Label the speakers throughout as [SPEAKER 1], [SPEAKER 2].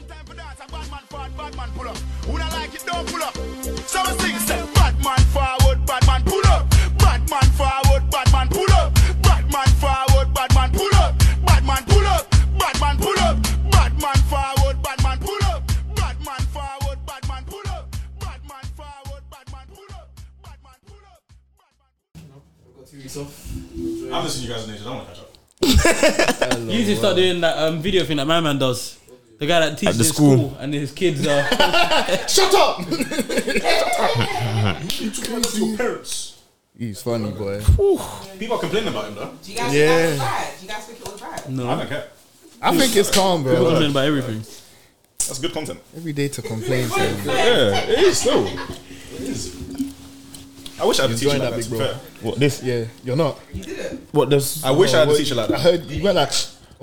[SPEAKER 1] a bad man forward, bad man pull up. Who not like it, don't pull up. Some things say, bad man forward, bad man pull up. Bad man forward, bad man pull up. Bad man forward, bad man pull up. Bad man pull up, bad man pull up. Bad man forward, bad man pull up. Bad man forward, bad man pull up. Bad man forward, bad man pull up. Bad man pull up. Bad man
[SPEAKER 2] I've got two weeks off.
[SPEAKER 3] I haven't seen you guys in ages. I want to catch up.
[SPEAKER 4] You need to start doing that um, video thing that my man does. The guy that teaches
[SPEAKER 5] the
[SPEAKER 4] in
[SPEAKER 5] school.
[SPEAKER 4] school. and his kids are.
[SPEAKER 2] Shut up!
[SPEAKER 3] You took him to your parents.
[SPEAKER 2] He's funny, boy.
[SPEAKER 3] People are complaining about him though.
[SPEAKER 6] Do you guys
[SPEAKER 2] Yeah.
[SPEAKER 6] think that was bad? Do you guys think it was bad?
[SPEAKER 3] I don't care.
[SPEAKER 2] I think it's calm, bro.
[SPEAKER 4] Complaining about everything.
[SPEAKER 3] That's good content.
[SPEAKER 2] Every day to complain to him.
[SPEAKER 3] Yeah, it is still. It is. I wish I had a teacher
[SPEAKER 2] Enjoying
[SPEAKER 3] like
[SPEAKER 2] that
[SPEAKER 3] that.
[SPEAKER 2] big
[SPEAKER 3] to be
[SPEAKER 2] bro.
[SPEAKER 3] fair.
[SPEAKER 5] What this?
[SPEAKER 2] Yeah, you're not.
[SPEAKER 6] You did it.
[SPEAKER 5] What this?
[SPEAKER 3] I wish I had
[SPEAKER 2] Well,
[SPEAKER 3] a teacher like
[SPEAKER 2] I
[SPEAKER 3] that.
[SPEAKER 2] heard you went like. or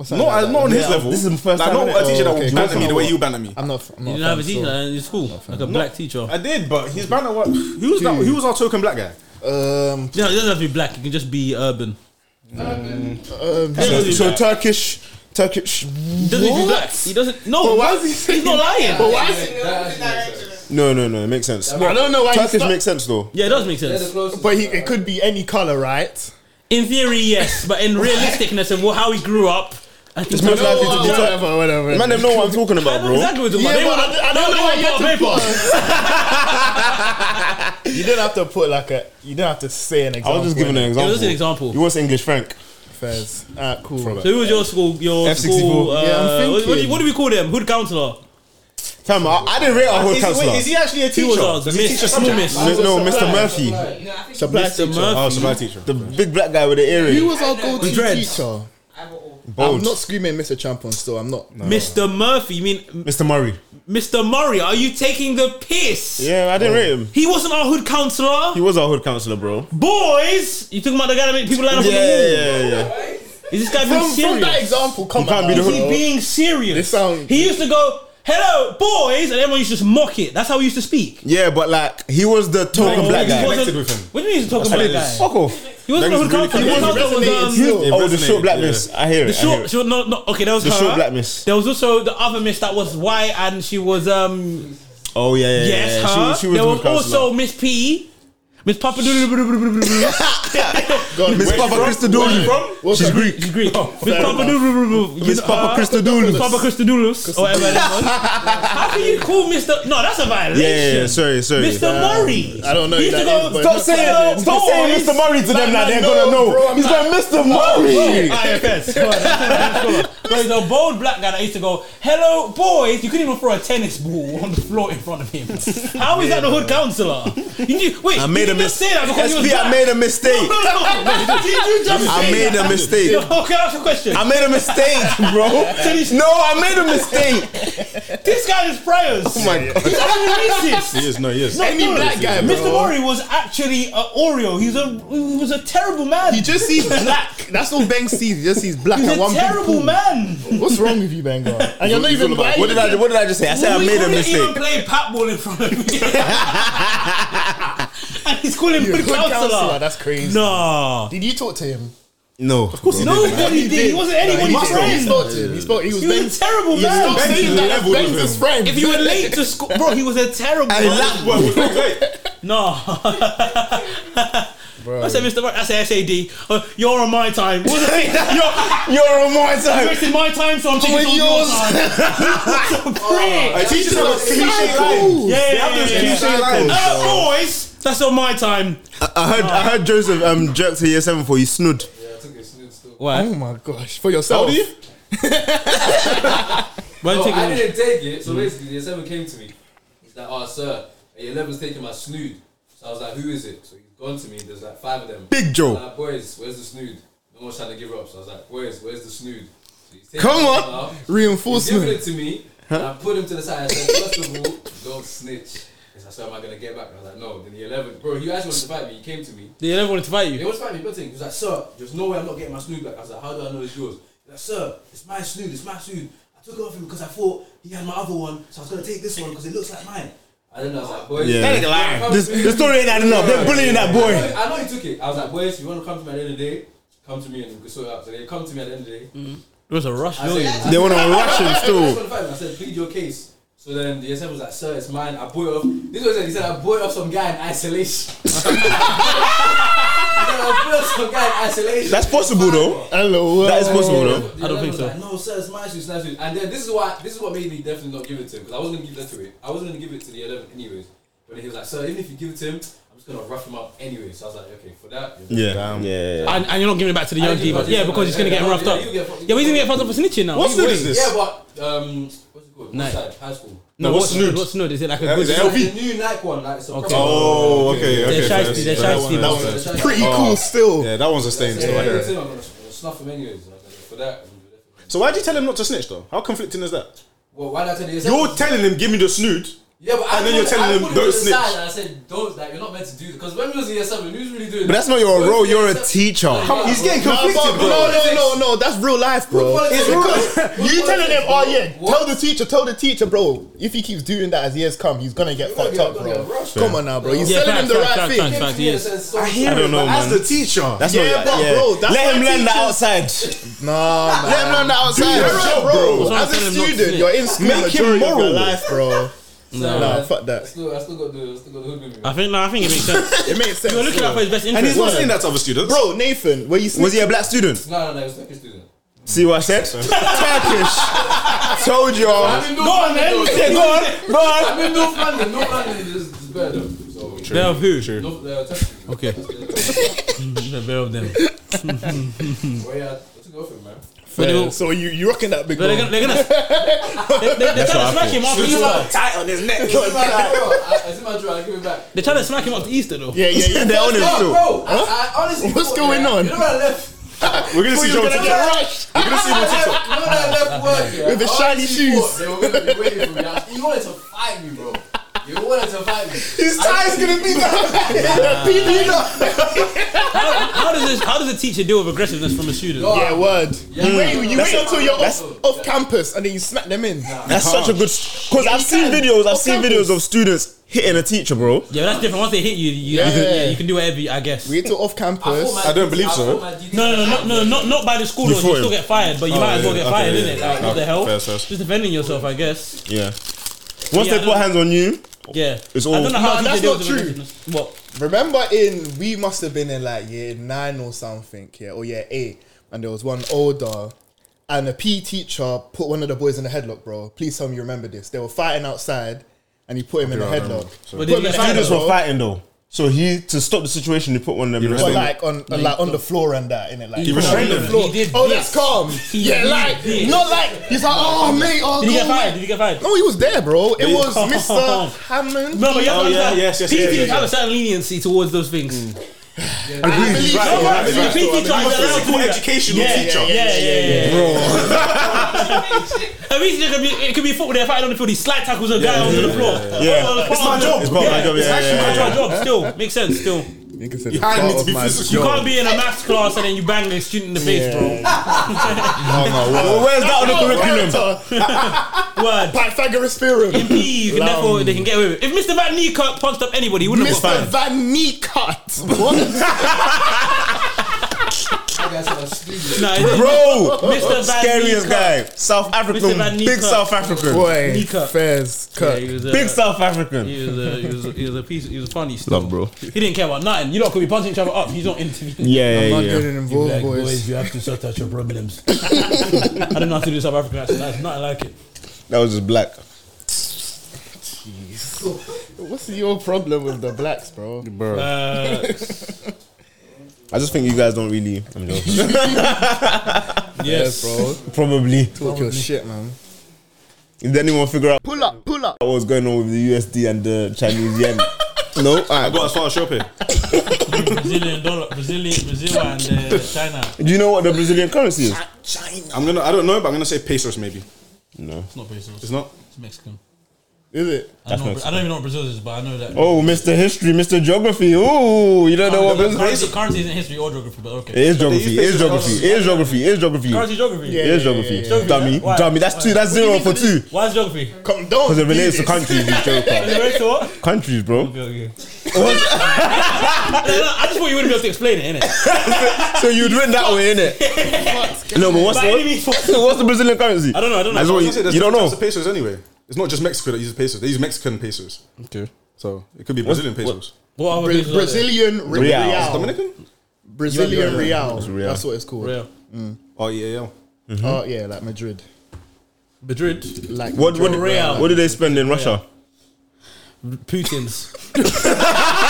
[SPEAKER 2] something
[SPEAKER 3] No,
[SPEAKER 2] like
[SPEAKER 3] I-
[SPEAKER 2] that.
[SPEAKER 3] not on his
[SPEAKER 5] Yeah,
[SPEAKER 3] level.
[SPEAKER 5] this is the first
[SPEAKER 3] like,
[SPEAKER 5] time,
[SPEAKER 3] not
[SPEAKER 5] innit?
[SPEAKER 3] a teacher that
[SPEAKER 5] Oh,
[SPEAKER 3] would
[SPEAKER 5] okay,
[SPEAKER 3] banter
[SPEAKER 5] cool.
[SPEAKER 3] me the way you banter me.
[SPEAKER 2] I'm not. I'm not
[SPEAKER 4] You didn't have a
[SPEAKER 2] fan,
[SPEAKER 4] teacher
[SPEAKER 2] so-
[SPEAKER 4] in your school, like a black teacher.
[SPEAKER 3] I did, but his banter was. Who was that?
[SPEAKER 2] Dude.
[SPEAKER 3] Who was our token black guy?
[SPEAKER 2] Um,
[SPEAKER 4] You know, it doesn't have to be black. You can just be urban.
[SPEAKER 2] um,
[SPEAKER 5] So, so Turkish, Turkish.
[SPEAKER 4] He doesn't
[SPEAKER 5] What?
[SPEAKER 4] be black. He doesn't. No,
[SPEAKER 5] why is he saying-
[SPEAKER 4] he's not lying.
[SPEAKER 6] Why is it direction?
[SPEAKER 5] No, no, no. It makes sense.
[SPEAKER 2] I don't know why. he
[SPEAKER 5] Turkish
[SPEAKER 2] stuck-
[SPEAKER 5] makes sense though.
[SPEAKER 4] Yeah, it does make
[SPEAKER 2] They're
[SPEAKER 4] sense.
[SPEAKER 2] the closest, but he, it could be any color, right?
[SPEAKER 4] In theory, yes, but in realisticness and wha- how he grew up, I think
[SPEAKER 5] most likely to be
[SPEAKER 4] I
[SPEAKER 5] black,
[SPEAKER 2] Whatever, whatever.
[SPEAKER 5] Man, them know what I'm talking about,
[SPEAKER 4] know
[SPEAKER 5] bro.
[SPEAKER 4] exactly what you're
[SPEAKER 2] Yeah,
[SPEAKER 4] talking
[SPEAKER 2] but
[SPEAKER 4] about.
[SPEAKER 2] I- I
[SPEAKER 4] They
[SPEAKER 2] don't
[SPEAKER 4] want-
[SPEAKER 2] know why
[SPEAKER 4] they
[SPEAKER 2] you
[SPEAKER 4] want
[SPEAKER 2] had to
[SPEAKER 4] pulp paper.
[SPEAKER 2] you didn't have to put like a. You didn't have to say an
[SPEAKER 5] I
[SPEAKER 2] example.
[SPEAKER 5] was just giving an
[SPEAKER 2] innit?
[SPEAKER 5] example.
[SPEAKER 4] just an example.
[SPEAKER 5] You want English Frank?
[SPEAKER 2] Fairs. Ah, cool.
[SPEAKER 5] Throwback.
[SPEAKER 4] So who was your school? Your
[SPEAKER 5] F64.
[SPEAKER 4] school? Uh,
[SPEAKER 2] Yeah,
[SPEAKER 4] what,
[SPEAKER 2] I'm
[SPEAKER 4] what do
[SPEAKER 2] thinking.
[SPEAKER 4] you, what do we call them? Hood counselor.
[SPEAKER 5] Fam, I, I didn't rate our whole
[SPEAKER 3] Is, wait,
[SPEAKER 5] counselor.
[SPEAKER 3] is he actually a
[SPEAKER 4] He was
[SPEAKER 3] teacher?
[SPEAKER 4] ours.
[SPEAKER 3] Does he teach a
[SPEAKER 4] Miss, small
[SPEAKER 3] subject?
[SPEAKER 4] miss.
[SPEAKER 5] No, no, Mr. Murphy,
[SPEAKER 6] No, I think
[SPEAKER 2] Supply
[SPEAKER 4] Mr.
[SPEAKER 2] teacher.
[SPEAKER 4] Murphy.
[SPEAKER 3] Oh, supply teacher.
[SPEAKER 5] the big black guy with the
[SPEAKER 2] He
[SPEAKER 5] earring.
[SPEAKER 2] was our go-to
[SPEAKER 4] Dreads.
[SPEAKER 2] teacher.
[SPEAKER 6] I have it all.
[SPEAKER 5] Bold.
[SPEAKER 2] I'm not screaming Mr. Champon still. I'm not.
[SPEAKER 4] Mr. Murphy, you mean
[SPEAKER 5] Mr. Murray.
[SPEAKER 4] Mr. Murray? Are you taking the piss?
[SPEAKER 5] Yeah, I didn't
[SPEAKER 4] Oh.
[SPEAKER 5] rate him.
[SPEAKER 4] He wasn't our hood
[SPEAKER 5] He
[SPEAKER 4] counselor.
[SPEAKER 5] was our hood counselor, bro.
[SPEAKER 4] Boys, you talking about the guy that made people line up on the wall?
[SPEAKER 5] yeah, yeah.
[SPEAKER 4] Is this guy being
[SPEAKER 2] From,
[SPEAKER 4] serious?
[SPEAKER 2] from that example, come
[SPEAKER 5] You can't
[SPEAKER 2] on.
[SPEAKER 5] be the
[SPEAKER 2] now,
[SPEAKER 5] hood-
[SPEAKER 4] Is he
[SPEAKER 2] bro.
[SPEAKER 4] being serious?
[SPEAKER 2] This sound-
[SPEAKER 4] he used to go, "Hello, boys," and everyone used to just mock it. That's how he used to speak.
[SPEAKER 5] Yeah, but like he was the token black
[SPEAKER 4] He
[SPEAKER 5] guy.
[SPEAKER 4] wasn't-
[SPEAKER 3] connected with him.
[SPEAKER 4] What do you mean he's talking about the guy?
[SPEAKER 5] Fuck off.
[SPEAKER 4] He wasn't a
[SPEAKER 3] That
[SPEAKER 4] hood
[SPEAKER 3] is really
[SPEAKER 4] counselor.
[SPEAKER 3] cute. He
[SPEAKER 4] The hood counselor
[SPEAKER 2] resonated
[SPEAKER 4] was
[SPEAKER 2] still.
[SPEAKER 4] um,
[SPEAKER 5] Oh, the
[SPEAKER 3] resonated,
[SPEAKER 5] short black
[SPEAKER 3] yeah.
[SPEAKER 5] miss. I hear it. I hear
[SPEAKER 4] the short,
[SPEAKER 5] it.
[SPEAKER 4] short. No, no. Okay, that was
[SPEAKER 5] The
[SPEAKER 4] her.
[SPEAKER 5] short black miss.
[SPEAKER 4] There was also the other miss that was white, and she was um
[SPEAKER 5] Oh yeah, yeah, yeah.
[SPEAKER 4] yes
[SPEAKER 5] yeah.
[SPEAKER 4] her.
[SPEAKER 5] She, she was
[SPEAKER 4] there
[SPEAKER 5] the
[SPEAKER 4] was
[SPEAKER 5] hood counselor.
[SPEAKER 4] also Miss P, Miss Papa. Miss
[SPEAKER 2] God,
[SPEAKER 5] Miss Papa Christodoulou.
[SPEAKER 3] From?
[SPEAKER 5] She's Greek. She's Greek.
[SPEAKER 4] Papa.
[SPEAKER 5] Miss
[SPEAKER 4] Miss
[SPEAKER 5] Papa Christodoulou.
[SPEAKER 4] Miss Papa Christodoulous, or whatever that was. How can you call Mister? No, that's a violation.
[SPEAKER 5] Yeah, yeah, yeah. Sorry, sorry.
[SPEAKER 4] Mr. Murray.
[SPEAKER 2] I don't know
[SPEAKER 4] He
[SPEAKER 2] who
[SPEAKER 4] used to
[SPEAKER 2] that is,
[SPEAKER 4] go,
[SPEAKER 2] but-
[SPEAKER 4] stop
[SPEAKER 5] Stop
[SPEAKER 2] Not
[SPEAKER 4] saying,
[SPEAKER 5] saying, stop saying Mr. Murray to them
[SPEAKER 2] Like,
[SPEAKER 5] now. They're
[SPEAKER 2] like, no,
[SPEAKER 5] gonna
[SPEAKER 2] bro,
[SPEAKER 5] know.
[SPEAKER 2] I'm
[SPEAKER 5] He's going Mr. Murray.
[SPEAKER 4] IFS. Go on, that's the name of the scholar. So he's a bold black guy that used to go, "Hello, boys." You couldn't even throw a tennis ball on the floor in front of him. How is that the hood counselor? You knew, wait,
[SPEAKER 5] I made
[SPEAKER 4] you
[SPEAKER 5] a
[SPEAKER 4] just say that
[SPEAKER 5] mistake.
[SPEAKER 4] because he was
[SPEAKER 5] SP, I
[SPEAKER 4] black.
[SPEAKER 5] made a mistake.
[SPEAKER 4] No, no, no. Did you just
[SPEAKER 5] I
[SPEAKER 4] say
[SPEAKER 5] made
[SPEAKER 4] that?
[SPEAKER 5] a mistake.
[SPEAKER 4] No, can I ask you a question?
[SPEAKER 5] I made a mistake, bro. No, I made a mistake.
[SPEAKER 4] this guy is priors.
[SPEAKER 5] Oh my god.
[SPEAKER 4] He's actually racist.
[SPEAKER 3] He is, no, he is.
[SPEAKER 4] No,
[SPEAKER 2] Any
[SPEAKER 4] no,
[SPEAKER 2] black guy,
[SPEAKER 4] Mr.
[SPEAKER 2] bro.
[SPEAKER 4] Murray was actually an Oreo. He's a he was a terrible man.
[SPEAKER 2] He just sees black. That's all Bang sees. He just sees black
[SPEAKER 4] He's
[SPEAKER 2] and
[SPEAKER 4] a
[SPEAKER 2] one big
[SPEAKER 4] terrible
[SPEAKER 2] pool.
[SPEAKER 4] man.
[SPEAKER 2] What's wrong with you, Bengar? And you're not even black.
[SPEAKER 5] What did I? What did I just say? I said I
[SPEAKER 4] We
[SPEAKER 5] made a
[SPEAKER 4] couldn't even
[SPEAKER 5] mistake.
[SPEAKER 4] play pat ball in front of me. and he's calling
[SPEAKER 2] You're a
[SPEAKER 4] him
[SPEAKER 2] good counselor.
[SPEAKER 4] counselor.
[SPEAKER 2] That's crazy.
[SPEAKER 4] No.
[SPEAKER 2] Did you talk to him?
[SPEAKER 5] No, of course
[SPEAKER 4] No, he didn't. He wasn't
[SPEAKER 2] he
[SPEAKER 4] anyone's
[SPEAKER 2] must have. He
[SPEAKER 4] friend.
[SPEAKER 2] spoke to him. He spoke. He was
[SPEAKER 4] He was a
[SPEAKER 2] Ben's.
[SPEAKER 4] terrible
[SPEAKER 2] Stop
[SPEAKER 4] man.
[SPEAKER 3] Ben's
[SPEAKER 2] saying that. That's
[SPEAKER 3] level with
[SPEAKER 2] Ben's
[SPEAKER 3] him.
[SPEAKER 2] friend.
[SPEAKER 4] If you were late to school, bro, he was a terrible
[SPEAKER 5] I
[SPEAKER 4] man.
[SPEAKER 5] laughed.
[SPEAKER 3] Well, wait, wait.
[SPEAKER 4] No. I said, Mr. Murray, I said SAD. Uh, you're on my time. What was the thing? You're
[SPEAKER 5] You're on my side.
[SPEAKER 4] wasting my time, so I'm taking
[SPEAKER 5] With
[SPEAKER 4] on your
[SPEAKER 5] yours.
[SPEAKER 4] time. What a prick.
[SPEAKER 3] Like, teachers have a cliche
[SPEAKER 2] Cool.
[SPEAKER 3] line.
[SPEAKER 4] Yeah,
[SPEAKER 3] They have
[SPEAKER 4] yeah,
[SPEAKER 3] those
[SPEAKER 4] yeah, yeah.
[SPEAKER 3] cliche lines.
[SPEAKER 4] Uh, boys, that's on my time.
[SPEAKER 5] I heard, I heard Joseph um jerked to year seven for you snood.
[SPEAKER 2] Oh
[SPEAKER 4] Why?
[SPEAKER 2] my gosh! For yourself.
[SPEAKER 3] old are you?
[SPEAKER 4] Why you
[SPEAKER 7] No, Oh, I
[SPEAKER 4] taking Mm.
[SPEAKER 7] didn't take it. So basically, the seven came to me. He's like, "Oh, sir, your eleven's taking my snood." So I was like, "Who is it?" So he's gone to me. There's like five of them.
[SPEAKER 5] Big
[SPEAKER 7] I'm
[SPEAKER 5] Joe.
[SPEAKER 7] like, boys, where's the snood? No one's trying to give it up. So I was like, "Boys, where's the snood?" So he's taking
[SPEAKER 5] Come
[SPEAKER 7] it
[SPEAKER 5] on.
[SPEAKER 7] out. He's giving
[SPEAKER 2] Reinforcement.
[SPEAKER 7] it to me. And I put him to the side. I said, first of all, don't snitch. He's like, so am I gonna get back? And I was like, no. Then the 11th, bro, you actually wanted to fight me. You came to me.
[SPEAKER 4] They never wanted to fight
[SPEAKER 7] He
[SPEAKER 4] you.
[SPEAKER 7] was fighting me. But he was like, sir, there's no way I'm not getting my snood back. I was like, how do I know it's yours? He's like, sir, it's my snood. It's my snood. I took it off him because I thought he had my other one, so I was gonna take this one because it looks like mine. And then I was like, boys,
[SPEAKER 5] Yeah.
[SPEAKER 7] lying.
[SPEAKER 5] This, the story ain't adding up. They're bullying that boy.
[SPEAKER 7] I know he took it. I was like, boys, if you want to come to me at the end of the day, come to me and we can sort it out. So they come to me at the end of the day.
[SPEAKER 4] It was a rush,
[SPEAKER 7] I
[SPEAKER 4] though.
[SPEAKER 7] said,
[SPEAKER 5] They want to rush him
[SPEAKER 7] I
[SPEAKER 5] still.
[SPEAKER 7] said, plead your case. So then the SF was like, sir, it's mine. I bought it off. This was it. He said, I bought it off some guy in isolation. he said, I bought it off some guy in isolation.
[SPEAKER 8] That's possible though.
[SPEAKER 5] uh,
[SPEAKER 2] Hello.
[SPEAKER 8] That is possible
[SPEAKER 7] The
[SPEAKER 8] though.
[SPEAKER 4] I don't
[SPEAKER 7] other
[SPEAKER 4] think
[SPEAKER 7] was
[SPEAKER 4] so.
[SPEAKER 7] Like, no, sir, it's my shoes, it's my shoes. And then this is why this is what made me definitely not give it to him because I wasn't gonna give that to it. I wasn't gonna give it to the eleven anyways. But then he was like, sir, even if you give it to him, I'm just gonna rough him up anyway. So I was like, okay, for that.
[SPEAKER 8] Yeah. Yeah.
[SPEAKER 4] And, and you're not giving it back to the young
[SPEAKER 7] I give
[SPEAKER 4] diva.
[SPEAKER 7] it to
[SPEAKER 4] Yeah,
[SPEAKER 7] you.
[SPEAKER 4] because he's gonna
[SPEAKER 7] Yeah,
[SPEAKER 4] get
[SPEAKER 7] yeah,
[SPEAKER 4] roughed
[SPEAKER 7] yeah,
[SPEAKER 4] up.
[SPEAKER 7] you get fucked-
[SPEAKER 4] Yeah, but he's gonna get fucked up for snitching now.
[SPEAKER 8] What
[SPEAKER 4] He-
[SPEAKER 8] snood is this?
[SPEAKER 7] Yeah, but um, what's it called?
[SPEAKER 4] Night.
[SPEAKER 7] What's that? High school.
[SPEAKER 4] No,
[SPEAKER 8] what
[SPEAKER 4] what's
[SPEAKER 8] snood?
[SPEAKER 4] nude? What's nude? Is it like a
[SPEAKER 8] Is
[SPEAKER 4] good?
[SPEAKER 8] it
[SPEAKER 7] It's
[SPEAKER 8] LV?
[SPEAKER 7] like the new Nike one, like it's a proper one.
[SPEAKER 8] Oh, okay, okay.
[SPEAKER 4] They're
[SPEAKER 8] fair,
[SPEAKER 4] shiesty, they're
[SPEAKER 8] fair. That
[SPEAKER 4] shiesty,
[SPEAKER 8] one-
[SPEAKER 4] man.
[SPEAKER 8] that one's a-
[SPEAKER 2] Pretty
[SPEAKER 8] Oh.
[SPEAKER 2] cool still.
[SPEAKER 8] Yeah, that one's a stain.
[SPEAKER 7] Yeah,
[SPEAKER 8] So,
[SPEAKER 7] yeah,
[SPEAKER 8] yeah.
[SPEAKER 7] yeah, I'm gonna snuff him anyways. Like, for that.
[SPEAKER 8] so why would you tell him not to snitch though? How conflicting is that?
[SPEAKER 7] Well, why did I tell you?
[SPEAKER 8] You're telling him, give me the snood.
[SPEAKER 7] Yeah, but I
[SPEAKER 8] And then you're
[SPEAKER 7] put-
[SPEAKER 8] telling
[SPEAKER 7] I
[SPEAKER 8] them,
[SPEAKER 7] put it
[SPEAKER 8] "Don't
[SPEAKER 7] to the
[SPEAKER 8] snitch."
[SPEAKER 7] side and I said, don't, like, you're not meant to do Because when we was in year seven, who's really doing
[SPEAKER 5] But that's not your role. You're a teacher.
[SPEAKER 8] He's getting
[SPEAKER 2] Nah, but-
[SPEAKER 8] conflicted, bro.
[SPEAKER 2] no, no, no, no. That's real life, bro.
[SPEAKER 7] What
[SPEAKER 2] It's
[SPEAKER 7] politics?
[SPEAKER 2] because you
[SPEAKER 7] What
[SPEAKER 2] telling him,
[SPEAKER 7] politics,
[SPEAKER 2] oh
[SPEAKER 7] bro?
[SPEAKER 2] yeah,
[SPEAKER 7] What?
[SPEAKER 2] tell the teacher, tell the teacher, bro. If he keeps doing that as years come, he's gonna get
[SPEAKER 7] gonna
[SPEAKER 2] fucked
[SPEAKER 7] get-
[SPEAKER 2] up,
[SPEAKER 7] gonna
[SPEAKER 2] bro.
[SPEAKER 7] get rushed.
[SPEAKER 2] Come on now, bro. He's
[SPEAKER 4] Yeah,
[SPEAKER 2] telling him the
[SPEAKER 4] facts,
[SPEAKER 2] right
[SPEAKER 4] facts,
[SPEAKER 2] thing.
[SPEAKER 4] facts, facts, yes.
[SPEAKER 7] I
[SPEAKER 8] I don't know, man.
[SPEAKER 5] As the teacher.
[SPEAKER 8] That's
[SPEAKER 2] Yeah,
[SPEAKER 8] not.
[SPEAKER 2] but
[SPEAKER 8] yeah.
[SPEAKER 2] bro, that's
[SPEAKER 5] Let him
[SPEAKER 2] why
[SPEAKER 5] learn that
[SPEAKER 2] teachers-
[SPEAKER 5] outside.
[SPEAKER 2] Nah, man.
[SPEAKER 5] Let him learn that outside.
[SPEAKER 2] You're right,
[SPEAKER 4] That's
[SPEAKER 2] bro.
[SPEAKER 4] why I tell him not
[SPEAKER 2] As a
[SPEAKER 4] to
[SPEAKER 2] student,
[SPEAKER 4] snitch.
[SPEAKER 2] you're in school
[SPEAKER 8] Make him
[SPEAKER 2] majority of your
[SPEAKER 8] moral.
[SPEAKER 2] life, bro.
[SPEAKER 7] No,
[SPEAKER 2] Nah, fuck
[SPEAKER 7] I
[SPEAKER 2] that.
[SPEAKER 7] still, I still got the, I still got the hood with me.
[SPEAKER 4] I think no, I think it makes sense.
[SPEAKER 2] It makes sense.
[SPEAKER 4] You're looking
[SPEAKER 2] bro.
[SPEAKER 4] out for his best
[SPEAKER 8] And he's
[SPEAKER 4] interest.
[SPEAKER 8] not
[SPEAKER 2] Word.
[SPEAKER 8] saying that to other students.
[SPEAKER 2] Bro, Nathan, were you
[SPEAKER 5] Was he
[SPEAKER 2] snitching?
[SPEAKER 5] a black student?
[SPEAKER 7] No, no, no, it's like a student.
[SPEAKER 5] See what I said? Turkish. Told
[SPEAKER 2] uh,
[SPEAKER 5] y'all.
[SPEAKER 7] I'm in
[SPEAKER 4] Go
[SPEAKER 7] North
[SPEAKER 4] on, then.
[SPEAKER 7] London. though.
[SPEAKER 4] Yeah, Go on, go on.
[SPEAKER 7] I'm in North London. North London is, is better. though. So,
[SPEAKER 4] Bear of who?
[SPEAKER 7] North, uh, Texas.
[SPEAKER 4] Okay. Mm, Bear of them.
[SPEAKER 7] Well, yeah, I took it off him, man.
[SPEAKER 4] But they will-
[SPEAKER 2] So you you rocking that big
[SPEAKER 4] but they're
[SPEAKER 2] bro?
[SPEAKER 4] gonna, they're gonna, they- they- they're trying to smack him after Easter.
[SPEAKER 5] Tight on his neck.
[SPEAKER 7] It's in my drawer. I, it's in my drawer. I give it back.
[SPEAKER 4] They're trying to smack him after Easter though.
[SPEAKER 2] Yeah, yeah, yeah.
[SPEAKER 5] They're on him
[SPEAKER 7] No,
[SPEAKER 5] still.
[SPEAKER 7] bro. I, I honestly.
[SPEAKER 2] What's
[SPEAKER 7] thought,
[SPEAKER 2] going
[SPEAKER 7] yeah,
[SPEAKER 2] on?
[SPEAKER 7] You know what I left?
[SPEAKER 8] We're gonna see
[SPEAKER 2] You're
[SPEAKER 8] Joe
[SPEAKER 2] gonna
[SPEAKER 8] today.
[SPEAKER 2] get rushed.
[SPEAKER 7] You're gonna see him on TikTok. You know that left work, yeah?
[SPEAKER 2] With the
[SPEAKER 7] I
[SPEAKER 2] shiny
[SPEAKER 7] honestly
[SPEAKER 2] shoes.
[SPEAKER 7] thought They were gonna be waiting for me. I- You wanted to fight me, bro. You wanted to fight me.
[SPEAKER 2] His tie's gonna be that.
[SPEAKER 4] How, how does this, how does a teacher deal with aggressiveness from a student?
[SPEAKER 7] No,
[SPEAKER 2] Yeah, word. You wait, you
[SPEAKER 8] That's
[SPEAKER 2] wait
[SPEAKER 8] a-
[SPEAKER 2] until you're
[SPEAKER 8] that's-
[SPEAKER 2] off, off campus and then you smack them in.
[SPEAKER 5] That's such a good. Because I've seen videos. I've seen videos of students hitting a teacher, bro.
[SPEAKER 4] Yeah, but that's different. Once they hit you, you,
[SPEAKER 2] Yeah.
[SPEAKER 4] you, can, yeah, you can do whatever. You, I guess.
[SPEAKER 2] Wait till off
[SPEAKER 7] I
[SPEAKER 2] campus.
[SPEAKER 7] thought my
[SPEAKER 8] I don't believe
[SPEAKER 7] DT
[SPEAKER 8] so.
[SPEAKER 7] I thought my DT
[SPEAKER 4] No, no, no, no, no, not not by the school. though.
[SPEAKER 8] Before
[SPEAKER 4] You still
[SPEAKER 8] him.
[SPEAKER 4] get fired, but you
[SPEAKER 8] Oh,
[SPEAKER 4] might as well
[SPEAKER 8] yeah,
[SPEAKER 4] get
[SPEAKER 8] okay,
[SPEAKER 4] fired,
[SPEAKER 8] yeah,
[SPEAKER 4] innit?
[SPEAKER 8] yeah.
[SPEAKER 4] Like, what
[SPEAKER 8] Okay,
[SPEAKER 4] the hell?
[SPEAKER 8] fair, fair.
[SPEAKER 4] Just defending yourself, I guess.
[SPEAKER 8] Yeah. Once
[SPEAKER 4] Yeah, I
[SPEAKER 8] they put
[SPEAKER 4] don't-
[SPEAKER 8] hands on you,
[SPEAKER 4] Yeah,
[SPEAKER 8] It's all-
[SPEAKER 4] I don't know how
[SPEAKER 2] Nah,
[SPEAKER 4] a teacher
[SPEAKER 2] that's
[SPEAKER 4] deals
[SPEAKER 2] not
[SPEAKER 4] with
[SPEAKER 2] true.
[SPEAKER 4] aggressiveness. What?
[SPEAKER 2] Remember in we must have been in like year nine or something, yeah, or year eight, and there was one older, and a PE teacher put one of the boys in a headlock, bro. Please tell me you remember this. They were fighting outside, and he put him in a
[SPEAKER 8] Yeah, I remember.
[SPEAKER 2] headlock.
[SPEAKER 8] So-
[SPEAKER 4] But
[SPEAKER 2] Put
[SPEAKER 4] did you
[SPEAKER 2] him in a
[SPEAKER 4] get fired?
[SPEAKER 8] students
[SPEAKER 2] headlock.
[SPEAKER 8] were fighting though. So he to stop the situation, he put one of them.
[SPEAKER 2] But
[SPEAKER 8] in the
[SPEAKER 2] like on like on the floor and that in it like
[SPEAKER 4] He
[SPEAKER 8] restrained
[SPEAKER 2] on the
[SPEAKER 8] him.
[SPEAKER 2] floor.
[SPEAKER 4] He did
[SPEAKER 2] oh,
[SPEAKER 4] this.
[SPEAKER 2] that's calm.
[SPEAKER 4] He
[SPEAKER 2] yeah,
[SPEAKER 4] did
[SPEAKER 2] like
[SPEAKER 4] this.
[SPEAKER 2] not like he's like oh mate, oh
[SPEAKER 4] Did you
[SPEAKER 2] go
[SPEAKER 4] get
[SPEAKER 2] away.
[SPEAKER 4] fired? Did you get fired?
[SPEAKER 2] No, he was there, bro. It was
[SPEAKER 4] Calm.
[SPEAKER 2] Mr. Hammond.
[SPEAKER 4] No, but you have
[SPEAKER 8] Oh,
[SPEAKER 4] to
[SPEAKER 8] yeah,
[SPEAKER 4] understand.
[SPEAKER 8] yes, yes,
[SPEAKER 4] PE
[SPEAKER 8] yes,
[SPEAKER 4] teachers
[SPEAKER 8] yes,
[SPEAKER 4] have a certain leniency towards those things.
[SPEAKER 2] I believe so. I
[SPEAKER 4] Because the PE
[SPEAKER 2] believe
[SPEAKER 4] teacher is allowed to do that.
[SPEAKER 8] educational
[SPEAKER 4] Yeah,
[SPEAKER 8] teacher.
[SPEAKER 4] Yeah, yeah, yeah. At least it could be it could be football. They're fighting on the field. He slide tackles a guy onto the floor.
[SPEAKER 8] yeah.
[SPEAKER 4] Oh,
[SPEAKER 8] It's my
[SPEAKER 4] oh,
[SPEAKER 8] job. It's my job, yeah,
[SPEAKER 4] it's actually
[SPEAKER 8] yeah,
[SPEAKER 4] my
[SPEAKER 8] yeah,
[SPEAKER 4] job. Still makes sense. Still,
[SPEAKER 2] You can say
[SPEAKER 8] You
[SPEAKER 2] the part
[SPEAKER 8] need to
[SPEAKER 2] of
[SPEAKER 8] be
[SPEAKER 2] my
[SPEAKER 8] physical.
[SPEAKER 4] you
[SPEAKER 2] job.
[SPEAKER 4] can't be in a maths class and then you bang a student in the face,
[SPEAKER 8] Well, where's that on the curriculum?
[SPEAKER 4] bro. Word.
[SPEAKER 2] Pythagoras theorem.
[SPEAKER 4] PE, you can therefore they can get away with it. If Mr. Van Niekerk punched up anybody, he wouldn't have
[SPEAKER 2] Mr.
[SPEAKER 4] been fine.
[SPEAKER 2] Van Niecut. What?
[SPEAKER 7] guys are stupid.
[SPEAKER 4] Nah, it's-
[SPEAKER 5] Bro,
[SPEAKER 4] Mr. Van
[SPEAKER 5] scariest guy.
[SPEAKER 4] Niekerk.
[SPEAKER 5] South
[SPEAKER 4] Mr. Van
[SPEAKER 5] African, big
[SPEAKER 4] Niekerk.
[SPEAKER 5] South African,
[SPEAKER 2] Boy,
[SPEAKER 4] Niekerk.
[SPEAKER 2] Fez,
[SPEAKER 4] Yeah,
[SPEAKER 2] Kirk.
[SPEAKER 4] he was, uh,
[SPEAKER 5] big South African.
[SPEAKER 4] He was a he was a, he was a piece. He was funny. Still.
[SPEAKER 5] Love, bro.
[SPEAKER 4] He didn't care about nothing. You lot could be punching each other up. He's not intervening.
[SPEAKER 5] Yeah,
[SPEAKER 2] I'm
[SPEAKER 5] yeah,
[SPEAKER 2] not
[SPEAKER 5] yeah.
[SPEAKER 2] getting involved, boys.
[SPEAKER 4] you have to sort out your problems. I don't know how to do South African accent. That's not like it.
[SPEAKER 5] That was just black.
[SPEAKER 2] What's your problem with the blacks, bro?
[SPEAKER 5] Bro,
[SPEAKER 4] Uh,
[SPEAKER 5] I just think you guys don't really. I'm joking.
[SPEAKER 4] yes,
[SPEAKER 2] Bro,
[SPEAKER 5] Probably.
[SPEAKER 2] talk your shit, man.
[SPEAKER 5] Did anyone figure out
[SPEAKER 2] Pull up, pull up.
[SPEAKER 5] what was going on with the USD and the Chinese yen? no,
[SPEAKER 8] I
[SPEAKER 5] Alright,
[SPEAKER 8] got as far as shopping.
[SPEAKER 4] Brazilian dollar, Brazilian, Brazil, and uh, China.
[SPEAKER 5] Do you know what the Brazilian currency is?
[SPEAKER 8] I'm gonna. I don't know, but I'm gonna say pesos maybe.
[SPEAKER 5] No.
[SPEAKER 4] It's not
[SPEAKER 8] It's
[SPEAKER 4] pesos.
[SPEAKER 8] not.
[SPEAKER 4] It's Mexican.
[SPEAKER 2] Is it?
[SPEAKER 4] I don't, know,
[SPEAKER 5] Mexican.
[SPEAKER 4] I don't even know what Brazil is, but I know that.
[SPEAKER 5] Oh, Mr. History, Mr. Geography. Ooh, you don't know what
[SPEAKER 4] currency,
[SPEAKER 5] Brazil is?
[SPEAKER 4] currency, currency isn't history or geography, but okay.
[SPEAKER 5] It is geography. It is geography. It is geography. It is geography.
[SPEAKER 4] currency geography.
[SPEAKER 5] It is geography.
[SPEAKER 4] yeah, yeah.
[SPEAKER 5] Dummy,
[SPEAKER 4] Why?
[SPEAKER 5] dummy. That's two. That's
[SPEAKER 2] What do you
[SPEAKER 5] zero
[SPEAKER 2] mean
[SPEAKER 5] for
[SPEAKER 2] for
[SPEAKER 5] two.
[SPEAKER 4] Why is geography?
[SPEAKER 2] Come down.
[SPEAKER 5] Because it relates to countries, you joker.
[SPEAKER 4] Relates to what?
[SPEAKER 5] Countries, bro.
[SPEAKER 4] Okay, okay. No, no, I just thought you wouldn't be able to explain it, innit?
[SPEAKER 5] So you'd win that way, innit? No, but what's
[SPEAKER 4] By any means
[SPEAKER 5] the what's the Brazilian currency?
[SPEAKER 4] I don't know, I don't know.
[SPEAKER 5] That's what
[SPEAKER 8] I
[SPEAKER 5] you,
[SPEAKER 8] was gonna say, there's
[SPEAKER 5] you don't
[SPEAKER 8] different types
[SPEAKER 5] know.
[SPEAKER 8] of pesos anyway.
[SPEAKER 9] It's not just Mexico that uses pesos. They use Mexican pesos.
[SPEAKER 5] Okay.
[SPEAKER 9] So it could be Brazilian
[SPEAKER 5] what-
[SPEAKER 9] pesos.
[SPEAKER 4] What other
[SPEAKER 2] Bra-
[SPEAKER 4] places are there?
[SPEAKER 2] Brazilian re-
[SPEAKER 5] Real.
[SPEAKER 2] real.
[SPEAKER 9] Dominican?
[SPEAKER 2] Brazilian
[SPEAKER 5] Yeah, yeah, yeah.
[SPEAKER 2] real.
[SPEAKER 5] It's real.
[SPEAKER 2] That's what it's called.
[SPEAKER 4] Real. Mm-hmm.
[SPEAKER 9] Oh yeah, yeah.
[SPEAKER 2] Oh yeah, like Madrid.
[SPEAKER 4] Madrid.
[SPEAKER 2] Like
[SPEAKER 5] What what,
[SPEAKER 2] Madrid,
[SPEAKER 4] Real.
[SPEAKER 5] what do they spend in Russia?
[SPEAKER 4] Putin's.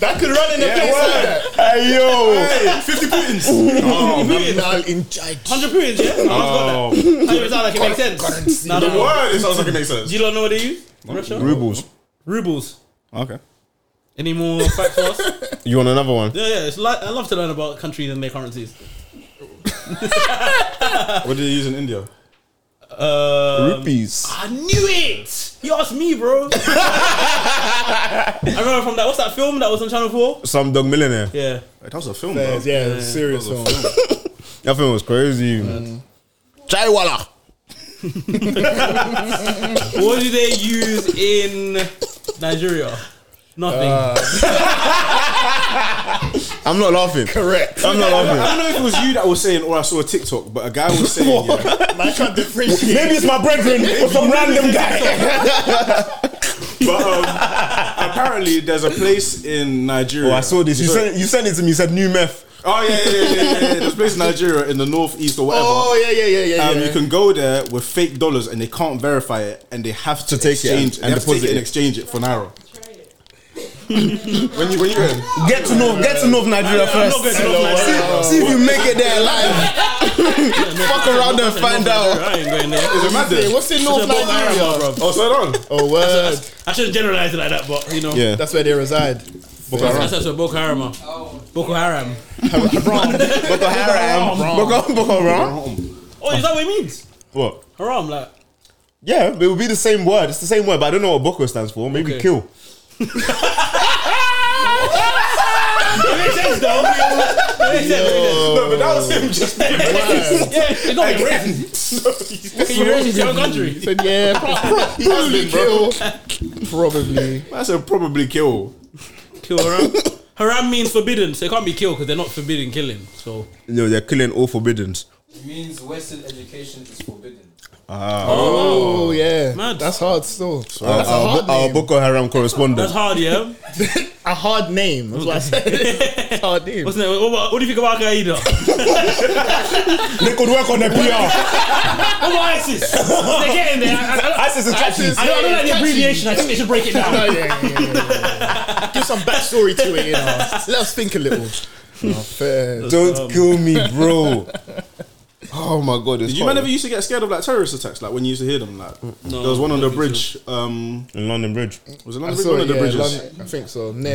[SPEAKER 2] that could run in the place like that.
[SPEAKER 5] Hey yo,
[SPEAKER 9] Hey, fifty Putins. oh, man.
[SPEAKER 2] Nominal in charge.
[SPEAKER 4] 100 Putins, yeah? No,
[SPEAKER 9] oh,
[SPEAKER 4] it's not like it makes sense. No, no,
[SPEAKER 9] the
[SPEAKER 4] no.
[SPEAKER 9] word. It sounds like it makes sense.
[SPEAKER 4] Do you lot know what they use? Russia?
[SPEAKER 5] rubles.
[SPEAKER 4] Rubles.
[SPEAKER 5] Okay.
[SPEAKER 4] Any more facts for us?
[SPEAKER 5] You want another one?
[SPEAKER 4] Yeah, yeah. It's like, I love to learn about countries and their currencies.
[SPEAKER 9] What do they use in India?
[SPEAKER 4] Uh,
[SPEAKER 5] Rupees.
[SPEAKER 4] I knew it! You asked me, bro. I remember from that, what's that film that was on Channel 4?
[SPEAKER 5] Some dog millionaire.
[SPEAKER 4] Yeah.
[SPEAKER 9] Like, that was a film,
[SPEAKER 2] Yeah,
[SPEAKER 9] bro.
[SPEAKER 2] yeah, serious
[SPEAKER 9] That
[SPEAKER 2] one.
[SPEAKER 9] was a film.
[SPEAKER 5] That film was crazy. man. Chaiwala.
[SPEAKER 4] What do they use in Nigeria? Nothing.
[SPEAKER 5] I'm not laughing.
[SPEAKER 2] Correct.
[SPEAKER 5] I'm not
[SPEAKER 9] I
[SPEAKER 5] laughing.
[SPEAKER 9] don't know if it was you that was saying, or I saw a TikTok, but a guy was saying, yeah,
[SPEAKER 2] I can't differentiate.
[SPEAKER 5] Maybe it's my brethren or some random guy.
[SPEAKER 9] but um, apparently there's a place in Nigeria.
[SPEAKER 5] Oh, I saw this. You sent you sent it to me. You said new meth.
[SPEAKER 9] Oh yeah, yeah, yeah, yeah, yeah. There's a place in Nigeria in the northeast or whatever.
[SPEAKER 2] Oh yeah, yeah, yeah, yeah.
[SPEAKER 9] Um,
[SPEAKER 2] yeah.
[SPEAKER 9] You can go there with fake dollars and they can't verify it and they have
[SPEAKER 5] To
[SPEAKER 9] to,
[SPEAKER 5] take it
[SPEAKER 9] exchange
[SPEAKER 5] and-
[SPEAKER 9] and,
[SPEAKER 5] and
[SPEAKER 9] they have to take
[SPEAKER 5] deposit
[SPEAKER 9] it and
[SPEAKER 5] it.
[SPEAKER 9] exchange it for naira. when you when you in?
[SPEAKER 5] Get to North, get to North Nigeria
[SPEAKER 4] I'm not going
[SPEAKER 5] first.
[SPEAKER 4] to North Nigeria.
[SPEAKER 5] See if you make it there alive. Fuck around and find out.
[SPEAKER 4] I ain't going there.
[SPEAKER 9] Is it mad
[SPEAKER 2] Hey,
[SPEAKER 9] there?
[SPEAKER 2] what's in North Nigeria?
[SPEAKER 9] Oh, so on.
[SPEAKER 2] Oh word.
[SPEAKER 4] I shouldn't generalize it like that, but you know.
[SPEAKER 5] Yeah.
[SPEAKER 2] That's where they reside.
[SPEAKER 4] That's actually Boko Haram. man. Boko Haram.
[SPEAKER 5] Boko Haram. Boko Boko Haram.
[SPEAKER 4] Oh, is that what it means?
[SPEAKER 5] What?
[SPEAKER 4] Haram, like.
[SPEAKER 5] Yeah, it would be the same word. It's the same word, but I don't know what Boko stands for. Maybe
[SPEAKER 4] Okay.
[SPEAKER 5] kill.
[SPEAKER 4] It makes sense, though. It makes sense, it makes sense.
[SPEAKER 9] No,
[SPEAKER 5] Uh,
[SPEAKER 9] but that was him just.
[SPEAKER 4] Yeah, it's not like rape. Can you rape your own country?
[SPEAKER 2] Said yeah, pro- probably kill. Probably.
[SPEAKER 9] I said probably kill.
[SPEAKER 4] Kill Haram. Haram means forbidden, so it can't be killed because they're not forbidden killing. So.
[SPEAKER 5] No, they're killing all forbiddens.
[SPEAKER 8] It means Western education is forbidden.
[SPEAKER 2] Oh yeah,
[SPEAKER 4] Mad.
[SPEAKER 2] that's hard. Still, that's a
[SPEAKER 5] Our,
[SPEAKER 2] hard
[SPEAKER 5] Bo- our
[SPEAKER 2] name.
[SPEAKER 5] Boko Haram
[SPEAKER 4] That's
[SPEAKER 5] correspondent.
[SPEAKER 4] hard, yeah?
[SPEAKER 2] A hard name. That's what I said. hard name.
[SPEAKER 4] What's that? What, what, what do you think about Al Qaeda?
[SPEAKER 5] They could work on their PR.
[SPEAKER 4] What about ISIS? They're getting there. I, I, I,
[SPEAKER 5] ISIS is catchy.
[SPEAKER 4] I, don't, I don't like the abbreviation. I think they should break it down.
[SPEAKER 2] No, yeah, yeah, yeah, yeah. Give some backstory to it. You know, let us think a little. No, fair.
[SPEAKER 9] um,
[SPEAKER 5] Don't kill me, bro. Oh my god, it's
[SPEAKER 9] Did you man ever used to get scared of like terrorist attacks? Like when you used to hear them, like there was one on the bridge. Um,
[SPEAKER 5] in London Bridge.
[SPEAKER 9] was it
[SPEAKER 2] I
[SPEAKER 9] London Bridge?
[SPEAKER 2] saw
[SPEAKER 9] One of
[SPEAKER 2] it.
[SPEAKER 9] the
[SPEAKER 2] Yeah,
[SPEAKER 9] bridges.
[SPEAKER 2] London, I think so. Nah,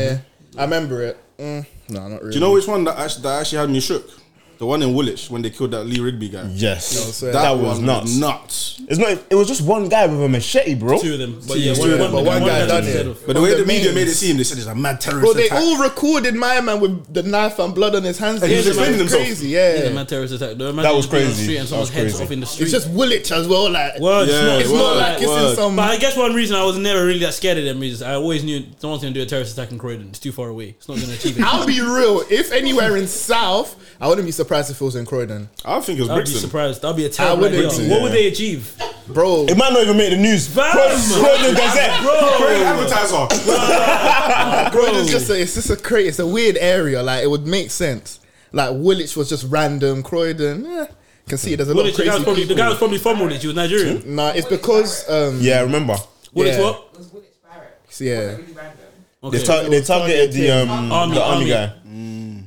[SPEAKER 2] I remember it. Mm, no, not really.
[SPEAKER 9] Do you know which one that actually, that actually had me shook? The one in Woolwich when they killed that Lee Rigby guy.
[SPEAKER 5] Yes,
[SPEAKER 2] so
[SPEAKER 5] that,
[SPEAKER 2] that
[SPEAKER 5] was
[SPEAKER 9] one
[SPEAKER 5] nuts.
[SPEAKER 9] nuts.
[SPEAKER 5] It's not. It was just one guy with a machete, bro.
[SPEAKER 4] Two of them. But yeah,
[SPEAKER 2] Two
[SPEAKER 4] one,
[SPEAKER 2] of them,
[SPEAKER 4] one,
[SPEAKER 2] but one guy done
[SPEAKER 4] took his
[SPEAKER 2] it.
[SPEAKER 4] head off.
[SPEAKER 9] But the
[SPEAKER 2] On
[SPEAKER 9] way
[SPEAKER 2] the
[SPEAKER 9] the media
[SPEAKER 2] memes.
[SPEAKER 9] made it seem, they said there's a mad terrorist
[SPEAKER 2] Bro, they
[SPEAKER 9] attack.
[SPEAKER 2] all recorded my man with the knife and blood on his hands.
[SPEAKER 9] And he's
[SPEAKER 2] Yeah,
[SPEAKER 9] defending
[SPEAKER 2] it's
[SPEAKER 9] himself.
[SPEAKER 2] Crazy,
[SPEAKER 4] Yeah,
[SPEAKER 2] yeah.
[SPEAKER 4] man, terrorist attack. Though. Imagine
[SPEAKER 5] That was
[SPEAKER 4] just being on the
[SPEAKER 5] crazy.
[SPEAKER 4] street And
[SPEAKER 5] That
[SPEAKER 4] someone's
[SPEAKER 5] was
[SPEAKER 4] heads
[SPEAKER 5] crazy.
[SPEAKER 4] off in the street.
[SPEAKER 2] It's just Woolwich as well. Like,
[SPEAKER 4] Words,
[SPEAKER 9] Yeah,
[SPEAKER 4] not-
[SPEAKER 2] it's
[SPEAKER 9] word,
[SPEAKER 2] not like it's in
[SPEAKER 9] word.
[SPEAKER 2] some.
[SPEAKER 4] But I guess one reason I was never really that scared of them is I always knew someone's going to do a terrorist attack in Croydon. It's too far away. It's not going to achieve it.
[SPEAKER 2] I'll be real. If anywhere in South, I wouldn't be surprised if it was in Croydon,
[SPEAKER 9] I think it was
[SPEAKER 4] I'd be
[SPEAKER 9] Brixton.
[SPEAKER 4] surprised. That'd be a terrible
[SPEAKER 2] wouldn't
[SPEAKER 4] idea.
[SPEAKER 2] be,
[SPEAKER 4] What would
[SPEAKER 5] yeah.
[SPEAKER 4] they achieve?
[SPEAKER 2] bro.
[SPEAKER 5] It might not even make the news.
[SPEAKER 4] Fam!
[SPEAKER 5] Croydon Gazette.
[SPEAKER 9] Great
[SPEAKER 4] Bro,
[SPEAKER 9] advertiser.
[SPEAKER 2] Croydon's just a, it's just a cra It's a weird area. Like it would make sense. Like Woolwich was just random. Croydon, eh, can see there's a
[SPEAKER 4] Woolwich, the, guy
[SPEAKER 2] lot
[SPEAKER 4] was
[SPEAKER 2] of crazy.
[SPEAKER 4] probably, the
[SPEAKER 2] People.
[SPEAKER 4] guy was probably from Woolwich. He was Nigerian.
[SPEAKER 2] Nah, it's because um,
[SPEAKER 5] Yeah, I remember.
[SPEAKER 4] Woolwich
[SPEAKER 2] Yeah.
[SPEAKER 4] what?
[SPEAKER 10] was Woolwich Barracks.
[SPEAKER 2] yeah.
[SPEAKER 10] Really random.
[SPEAKER 5] They, tar- they targeted the um
[SPEAKER 4] Army,
[SPEAKER 5] the army
[SPEAKER 4] army.
[SPEAKER 5] guy.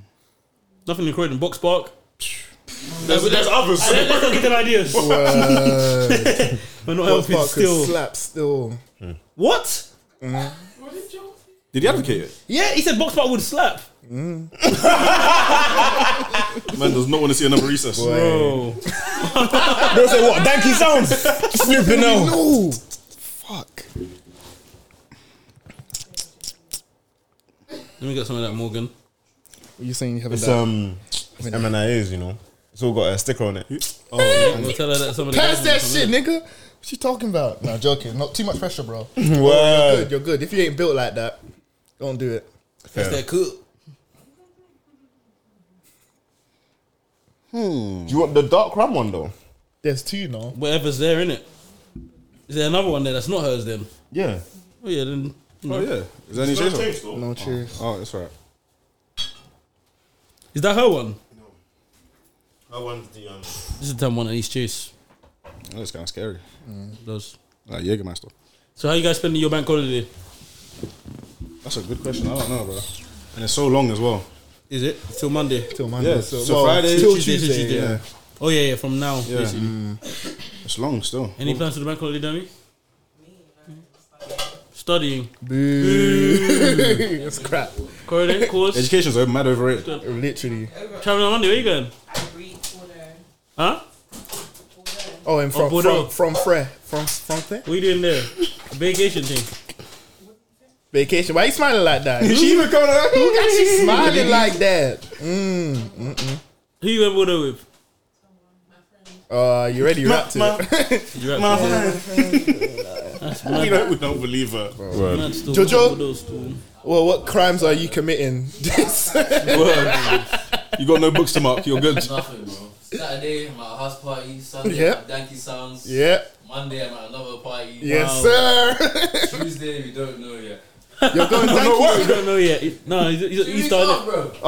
[SPEAKER 4] Nothing in Croydon. Box Park. There's, others. Let's not get them ideas. We're not
[SPEAKER 2] Park
[SPEAKER 4] helping
[SPEAKER 2] could
[SPEAKER 4] still.
[SPEAKER 2] slap still.
[SPEAKER 4] What?
[SPEAKER 9] Did he advocate it?
[SPEAKER 4] Yeah, he said Box Park would slap.
[SPEAKER 9] Man does not want to see another recess.
[SPEAKER 4] Bro.
[SPEAKER 5] They'll say what? Danky sounds. Flipping out.
[SPEAKER 2] No, fuck.
[SPEAKER 4] Let me get some of that, Morgan.
[SPEAKER 2] You saying you haven't
[SPEAKER 5] It's
[SPEAKER 2] done?
[SPEAKER 5] um MNIAs, you know. It's all got a sticker on it.
[SPEAKER 4] I'm going to tell her that
[SPEAKER 9] uh,
[SPEAKER 4] some of the
[SPEAKER 2] Pass
[SPEAKER 4] guys-
[SPEAKER 2] that shit, nigga. What you talking about? No, joking. Not too much pressure, bro. You're
[SPEAKER 5] Word.
[SPEAKER 2] good. You're good. If you ain't built like that, don't do it.
[SPEAKER 4] That's that cook.
[SPEAKER 5] Do you want the dark rum one though?
[SPEAKER 2] There's two now.
[SPEAKER 4] Whatever's there, innit? Is there another one there that's not hers then?
[SPEAKER 9] Yeah.
[SPEAKER 4] Oh yeah, then. you know.
[SPEAKER 9] Oh yeah. Is there any
[SPEAKER 8] Still
[SPEAKER 9] change?
[SPEAKER 8] changed, though.
[SPEAKER 2] No cheers.
[SPEAKER 9] Oh, that's right.
[SPEAKER 4] Is that her one?
[SPEAKER 8] That one's the um.
[SPEAKER 4] This is the time one at East Chase.
[SPEAKER 9] That's kind of scary.
[SPEAKER 4] Those.
[SPEAKER 9] Like Jägermeister.
[SPEAKER 4] So how you guys spending your bank holiday?
[SPEAKER 9] That's a good question. I don't know, bro. And it's so long as well.
[SPEAKER 4] Is it till Monday?
[SPEAKER 2] Till Monday.
[SPEAKER 9] Yeah. So, Friday,
[SPEAKER 2] till
[SPEAKER 4] Tuesday,
[SPEAKER 2] Tuesday,
[SPEAKER 4] Tuesday,
[SPEAKER 9] Yeah.
[SPEAKER 4] Oh yeah, yeah. From now,
[SPEAKER 9] Yeah.
[SPEAKER 4] basically.
[SPEAKER 9] It's long still.
[SPEAKER 4] Any plans for the bank holiday, Danny? Studying.
[SPEAKER 2] it's crap.
[SPEAKER 4] Correlate course.
[SPEAKER 9] Education's over, mad overrated.
[SPEAKER 2] Literally.
[SPEAKER 4] Traveling on Monday. Where you going?
[SPEAKER 10] I read for the
[SPEAKER 4] Huh?
[SPEAKER 2] Oh, and from
[SPEAKER 4] Bordeaux.
[SPEAKER 2] from from Fre from from there.
[SPEAKER 4] What you doing there? A vacation thing.
[SPEAKER 2] Vacation. Why you smiling like that?
[SPEAKER 9] Is she even coming out?
[SPEAKER 2] Who got you smiling like that?
[SPEAKER 4] Who you going Bordeaux with?
[SPEAKER 2] Uh, you already wrapped it.
[SPEAKER 4] You right, bro.
[SPEAKER 9] We don't, we don't believe her. Bro.
[SPEAKER 4] That's still-
[SPEAKER 2] Jojo?
[SPEAKER 4] Bordeaux's still-
[SPEAKER 2] Well, what crimes are you committing? This.
[SPEAKER 9] You got no books to mark. You're good.
[SPEAKER 11] Nothing, bro. Saturday, I'm at a house party. Sunday,
[SPEAKER 2] Yeah.
[SPEAKER 11] I'm at Yankee Sounds.
[SPEAKER 2] yeah.
[SPEAKER 11] Monday, I'm at another party.
[SPEAKER 2] Yes, sir.
[SPEAKER 11] Tuesday, we don't know yet.
[SPEAKER 2] You're going
[SPEAKER 4] You
[SPEAKER 2] Yankee.
[SPEAKER 4] don't know yet. No, he's, he's,
[SPEAKER 11] Two
[SPEAKER 4] he's
[SPEAKER 11] weeks
[SPEAKER 4] starting.
[SPEAKER 11] off, bro.
[SPEAKER 9] Oh,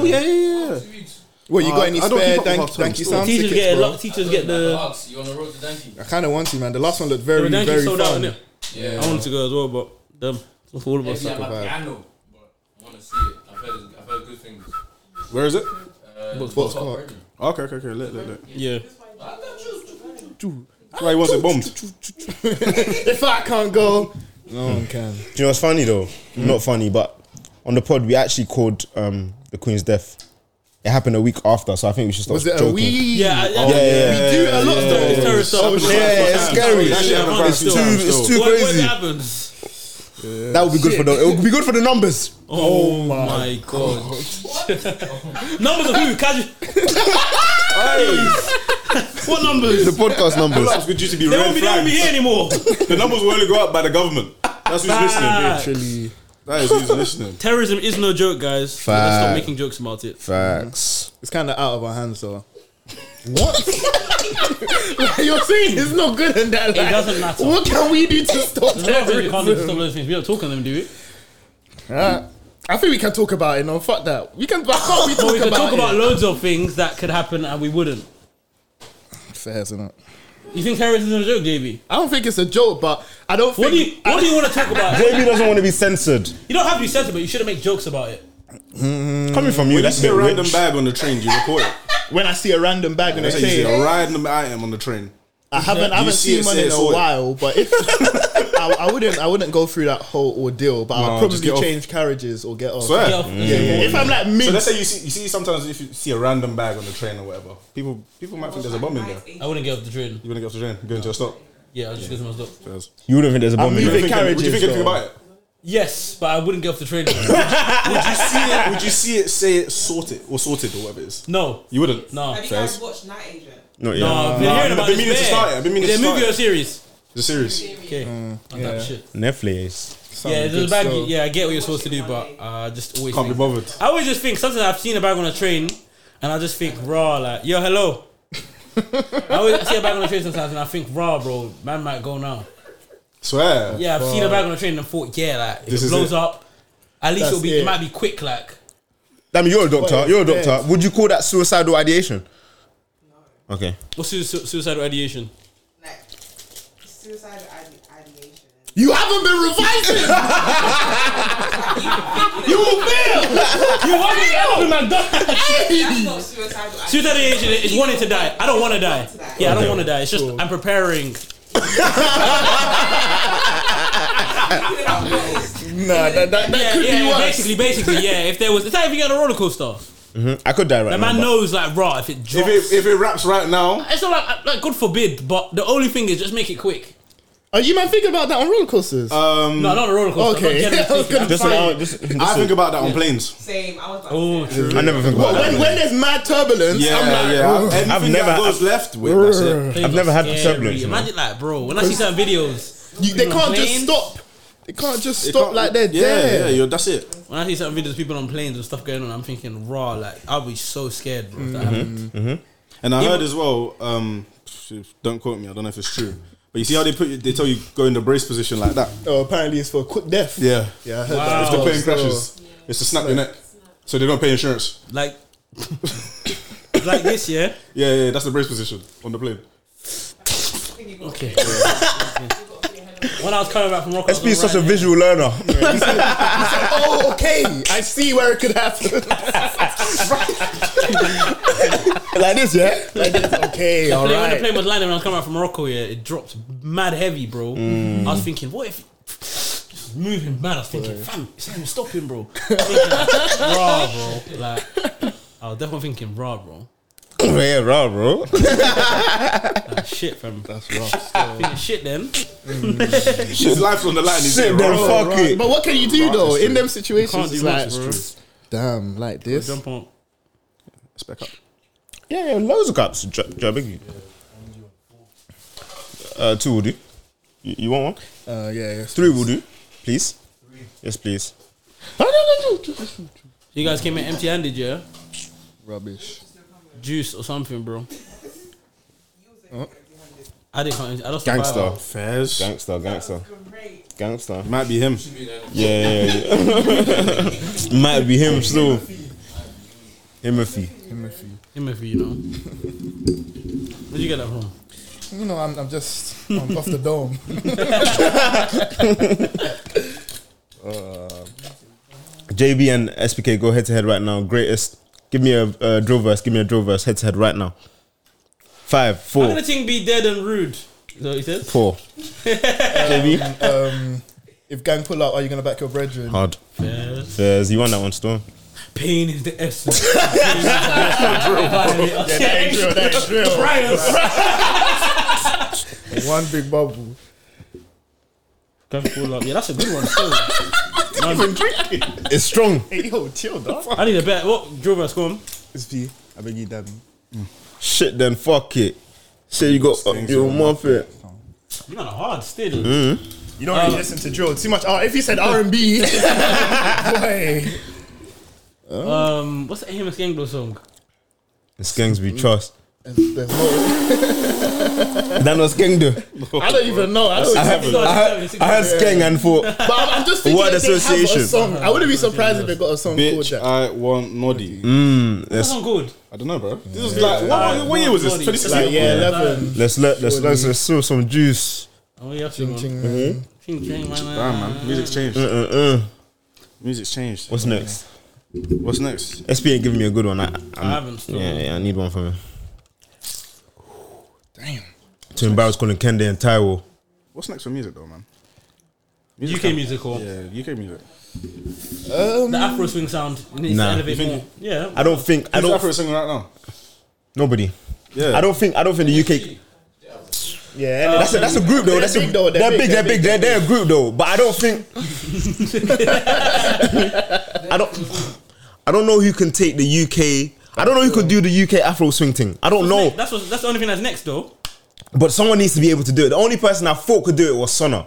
[SPEAKER 9] oh yeah, yeah, yeah.
[SPEAKER 11] Two weeks.
[SPEAKER 2] What you got? Any
[SPEAKER 9] Uh, I don't
[SPEAKER 2] spare
[SPEAKER 9] keep up with
[SPEAKER 2] Dank-
[SPEAKER 9] halftime
[SPEAKER 2] Yankee
[SPEAKER 9] still.
[SPEAKER 2] sound
[SPEAKER 4] Teachers
[SPEAKER 2] tickets,
[SPEAKER 4] get a
[SPEAKER 2] bro?
[SPEAKER 4] lot. Teachers get the.
[SPEAKER 11] Hawks, you on the road to Yankee?
[SPEAKER 2] I kind of want to, man. The last one looked very,
[SPEAKER 4] The Yankees
[SPEAKER 2] very
[SPEAKER 4] sold out,
[SPEAKER 2] fun.
[SPEAKER 4] innit?
[SPEAKER 11] Yeah.
[SPEAKER 4] I wanted to go as well, but damn, it's for all of us.
[SPEAKER 11] Maybe I'm at
[SPEAKER 2] vibe.
[SPEAKER 11] piano, but I want to see it. I've heard, I've heard good things.
[SPEAKER 9] Where is it?
[SPEAKER 11] Uh, Box
[SPEAKER 4] Box-
[SPEAKER 2] box
[SPEAKER 11] Hop
[SPEAKER 2] park.
[SPEAKER 11] Reading.
[SPEAKER 9] Okay, okay, okay. Let, let, let.
[SPEAKER 4] Yeah.
[SPEAKER 11] I thought you was-
[SPEAKER 9] Right, he wants it bombed.
[SPEAKER 2] If I can't go,
[SPEAKER 9] Hmm.
[SPEAKER 2] no one can.
[SPEAKER 5] Do you know what's funny though? Not funny, but on the pod we actually called um, the Queen's death. It happened a week after, so I think we should stop
[SPEAKER 2] Was it a
[SPEAKER 5] joking.
[SPEAKER 2] wee?
[SPEAKER 4] Yeah, I, I,
[SPEAKER 5] Yeah, yeah,
[SPEAKER 4] we do a lot of
[SPEAKER 5] yeah,
[SPEAKER 4] stuff. It's
[SPEAKER 5] yeah.
[SPEAKER 4] terrorist
[SPEAKER 5] Oh,
[SPEAKER 4] stuff.
[SPEAKER 5] shit, it's scary.
[SPEAKER 4] Yeah,
[SPEAKER 9] That shit
[SPEAKER 4] yeah,
[SPEAKER 9] happened
[SPEAKER 4] I'm
[SPEAKER 9] around
[SPEAKER 4] honest
[SPEAKER 9] two
[SPEAKER 4] still.
[SPEAKER 9] times,
[SPEAKER 5] Dude, it's
[SPEAKER 9] though.
[SPEAKER 5] too
[SPEAKER 4] What, what
[SPEAKER 5] crazy.
[SPEAKER 4] happens?
[SPEAKER 5] That would be good for the. It would be good for the numbers.
[SPEAKER 4] Oh, my god. numbers of who? Casual. what numbers?
[SPEAKER 5] The podcast numbers.
[SPEAKER 9] Pull-ups would used to be
[SPEAKER 4] They
[SPEAKER 9] red
[SPEAKER 4] won't be, they won't be
[SPEAKER 9] flags.
[SPEAKER 4] here anymore.
[SPEAKER 9] The numbers will only go up by the government. That's who's
[SPEAKER 4] Ah.
[SPEAKER 9] listening.
[SPEAKER 2] Literally.
[SPEAKER 9] That is who's listening.
[SPEAKER 4] Terrorism is no joke, guys. So Let's stop
[SPEAKER 5] Fact.
[SPEAKER 4] making jokes about it.
[SPEAKER 9] Mm-hmm.
[SPEAKER 5] Facts.
[SPEAKER 2] It's kind of out of our hands, though. What? Like, you're saying it's not good in that. Like,
[SPEAKER 4] doesn't matter.
[SPEAKER 2] What can we do to stop
[SPEAKER 4] There's a lot of things we can't do to
[SPEAKER 2] terrorism?
[SPEAKER 4] stop those things. We don't talk on them, do we?
[SPEAKER 2] Alright. I think we can talk about it. No, fuck that. We can. Why can't we talk
[SPEAKER 4] But we can
[SPEAKER 2] about
[SPEAKER 4] talk
[SPEAKER 2] it?
[SPEAKER 4] about loads of things that could happen and we wouldn't.
[SPEAKER 2] Fair, isn't it?
[SPEAKER 4] You think terrorism is a joke, JB?
[SPEAKER 2] I don't think it's a joke, but I don't
[SPEAKER 4] What do
[SPEAKER 2] think.
[SPEAKER 4] you What do you want to talk about?
[SPEAKER 5] JB doesn't want to be censored.
[SPEAKER 4] You don't have to be sensible. You shouldn't make jokes about it.
[SPEAKER 5] Coming from you,
[SPEAKER 9] You
[SPEAKER 5] that's a
[SPEAKER 9] see
[SPEAKER 5] bit
[SPEAKER 9] a random
[SPEAKER 5] rich.
[SPEAKER 9] bag on the train, you report it.
[SPEAKER 2] when I see a random bag and they
[SPEAKER 9] That's how you see
[SPEAKER 2] say,
[SPEAKER 9] a random item on the train.
[SPEAKER 2] I haven't, I
[SPEAKER 9] You
[SPEAKER 2] haven't
[SPEAKER 9] see
[SPEAKER 2] seen
[SPEAKER 9] it,
[SPEAKER 2] one
[SPEAKER 9] say
[SPEAKER 2] in
[SPEAKER 9] it,
[SPEAKER 2] a
[SPEAKER 9] saw it.
[SPEAKER 2] while, but if I, I wouldn't, I wouldn't go through that whole ordeal. But I'll
[SPEAKER 9] No,
[SPEAKER 2] probably
[SPEAKER 9] just get off.
[SPEAKER 2] change carriages or get off.
[SPEAKER 9] So
[SPEAKER 4] Yeah,
[SPEAKER 9] Mm. yeah.
[SPEAKER 2] If I'm like me,
[SPEAKER 9] So let's say you see, you see sometimes if you see a random bag on the train or whatever, people people might think there's a bomb in there.
[SPEAKER 4] I wouldn't get off the train.
[SPEAKER 9] You wanna get off the train, go into a stop.
[SPEAKER 4] Yeah, I'll just go to my stop.
[SPEAKER 9] Yes.
[SPEAKER 5] You wouldn't think there's a bomb in
[SPEAKER 9] What do
[SPEAKER 5] there.
[SPEAKER 9] you think, what do you think anything about it?
[SPEAKER 4] Yes, but I wouldn't get off the train.
[SPEAKER 9] Would you see it? Would you see it? Say it, sort it, or sorted, or whatever it is.
[SPEAKER 4] no,
[SPEAKER 9] You wouldn't.
[SPEAKER 4] no.
[SPEAKER 10] Have you guys watched Night Agent?
[SPEAKER 5] Not yet.
[SPEAKER 4] No, I've been hearing
[SPEAKER 9] I've
[SPEAKER 4] about this
[SPEAKER 9] been meaning to
[SPEAKER 4] bear.
[SPEAKER 9] start it, I've been meaning
[SPEAKER 4] Is
[SPEAKER 9] to
[SPEAKER 4] it a movie
[SPEAKER 9] start
[SPEAKER 4] or
[SPEAKER 9] it. Mm.
[SPEAKER 4] a series?
[SPEAKER 9] The serious.
[SPEAKER 4] Okay, I'm done shit.
[SPEAKER 5] Netflix.
[SPEAKER 4] Yeah,
[SPEAKER 2] good
[SPEAKER 4] there's a bag.
[SPEAKER 2] stuff.
[SPEAKER 4] Yeah, I get what you're supposed to do, but uh, just always
[SPEAKER 9] Can't be
[SPEAKER 4] think-
[SPEAKER 9] bothered.
[SPEAKER 4] I always just think sometimes I've seen a bag on a train, and I just think raw like yo hello. I always see a bag on a train sometimes, and I think raw bro, man might go now.
[SPEAKER 9] Swear.
[SPEAKER 4] Yeah, I've seen a bag on a train and thought yeah like if
[SPEAKER 9] This
[SPEAKER 4] it
[SPEAKER 9] is
[SPEAKER 4] blows
[SPEAKER 9] it.
[SPEAKER 4] up, at least
[SPEAKER 2] That's
[SPEAKER 4] it'll be it.
[SPEAKER 2] it.
[SPEAKER 4] might be quick like.
[SPEAKER 5] Damn, you're a doctor.
[SPEAKER 2] Wait,
[SPEAKER 5] You're a
[SPEAKER 2] yeah.
[SPEAKER 5] doctor. Would you call that suicidal ideation? Okay.
[SPEAKER 4] What's su- su- suicidal ideation?
[SPEAKER 10] Like, suicide ide- ideation.
[SPEAKER 2] you haven't been revising.
[SPEAKER 4] You want me
[SPEAKER 10] That's not suicidal ideation.
[SPEAKER 4] Suicidal ideation is wanting to die. I don't want to die. Yeah, I don't want to die. It's just I'm preparing.
[SPEAKER 2] nah, that, that, that
[SPEAKER 4] Yeah,
[SPEAKER 2] could
[SPEAKER 4] yeah,
[SPEAKER 2] be
[SPEAKER 4] yeah,
[SPEAKER 2] worse.
[SPEAKER 4] basically, basically, yeah. If there was, it's like if you get on a roller coaster.
[SPEAKER 5] Mm-hmm. I could die right
[SPEAKER 4] The
[SPEAKER 5] now.
[SPEAKER 4] man
[SPEAKER 5] but-
[SPEAKER 4] knows like raw if it
[SPEAKER 9] If
[SPEAKER 4] drops.
[SPEAKER 9] it if it wraps right now,
[SPEAKER 4] It's not like, like God forbid, but the only thing is just make it quick.
[SPEAKER 2] Are you man thinking about that on roller coasters?
[SPEAKER 9] um,
[SPEAKER 4] No, not a roller coaster.
[SPEAKER 2] Okay.
[SPEAKER 4] but generally
[SPEAKER 2] I was
[SPEAKER 4] speaking.
[SPEAKER 2] gonna
[SPEAKER 5] Just an hour. Just,
[SPEAKER 9] I think about that on planes.
[SPEAKER 10] Same. I was about
[SPEAKER 4] Oh,
[SPEAKER 10] to say.
[SPEAKER 4] true.
[SPEAKER 5] I never think about
[SPEAKER 2] But
[SPEAKER 5] that.
[SPEAKER 2] when, when there's mad turbulence,
[SPEAKER 9] Yeah,
[SPEAKER 2] I'm like,
[SPEAKER 9] yeah. Everything
[SPEAKER 5] I've
[SPEAKER 9] that
[SPEAKER 5] never-
[SPEAKER 9] goes left with that's it.
[SPEAKER 4] Planes
[SPEAKER 5] never
[SPEAKER 4] are
[SPEAKER 5] had the
[SPEAKER 4] scary.
[SPEAKER 5] turbulence, you know.
[SPEAKER 4] Imagine like, bro, when I see certain videos,
[SPEAKER 2] you, they
[SPEAKER 4] People
[SPEAKER 2] can't
[SPEAKER 4] on
[SPEAKER 2] just
[SPEAKER 4] planes.
[SPEAKER 2] stop. They can't just
[SPEAKER 9] It
[SPEAKER 2] stop
[SPEAKER 9] can't-
[SPEAKER 2] like they're
[SPEAKER 9] yeah,
[SPEAKER 2] dead.
[SPEAKER 9] Yeah, yeah, that's it.
[SPEAKER 4] when I see certain videos, people on planes and stuff going on, I'm thinking raw. Like I'll be so scared, bro. If that happened.
[SPEAKER 9] And I heard as well. Um, Don't quote me. I don't know if it's true. But you see how they put you, they tell you go in the brace position like that.
[SPEAKER 2] Oh, apparently it's for quick death.
[SPEAKER 9] Yeah. Oh,
[SPEAKER 2] Yeah, I heard
[SPEAKER 9] If
[SPEAKER 2] that. Oh,
[SPEAKER 9] the plane
[SPEAKER 2] So-
[SPEAKER 9] crashes, it's to snap your neck. So they don't pay insurance.
[SPEAKER 4] Like, like this, yeah.
[SPEAKER 9] Yeah, yeah, that's the brace position on the plane.
[SPEAKER 4] Okay. when I was coming back from Morocco, I was
[SPEAKER 5] SP is
[SPEAKER 4] on
[SPEAKER 5] such a
[SPEAKER 4] Ryanair.
[SPEAKER 5] visual learner.
[SPEAKER 2] Oh, okay. I see where it could happen.
[SPEAKER 5] like this, yeah?
[SPEAKER 2] Like, okay, all
[SPEAKER 4] Plane- When the
[SPEAKER 2] right.
[SPEAKER 4] plane was landing, when I was coming back from Morocco, yeah, it dropped mad heavy, bro.
[SPEAKER 2] Mm.
[SPEAKER 4] I was thinking, what if it's moving mad? I was thinking, fam, it's not even stopping, bro. I was thinking, Raw, bro. Like, I was definitely thinking, raw, bro.
[SPEAKER 5] yeah, raw, bro.
[SPEAKER 4] Like, shit, fam. That's raw. Thinking, shit, then.
[SPEAKER 9] His life's on the line. He's
[SPEAKER 5] Shit,
[SPEAKER 9] there,
[SPEAKER 5] then
[SPEAKER 9] bro.
[SPEAKER 5] fuck it.
[SPEAKER 2] But what can you do though in them situations?
[SPEAKER 4] Can't
[SPEAKER 2] It's
[SPEAKER 4] do much,
[SPEAKER 2] like,
[SPEAKER 4] bro.
[SPEAKER 2] damn, like this.
[SPEAKER 4] Jump on.
[SPEAKER 9] Spec up.
[SPEAKER 5] Yeah, yeah, loads of cups. J- J- Biggie. Uh, two will do. You, you want one?
[SPEAKER 2] Uh, yeah, yeah.
[SPEAKER 5] Three will do, please. Yes, please.
[SPEAKER 4] You guys came in empty-handed, yeah?
[SPEAKER 2] Rubbish.
[SPEAKER 4] Juice or something, bro. I didn't. Come in, I lost the
[SPEAKER 5] Gangster,
[SPEAKER 4] fiver.
[SPEAKER 9] Fairs.
[SPEAKER 5] gangster, gangster,
[SPEAKER 10] Great.
[SPEAKER 5] gangster.
[SPEAKER 9] Might be him.
[SPEAKER 5] Yeah, yeah, yeah. Might be him still. Himothy.
[SPEAKER 4] Timothy, you know. Where'd you get that from?
[SPEAKER 2] You know, I'm, I'm just I'm off the dome.
[SPEAKER 5] JB and SPK go head to head right now. Greatest. Give me a uh, drill verse. Give me a drill verse. Head to head right now. Five,
[SPEAKER 4] I'm
[SPEAKER 2] Oh.
[SPEAKER 4] gonna
[SPEAKER 5] four,
[SPEAKER 4] think be dead and rude. Is that what he says?
[SPEAKER 5] four. JB.
[SPEAKER 2] Um, if gang pull out, are you gonna back your brethren?
[SPEAKER 5] Hard.
[SPEAKER 4] Yeah.
[SPEAKER 5] Fairs. You won that one, Storm.
[SPEAKER 4] Pain is the essence. Pain is the essence.
[SPEAKER 2] That's real.
[SPEAKER 4] Violence.
[SPEAKER 2] One big bubble.
[SPEAKER 4] Don't fall up. Yeah, that's a good one. Still.
[SPEAKER 5] It's strong.
[SPEAKER 2] Hey, yo, chill, dog.
[SPEAKER 4] I need a bet. What? Drill verse, go on.
[SPEAKER 2] It's V. I beg you, Dabby.
[SPEAKER 5] Shit, then fuck it. Shit, you got uh, your muffin.
[SPEAKER 4] You're not hard still.
[SPEAKER 2] You don't really listen to drill too much. Oh, if you said R and B, boy,
[SPEAKER 4] Um, what's the Amos Ganglo song?
[SPEAKER 5] It's gangs we trust.
[SPEAKER 2] there's no.
[SPEAKER 5] That was gang do.
[SPEAKER 2] I don't even know. I don't.
[SPEAKER 5] I heard, I heard, I heard skeng and thought,
[SPEAKER 2] But I'm, I'm just thinking
[SPEAKER 5] Word
[SPEAKER 2] if They
[SPEAKER 5] association.
[SPEAKER 2] have a song. I wouldn't be surprised if they got a song called
[SPEAKER 9] Bitch, uh,
[SPEAKER 2] that.
[SPEAKER 9] I want Noddy.
[SPEAKER 4] That sound good.
[SPEAKER 9] I don't know, bro. This was like, what, what, year was this?
[SPEAKER 4] Noddy.
[SPEAKER 9] 2016?
[SPEAKER 2] like, yeah, eleven.
[SPEAKER 5] let's let let's let's, let's spill some juice.
[SPEAKER 4] Oh, yeah,
[SPEAKER 2] Ching,
[SPEAKER 4] ching,
[SPEAKER 2] ching, man.
[SPEAKER 4] ching, ching, man.
[SPEAKER 9] Damn, man. Music's changed.
[SPEAKER 5] Uh, uh.
[SPEAKER 9] Music's changed.
[SPEAKER 5] What's next?
[SPEAKER 9] What's next?
[SPEAKER 5] SP ain't giving me a good one. I, I'm,
[SPEAKER 4] I haven't still.
[SPEAKER 5] Yeah, yeah, I need one from him.
[SPEAKER 2] Damn.
[SPEAKER 5] To embarrass calling Kende and Taiwo.
[SPEAKER 9] What's next for music, though, man?
[SPEAKER 4] UK musical.
[SPEAKER 9] Yeah, UK music.
[SPEAKER 4] The Afro swing sound needs
[SPEAKER 5] Nah.
[SPEAKER 4] to elevate
[SPEAKER 9] You
[SPEAKER 4] more.
[SPEAKER 9] think-
[SPEAKER 4] Yeah.
[SPEAKER 5] I don't think I
[SPEAKER 9] Who's
[SPEAKER 5] don't
[SPEAKER 9] Afro singing right now?
[SPEAKER 5] nobody.
[SPEAKER 9] Yeah.
[SPEAKER 5] I don't think I don't think the UK.
[SPEAKER 2] Yeah,
[SPEAKER 5] That's a, that's a group though. That's a,
[SPEAKER 2] big though,
[SPEAKER 5] They're big. They're big. They're they're a group though. But I don't think. I don't. I don't know who can take the UK. I don't know who could do the UK Afro swing thing. I don't know.
[SPEAKER 4] That's what, that's the only thing that's next though.
[SPEAKER 5] But someone needs to be able to do it. The only person I thought could do it was Sonna.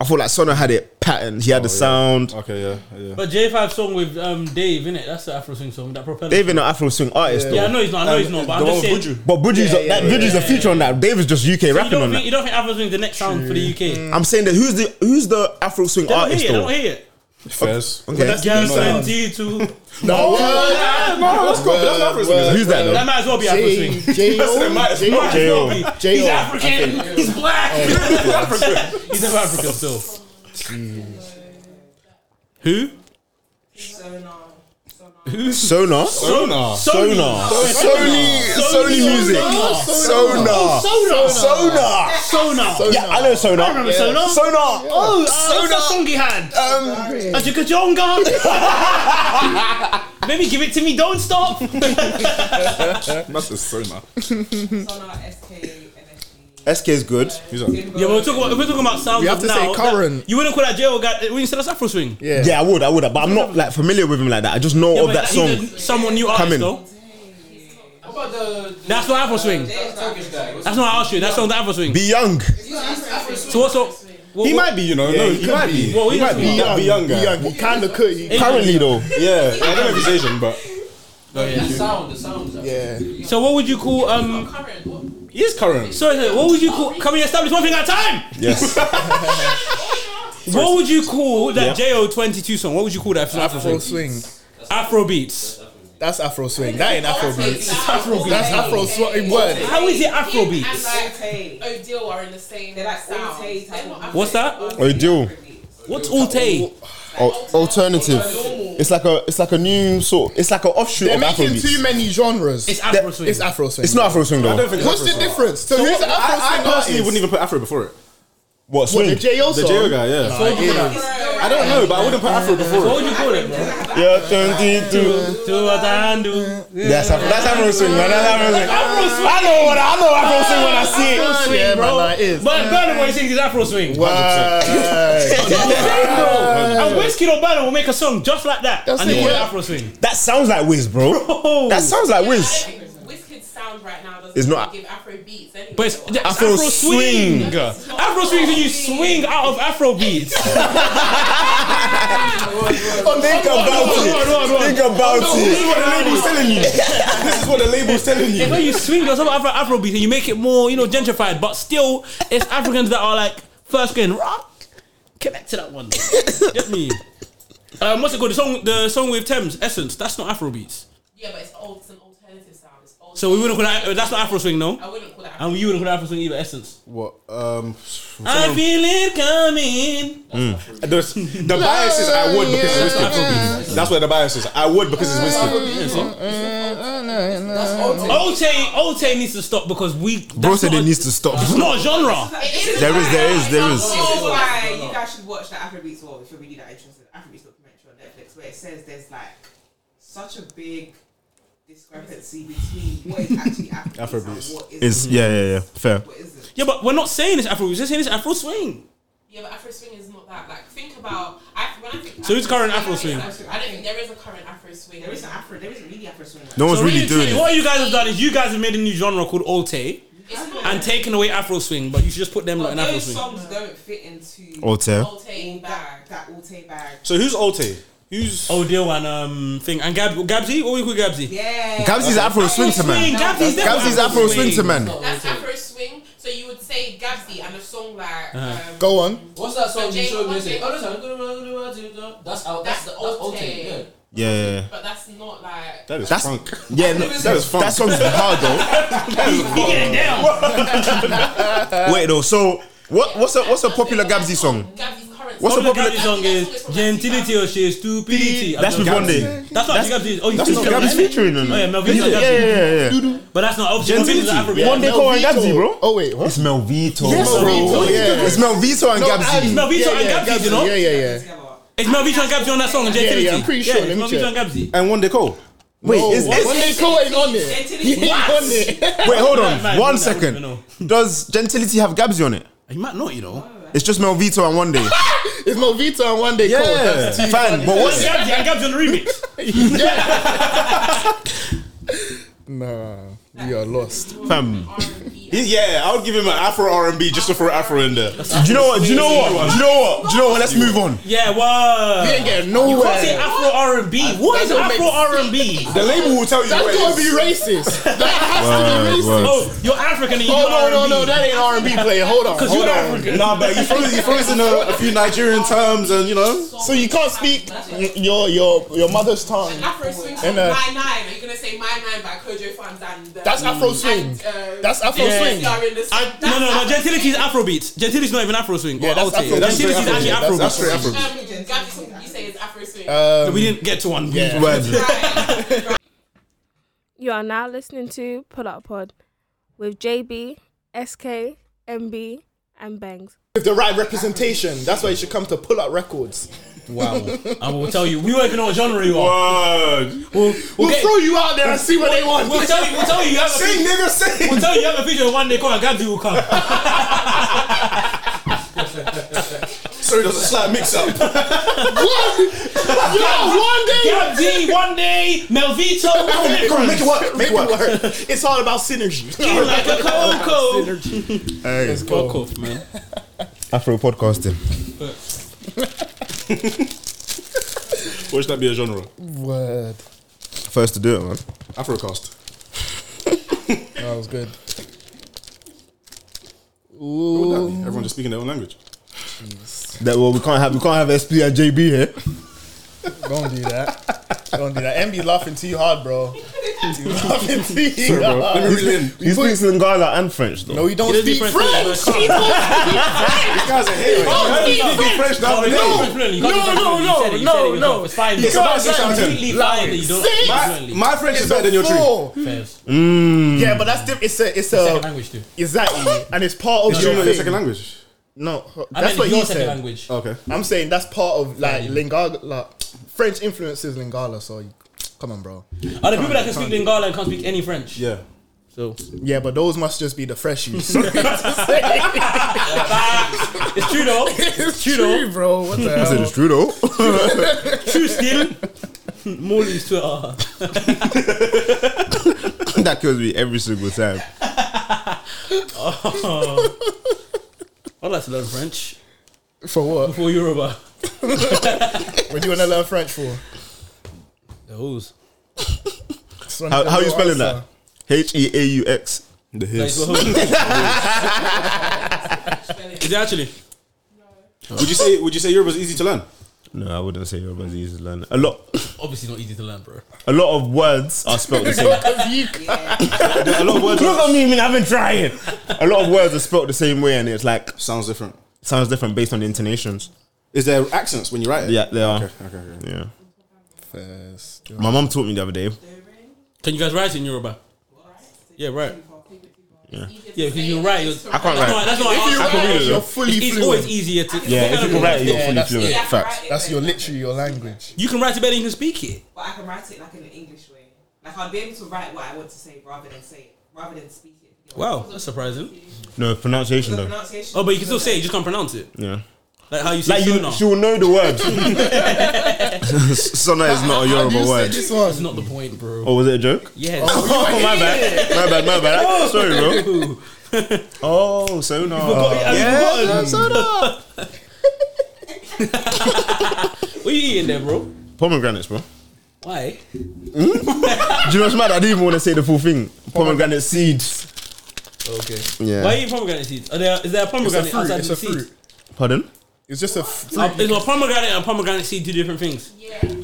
[SPEAKER 5] I thought like Sonna had it patterned. He had the sound.
[SPEAKER 9] Okay, yeah, yeah.
[SPEAKER 4] But J5 song with um Dave in it. That's the Afro swing song. That propeller.
[SPEAKER 5] David, an Afro swing artist
[SPEAKER 4] Yeah, I
[SPEAKER 5] though.
[SPEAKER 4] know he's not. I know he's not. But I'm just saying. You
[SPEAKER 5] But Buju's
[SPEAKER 2] Yeah,
[SPEAKER 5] a- that
[SPEAKER 2] yeah,
[SPEAKER 5] Buju's a feature on that. David's just UK
[SPEAKER 4] don't,
[SPEAKER 5] rapping on
[SPEAKER 4] think,
[SPEAKER 5] that.
[SPEAKER 4] you don't think Afro swing the next sound for the UK? They
[SPEAKER 5] I'm saying that who's the who's the Afro swing
[SPEAKER 4] don't
[SPEAKER 5] artist
[SPEAKER 4] hear it. They don't
[SPEAKER 5] though?
[SPEAKER 4] hear it.
[SPEAKER 9] Fairs.
[SPEAKER 5] Okay.
[SPEAKER 4] Guaranteed to.
[SPEAKER 2] No, Oh,
[SPEAKER 9] No, that's cool. That's Afro singing.
[SPEAKER 5] Who's that
[SPEAKER 4] That
[SPEAKER 5] though?
[SPEAKER 4] might as well be Afro
[SPEAKER 2] J
[SPEAKER 4] swing.
[SPEAKER 2] J
[SPEAKER 9] might
[SPEAKER 2] O
[SPEAKER 9] as
[SPEAKER 2] J
[SPEAKER 4] Might as well
[SPEAKER 5] J-O.
[SPEAKER 4] be. He's
[SPEAKER 2] J-O, I
[SPEAKER 4] African. He's black. He's African. He's never African still. Who?
[SPEAKER 10] Sonar. Sonar.
[SPEAKER 5] Sonar.
[SPEAKER 9] Sonar.
[SPEAKER 5] Sonar. Sony. Sony music. Sonar. Sonar.
[SPEAKER 4] Sonar.
[SPEAKER 5] Yeah, I know Sonar. I remember
[SPEAKER 4] Sonar.
[SPEAKER 5] Sonar.
[SPEAKER 4] Oh, uh, what's that song he had? Um, Ajikajonga. Maybe give it to me. Don't stop.
[SPEAKER 9] That's a sonar.
[SPEAKER 10] Sonar. SK. NSG.
[SPEAKER 5] SK is good.
[SPEAKER 9] He's like,
[SPEAKER 10] Timbo.
[SPEAKER 4] Yeah, but we're talking about, if we're talking about sounds
[SPEAKER 2] We have
[SPEAKER 4] of
[SPEAKER 2] to
[SPEAKER 4] now,
[SPEAKER 2] say
[SPEAKER 4] that-
[SPEAKER 2] current.
[SPEAKER 4] you wouldn't call that jail guy. Wouldn't you say that's Afro swing? Yeah,
[SPEAKER 5] Yeah, I would, I would, but I'm not like familiar with him like that. I just know of
[SPEAKER 4] but
[SPEAKER 5] that
[SPEAKER 4] he's
[SPEAKER 5] song.
[SPEAKER 4] a- Someone new artist
[SPEAKER 5] Come in.
[SPEAKER 4] though.
[SPEAKER 11] How about the
[SPEAKER 4] That's not Afro swing.
[SPEAKER 11] the Turkish guy? What's
[SPEAKER 4] That's not Afro swing. That's not Afro swing.
[SPEAKER 5] Be young.
[SPEAKER 4] So what's up? What,
[SPEAKER 9] he might be, you know. no, he, might be.
[SPEAKER 4] What we
[SPEAKER 9] he might be.
[SPEAKER 4] talking
[SPEAKER 9] Young, be younger.
[SPEAKER 2] He kind of could. He,
[SPEAKER 5] Currently though,
[SPEAKER 9] Yeah, I don't know if he's Asian, but
[SPEAKER 4] Oh,
[SPEAKER 11] the sound? The sound.
[SPEAKER 2] yeah,
[SPEAKER 4] So what would you call um?
[SPEAKER 10] Current. What?
[SPEAKER 9] He is current.
[SPEAKER 4] Sorry, sorry, what would you call? Can we establish one thing at a time?
[SPEAKER 5] Yes.
[SPEAKER 4] What would you call that Jo twenty two song? What would you call that? Afro,
[SPEAKER 2] Afro
[SPEAKER 4] Afro,
[SPEAKER 2] swing.
[SPEAKER 4] Afro beats.
[SPEAKER 2] That's Afro swing. That ain't Afro beats.
[SPEAKER 10] Afro
[SPEAKER 2] That's Afro swing word.
[SPEAKER 4] How is it Afro
[SPEAKER 10] And
[SPEAKER 4] beats?
[SPEAKER 10] like Tay.
[SPEAKER 6] Odile are in the same.
[SPEAKER 10] They're like sound.
[SPEAKER 6] They're not Afro-
[SPEAKER 4] What's that?
[SPEAKER 5] Odile.
[SPEAKER 4] What's Ulte?
[SPEAKER 5] Al- alternative. It's like a it's like a new sort. It's like an offshoot
[SPEAKER 2] They're
[SPEAKER 5] of Afro
[SPEAKER 2] making too
[SPEAKER 5] beats.
[SPEAKER 2] many genres.
[SPEAKER 4] It's Afro swing.
[SPEAKER 2] It's Afro swing.
[SPEAKER 5] It's not Afro swing though.
[SPEAKER 9] I don't think
[SPEAKER 2] What's the
[SPEAKER 9] Afro song.
[SPEAKER 2] difference? So,
[SPEAKER 9] So
[SPEAKER 2] who's the Afro
[SPEAKER 9] I, I
[SPEAKER 2] swing
[SPEAKER 9] personally
[SPEAKER 2] artist?
[SPEAKER 9] wouldn't even put Afro before it.
[SPEAKER 5] what
[SPEAKER 2] What,
[SPEAKER 5] swing?
[SPEAKER 2] the J.O.
[SPEAKER 9] The
[SPEAKER 2] song?
[SPEAKER 9] J.O. guy, yeah. I don't know, but I wouldn't put Afro before
[SPEAKER 4] What
[SPEAKER 9] it.
[SPEAKER 4] would you call it, bro?
[SPEAKER 5] yeah, 22.
[SPEAKER 4] Do what I do.
[SPEAKER 5] That's Afro, that's Afro swing, man. That's Afro swing.
[SPEAKER 4] Afro swing.
[SPEAKER 5] I know what I I know Afro swing when I see it.
[SPEAKER 4] Afro swing,
[SPEAKER 2] Yeah, man,
[SPEAKER 4] bro.
[SPEAKER 2] like, it is.
[SPEAKER 4] But Burna Boy sings his Afro swing.
[SPEAKER 2] Word.
[SPEAKER 4] And Whiskey or Burna will make a song just like that,
[SPEAKER 2] That's
[SPEAKER 4] and they
[SPEAKER 2] it,
[SPEAKER 4] call it
[SPEAKER 2] yeah.
[SPEAKER 4] Afro swing.
[SPEAKER 5] That sounds like Wiz, bro.
[SPEAKER 4] Oh,
[SPEAKER 5] That sounds like Wiz.
[SPEAKER 6] Wizkid's sound right now doesn't
[SPEAKER 5] It's not-
[SPEAKER 6] give Afro beats anyway.
[SPEAKER 4] but it's, it's
[SPEAKER 5] Afro
[SPEAKER 4] Afro, swing.
[SPEAKER 5] swing.
[SPEAKER 4] Afro swing is when you swing out of Afro beats.
[SPEAKER 5] Think about it. Think about it.
[SPEAKER 9] Who's telling you? this is what the label's telling you.
[SPEAKER 4] It's when you swing yourself out of Afro beats and you make it more, you know, gentrified. But still, it's Africans that are like first going rock. Connect to that one. Get me. Um, what's it called? The song, the song with Thames Essence. That's not Afro beats.
[SPEAKER 6] yeah, but it's old. It's an alternative sound. It's old.
[SPEAKER 4] So we wouldn't call that. That's not Afro swing, no.
[SPEAKER 6] I wouldn't call it. Afro.
[SPEAKER 4] And you wouldn't call that Afro swing either. Essence.
[SPEAKER 9] What? Um,
[SPEAKER 4] I feel it coming.
[SPEAKER 9] there's, the bias is Uh, I would because it's Whiskey. That's where the bias is. I would because it's Whiskey.
[SPEAKER 4] Olte, Olte needs to stop because we.
[SPEAKER 5] Bro
[SPEAKER 4] that's
[SPEAKER 5] said
[SPEAKER 4] not
[SPEAKER 5] it
[SPEAKER 4] a-
[SPEAKER 5] needs to stop.
[SPEAKER 4] It's not a genre.
[SPEAKER 5] There is, there is, there is.
[SPEAKER 10] Oh, why you guys should watch the Afrobeats War if you're really that interested. Afrobeats documentary on Netflix where it says there's like such a big discrepancy between what is actually Afrobeats and what
[SPEAKER 5] Is
[SPEAKER 10] is
[SPEAKER 5] yeah, yeah, yeah. Fair.
[SPEAKER 10] what isn't.
[SPEAKER 4] Yeah, but we're not saying it's Afro. We're just saying it's Afro swing.
[SPEAKER 6] Yeah, but Afro swing is not that. Like, think about. I, when I think
[SPEAKER 4] So who's current Afro
[SPEAKER 6] swing?
[SPEAKER 4] swing?
[SPEAKER 6] I don't think there is a current Afro swing.
[SPEAKER 10] There isn't Afro. There isn't really Afro swing.
[SPEAKER 5] No one's
[SPEAKER 4] So
[SPEAKER 5] really doing it.
[SPEAKER 4] What you guys have done is you guys have made a new genre called Olte
[SPEAKER 6] It's not.
[SPEAKER 4] and taken away Afro swing, but you should just put them like
[SPEAKER 10] But
[SPEAKER 4] an Afro
[SPEAKER 10] those
[SPEAKER 4] swing.
[SPEAKER 10] songs don't fit into
[SPEAKER 5] Altair.
[SPEAKER 6] Olte
[SPEAKER 10] that
[SPEAKER 6] bag.
[SPEAKER 10] that Alte bag.
[SPEAKER 9] So who's Olte? Who's
[SPEAKER 4] Oh deal and um thing and Gab Gabsy, what we call Gabsy?
[SPEAKER 10] Yeah.
[SPEAKER 5] Gabsy's Afro swingter
[SPEAKER 4] Swing,
[SPEAKER 5] man.
[SPEAKER 4] Gabsy's definitely
[SPEAKER 5] Gabsy's Afro swingter man.
[SPEAKER 6] That's Afro swing. So you would say Gabsy and a song like.
[SPEAKER 4] Uh-huh.
[SPEAKER 6] Um,
[SPEAKER 2] Go on.
[SPEAKER 8] What's that song you
[SPEAKER 6] Jay,
[SPEAKER 8] showed me?
[SPEAKER 6] what's
[SPEAKER 8] Say,
[SPEAKER 6] it?
[SPEAKER 8] oh, listen, I'm gonna run, gonna run, gonna run. That's out. That's
[SPEAKER 6] That's
[SPEAKER 8] the that's
[SPEAKER 6] Old
[SPEAKER 8] old
[SPEAKER 6] Tay.
[SPEAKER 8] thing. Yeah.
[SPEAKER 5] Yeah, yeah, yeah.
[SPEAKER 6] But that's not like.
[SPEAKER 9] that? Is
[SPEAKER 5] That's-
[SPEAKER 9] funk.
[SPEAKER 5] Yeah, no,
[SPEAKER 9] That is funk.
[SPEAKER 5] that song's hard though. Wait though, so what? What's a what's a popular Gabsy song?
[SPEAKER 6] Gabsy's current
[SPEAKER 5] What's
[SPEAKER 6] song.
[SPEAKER 5] the popular-
[SPEAKER 4] Gabsy's song is gentility or she is stupidity.
[SPEAKER 5] That's with one day.
[SPEAKER 4] That's not Gabsy. Oh, you
[SPEAKER 5] That's not
[SPEAKER 4] featuring
[SPEAKER 5] Gabby's
[SPEAKER 4] Gabsy.
[SPEAKER 5] featuring on
[SPEAKER 4] Oh yeah,
[SPEAKER 5] it.
[SPEAKER 4] Melvin's
[SPEAKER 5] Yeah,
[SPEAKER 4] not
[SPEAKER 5] yeah,
[SPEAKER 4] Gabsy.
[SPEAKER 5] yeah, yeah.
[SPEAKER 4] But that's not obviously Melvin's
[SPEAKER 5] Gentility.
[SPEAKER 4] Afro.
[SPEAKER 5] One day
[SPEAKER 2] Mel
[SPEAKER 5] call and
[SPEAKER 2] Vito.
[SPEAKER 5] Gabsy, bro.
[SPEAKER 2] Oh, wait,
[SPEAKER 5] It's
[SPEAKER 2] what?
[SPEAKER 5] Melvito.
[SPEAKER 2] Melvito,
[SPEAKER 5] bro.
[SPEAKER 2] yeah.
[SPEAKER 5] It's Melvito and
[SPEAKER 2] No,
[SPEAKER 5] Gabsy.
[SPEAKER 4] Mel Vito and Gabsy, you know?
[SPEAKER 2] Yeah, yeah, yeah.
[SPEAKER 4] It's Melvito and Gabsy on that song.
[SPEAKER 2] yeah,
[SPEAKER 4] Gentility.
[SPEAKER 2] I'm pretty sure.
[SPEAKER 4] Yeah,
[SPEAKER 2] Let
[SPEAKER 4] it's
[SPEAKER 2] me
[SPEAKER 4] Melvito and
[SPEAKER 2] check.
[SPEAKER 4] Gabsy.
[SPEAKER 9] And one they call.
[SPEAKER 5] Wait,
[SPEAKER 2] Oh,
[SPEAKER 5] is, is,
[SPEAKER 2] one day call ain't on it. He ain't on it.
[SPEAKER 5] wait, hold on.
[SPEAKER 4] Man,
[SPEAKER 5] One
[SPEAKER 4] man,
[SPEAKER 5] second.
[SPEAKER 4] man, man,
[SPEAKER 5] Does Gentility have Gabsy on it?
[SPEAKER 4] You might not, you know.
[SPEAKER 5] It's just Melvito and One Day.
[SPEAKER 2] It's Movito and one day call.
[SPEAKER 5] Yeah,
[SPEAKER 2] That's too
[SPEAKER 5] fine. But
[SPEAKER 4] What's
[SPEAKER 5] what's
[SPEAKER 4] Gabsy and Gabsy on the remix?
[SPEAKER 2] Nah, we are lost.
[SPEAKER 5] fam?
[SPEAKER 9] He- Yeah, I would give him an Afro R and B just to throw Afro in there.
[SPEAKER 5] Do you know what? Do you know what? Do you know what? Do you know what? Let's move on.
[SPEAKER 4] Yeah, what?
[SPEAKER 2] We ain't getting
[SPEAKER 4] What's it?
[SPEAKER 2] nowhere.
[SPEAKER 4] Afro R and B. What is
[SPEAKER 2] Ah, that
[SPEAKER 4] Afro
[SPEAKER 2] don't
[SPEAKER 4] R and B?
[SPEAKER 9] The label will tell you.
[SPEAKER 2] That's
[SPEAKER 9] what it
[SPEAKER 2] gonna
[SPEAKER 9] is.
[SPEAKER 2] be racist. That has to be racist.
[SPEAKER 4] Oh, you're African and you're
[SPEAKER 2] Oh no,
[SPEAKER 4] R&B.
[SPEAKER 2] no, no, that ain't R and B player. Hold on,
[SPEAKER 4] Because you're
[SPEAKER 2] hold on.
[SPEAKER 4] African.
[SPEAKER 9] Nah, but you throw you throw this in a, a few Nigerian terms, and you know.
[SPEAKER 2] So you can't speak y- your your your mother's tongue.
[SPEAKER 6] Afro swing
[SPEAKER 2] And,
[SPEAKER 6] song,
[SPEAKER 2] uh,
[SPEAKER 6] My Nine. Are you gonna say My Nine by Kojo Funds and? uh,
[SPEAKER 2] That's Afro swing.
[SPEAKER 6] And, uh,
[SPEAKER 2] That's Afro
[SPEAKER 6] Dipsy
[SPEAKER 2] swing.
[SPEAKER 6] are in the same-
[SPEAKER 4] I, no,
[SPEAKER 6] that's
[SPEAKER 4] no, no.
[SPEAKER 6] Afro
[SPEAKER 4] Gentility is
[SPEAKER 6] swing.
[SPEAKER 4] Afrobeat. Gentility is not even Afro swing. Yeah,
[SPEAKER 2] that's Afro- that's
[SPEAKER 4] Gentility is
[SPEAKER 2] straight
[SPEAKER 4] actually
[SPEAKER 2] Afro, yeah,
[SPEAKER 4] Afrobeat.
[SPEAKER 9] That's straight Afro.
[SPEAKER 6] Um, Gabby's song you say is Afro swing.
[SPEAKER 2] Uh,
[SPEAKER 4] No, we didn't get to one.
[SPEAKER 2] Yeah.
[SPEAKER 5] Word.
[SPEAKER 6] Right.
[SPEAKER 12] You are now listening to Pull Up Pod with JB, SK, MB, and Bangs.
[SPEAKER 2] With the right representation, that's why you should come to Pull Out Records.
[SPEAKER 4] Wow. I will tell you. We won't even know what genre you are.
[SPEAKER 9] Word.
[SPEAKER 4] We'll,
[SPEAKER 2] We'll
[SPEAKER 4] get-
[SPEAKER 2] throw you out there and see what they want.
[SPEAKER 4] We'll tell you. We'll tell you. You have a
[SPEAKER 9] Sing, nigga,
[SPEAKER 4] We'll
[SPEAKER 9] sing.
[SPEAKER 4] tell you. You have a feature. One day, call and Gabsy will come.
[SPEAKER 9] Sorry, there's a slight mix-up.
[SPEAKER 2] What? Yo, one day.
[SPEAKER 4] Gabsy, one day, Melvito,
[SPEAKER 2] Come on, Make it work. Make it work. It's all about synergy.
[SPEAKER 4] like a cocoa.
[SPEAKER 5] Hey,
[SPEAKER 4] Fuck off, man.
[SPEAKER 5] Afro podcasting.
[SPEAKER 9] Or should that be a genre?
[SPEAKER 2] Word.
[SPEAKER 5] First to do it, man.
[SPEAKER 9] Afrocast.
[SPEAKER 2] That was good.
[SPEAKER 9] What would that be? Everyone just speaking their own language.
[SPEAKER 5] That well, we can't have we can't have SP and JB here.
[SPEAKER 2] Don't do that. Don't do that. MB laughing too hard, bro. You laughing too
[SPEAKER 5] Sorry, bro. Let me
[SPEAKER 2] hard.
[SPEAKER 5] reel in. He speaks Lingala and French though.
[SPEAKER 2] No, you don't
[SPEAKER 5] He
[SPEAKER 2] speak French.
[SPEAKER 5] He
[SPEAKER 2] You
[SPEAKER 9] guys are
[SPEAKER 5] haters.
[SPEAKER 2] Don't
[SPEAKER 5] You
[SPEAKER 2] speak
[SPEAKER 5] speak
[SPEAKER 2] French.
[SPEAKER 5] French
[SPEAKER 2] No,
[SPEAKER 5] now,
[SPEAKER 2] no,
[SPEAKER 5] no.
[SPEAKER 2] no, no,
[SPEAKER 9] No,
[SPEAKER 2] no, no, no.
[SPEAKER 4] It's fine.
[SPEAKER 9] It's about six out of ten.
[SPEAKER 4] lying that you don't.
[SPEAKER 2] Six.
[SPEAKER 9] My, my French
[SPEAKER 2] It's
[SPEAKER 9] is better than your
[SPEAKER 2] a four.
[SPEAKER 9] tree.
[SPEAKER 5] Mm.
[SPEAKER 2] Yeah, but that's different. It's a, it's a
[SPEAKER 4] Hmm. second language too.
[SPEAKER 2] Exactly, and it's part of
[SPEAKER 9] Is
[SPEAKER 2] your,
[SPEAKER 9] German your
[SPEAKER 2] thing.
[SPEAKER 9] second language?
[SPEAKER 2] No,
[SPEAKER 4] I meant
[SPEAKER 2] that's what
[SPEAKER 4] your
[SPEAKER 2] he
[SPEAKER 4] second
[SPEAKER 2] said.
[SPEAKER 4] language.
[SPEAKER 5] Oh,
[SPEAKER 9] Okay.
[SPEAKER 2] I'm saying that's part of like Lingala, like French influences Lingala. So you- come on, bro.
[SPEAKER 4] Are there people that can speak Lingala and can't speak any French?
[SPEAKER 9] Yeah.
[SPEAKER 4] So
[SPEAKER 2] Yeah, but those must just be the freshies.
[SPEAKER 4] it's true though. It's true though.
[SPEAKER 2] bro. What the
[SPEAKER 5] I said
[SPEAKER 2] hell?
[SPEAKER 5] it's true though.
[SPEAKER 4] True still. Morley's Twitter.
[SPEAKER 5] that kills me every single time.
[SPEAKER 4] Oh. I'd like to learn French
[SPEAKER 2] For what?
[SPEAKER 4] before Yoruba.
[SPEAKER 2] What do you want to learn French for?
[SPEAKER 4] The who's?
[SPEAKER 5] How, how you spelling that? H E A U X. The
[SPEAKER 4] Like,
[SPEAKER 5] his.
[SPEAKER 4] the who's. Is it actually?
[SPEAKER 9] Would you say Would you say Yoruba's easy to learn?
[SPEAKER 5] No, I wouldn't say Yoruba's easy to learn. A lot,
[SPEAKER 4] Obviously not easy to learn, bro.
[SPEAKER 5] a lot of words are spelled the same.
[SPEAKER 9] a lot of words.
[SPEAKER 5] Look at me, man. I've been trying. A lot of words are spelled the same way, and it's like
[SPEAKER 9] Sounds different.
[SPEAKER 5] sounds different based on the intonations.
[SPEAKER 9] Is there accents when you write it?
[SPEAKER 5] Yeah, they are.
[SPEAKER 9] Okay, okay, okay.
[SPEAKER 5] Yeah.
[SPEAKER 2] First.
[SPEAKER 5] My mom taught me the other day.
[SPEAKER 4] Can you guys write in Yoruba? Yeah, right.
[SPEAKER 5] Yeah.
[SPEAKER 4] Yeah, because you can write. you're-
[SPEAKER 5] I can't write.
[SPEAKER 4] That's why- that's why I
[SPEAKER 5] If you
[SPEAKER 4] asked.
[SPEAKER 5] write,
[SPEAKER 4] It's-
[SPEAKER 5] you're
[SPEAKER 2] fully
[SPEAKER 4] It's
[SPEAKER 2] fluent.
[SPEAKER 4] always easier to.
[SPEAKER 5] Yeah, if you can write it, you're
[SPEAKER 2] Yeah,
[SPEAKER 5] fully
[SPEAKER 2] that's
[SPEAKER 5] fluent.
[SPEAKER 2] it.
[SPEAKER 5] Facts.
[SPEAKER 2] That's your literally your language.
[SPEAKER 4] You can write it better than you can speak it.
[SPEAKER 10] But I can write it like in an English way. Like I'd be able to write what I want to say rather than say it, rather than speak it. You know,
[SPEAKER 4] Wow,
[SPEAKER 10] because
[SPEAKER 4] that's surprising.
[SPEAKER 5] No pronunciation
[SPEAKER 10] of the
[SPEAKER 5] though.
[SPEAKER 10] pronunciation.
[SPEAKER 4] Oh, but you can still say it. You just can't pronounce it.
[SPEAKER 5] Yeah.
[SPEAKER 4] Like how you say
[SPEAKER 5] Like you,
[SPEAKER 4] sonar.
[SPEAKER 5] she'll know the words. Sona is not a Yoruba word.
[SPEAKER 2] This one.
[SPEAKER 4] That's not the point, bro.
[SPEAKER 5] Oh, was it a joke?
[SPEAKER 4] Yes.
[SPEAKER 5] Oh, my bad. My bad. My bad. Sorry, bro. Oh, Sona. Yeah, Sona.
[SPEAKER 4] What you eating there, bro?
[SPEAKER 5] Pomegranates, bro.
[SPEAKER 4] Why?
[SPEAKER 5] Do you know what's mad? I didn't even want to say the full thing. Pomegranate seeds.
[SPEAKER 4] Okay.
[SPEAKER 5] Yeah.
[SPEAKER 4] Why are you eating pomegranate seeds? Are there, is there a pomegranate
[SPEAKER 2] fruit,
[SPEAKER 4] outside
[SPEAKER 2] it's
[SPEAKER 4] the
[SPEAKER 2] a fruit.
[SPEAKER 4] seeds?
[SPEAKER 5] Pardon?
[SPEAKER 2] It's just a fruit.
[SPEAKER 4] Uh, Is a pomegranate and a pomegranate seed two different things?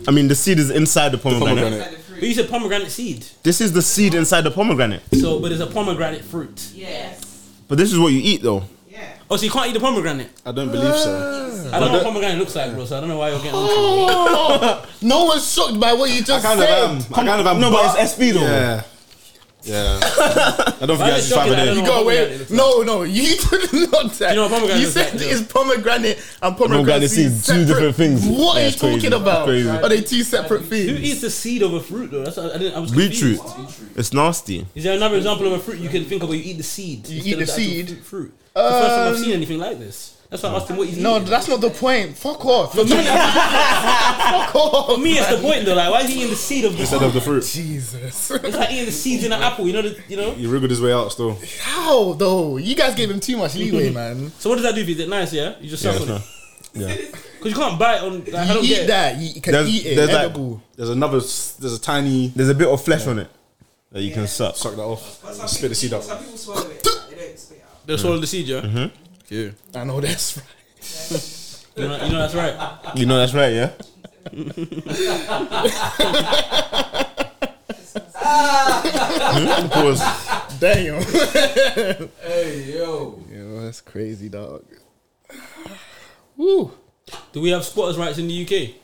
[SPEAKER 5] I mean, the seed is inside the pomegranate.
[SPEAKER 9] Pomegranate.
[SPEAKER 4] But you said pomegranate seed.
[SPEAKER 5] This is the seed inside the pomegranate.
[SPEAKER 4] So, but it's a pomegranate fruit.
[SPEAKER 10] Yes.
[SPEAKER 5] But this is what you eat, though.
[SPEAKER 10] Yeah.
[SPEAKER 4] Oh, so you can't eat the pomegranate.
[SPEAKER 2] Mm.
[SPEAKER 9] I don't believe so.
[SPEAKER 4] I don't know what pomegranate looks like, bro. So I don't know why you're getting.
[SPEAKER 2] Oh,
[SPEAKER 4] on to me.
[SPEAKER 2] No one's shocked by what you
[SPEAKER 9] I
[SPEAKER 2] just
[SPEAKER 9] kind of am.
[SPEAKER 2] said.
[SPEAKER 9] I kind of am.
[SPEAKER 5] No, but it's SP though.
[SPEAKER 9] Yeah. Yeah. I don't think
[SPEAKER 4] Why
[SPEAKER 9] I
[SPEAKER 4] is
[SPEAKER 9] just five
[SPEAKER 4] it shocking?
[SPEAKER 9] a
[SPEAKER 4] I don't
[SPEAKER 9] day.
[SPEAKER 2] You
[SPEAKER 4] know
[SPEAKER 2] go
[SPEAKER 4] what
[SPEAKER 2] away.
[SPEAKER 4] pomegranate
[SPEAKER 2] No, no, you did not that.
[SPEAKER 4] know what pomegranate
[SPEAKER 2] you
[SPEAKER 4] looks
[SPEAKER 2] said
[SPEAKER 4] like,
[SPEAKER 2] it's pomegranate and pomegranate
[SPEAKER 5] Pomegranate
[SPEAKER 2] seeds
[SPEAKER 5] seeds, two different things.
[SPEAKER 2] What
[SPEAKER 5] Yeah,
[SPEAKER 2] are you
[SPEAKER 5] it's crazy.
[SPEAKER 2] talking
[SPEAKER 5] It's
[SPEAKER 2] about?
[SPEAKER 5] crazy.
[SPEAKER 2] Are they two separate
[SPEAKER 4] Who
[SPEAKER 2] things?
[SPEAKER 4] eats the seed of a fruit though? That's what I didn't. I was confused.
[SPEAKER 5] Beetroot. It's nasty.
[SPEAKER 4] Is there another example of a fruit you can think of where you eat the seed? instead
[SPEAKER 2] You eat the
[SPEAKER 4] of actual
[SPEAKER 2] seed?
[SPEAKER 4] Fruit. fruit? the first time I've
[SPEAKER 2] Um,
[SPEAKER 4] seen anything like this. That's why I asked him what he's
[SPEAKER 2] No,
[SPEAKER 4] eating.
[SPEAKER 2] that's not the point. Fuck off. You're talking- Fuck
[SPEAKER 4] For
[SPEAKER 2] off.
[SPEAKER 4] me, it's the point though. Like, why is he eating the seed of the?
[SPEAKER 9] Instead of the fruit,
[SPEAKER 4] It's
[SPEAKER 2] Jesus.
[SPEAKER 4] like eating the seeds in an apple. You know, the, you know.
[SPEAKER 9] he wriggled his way out still.
[SPEAKER 2] How though? You guys gave him too much leeway, man.
[SPEAKER 4] So what does that do? if you? Is it nice? Yeah, you just suck
[SPEAKER 5] Yeah,
[SPEAKER 4] on it
[SPEAKER 5] it's not- yeah.
[SPEAKER 4] because you can't buy it on. Like, I
[SPEAKER 2] You
[SPEAKER 4] don't
[SPEAKER 2] eat
[SPEAKER 4] get that.
[SPEAKER 2] that. You can
[SPEAKER 5] There's-
[SPEAKER 2] eat it.
[SPEAKER 5] there's like-
[SPEAKER 2] edible.
[SPEAKER 9] There's another. s- There's a tiny.
[SPEAKER 5] There's a bit of flesh on it that you can suck.
[SPEAKER 9] Suck that off.
[SPEAKER 10] But some
[SPEAKER 9] Spit the
[SPEAKER 10] people-
[SPEAKER 9] seed out.
[SPEAKER 10] Some people swallow it. Like, they don't spit it out.
[SPEAKER 4] They'll swallow the seed. Yeah.
[SPEAKER 2] Mm-hmm. I know that's right.
[SPEAKER 4] You, know, you know that's right.
[SPEAKER 5] You know that's right, yeah. Hmm? Pause.
[SPEAKER 2] Damn.
[SPEAKER 7] Hey, yo.
[SPEAKER 2] Yo, that's crazy, dog. Woo.
[SPEAKER 4] Do we have squatters' rights in the UK?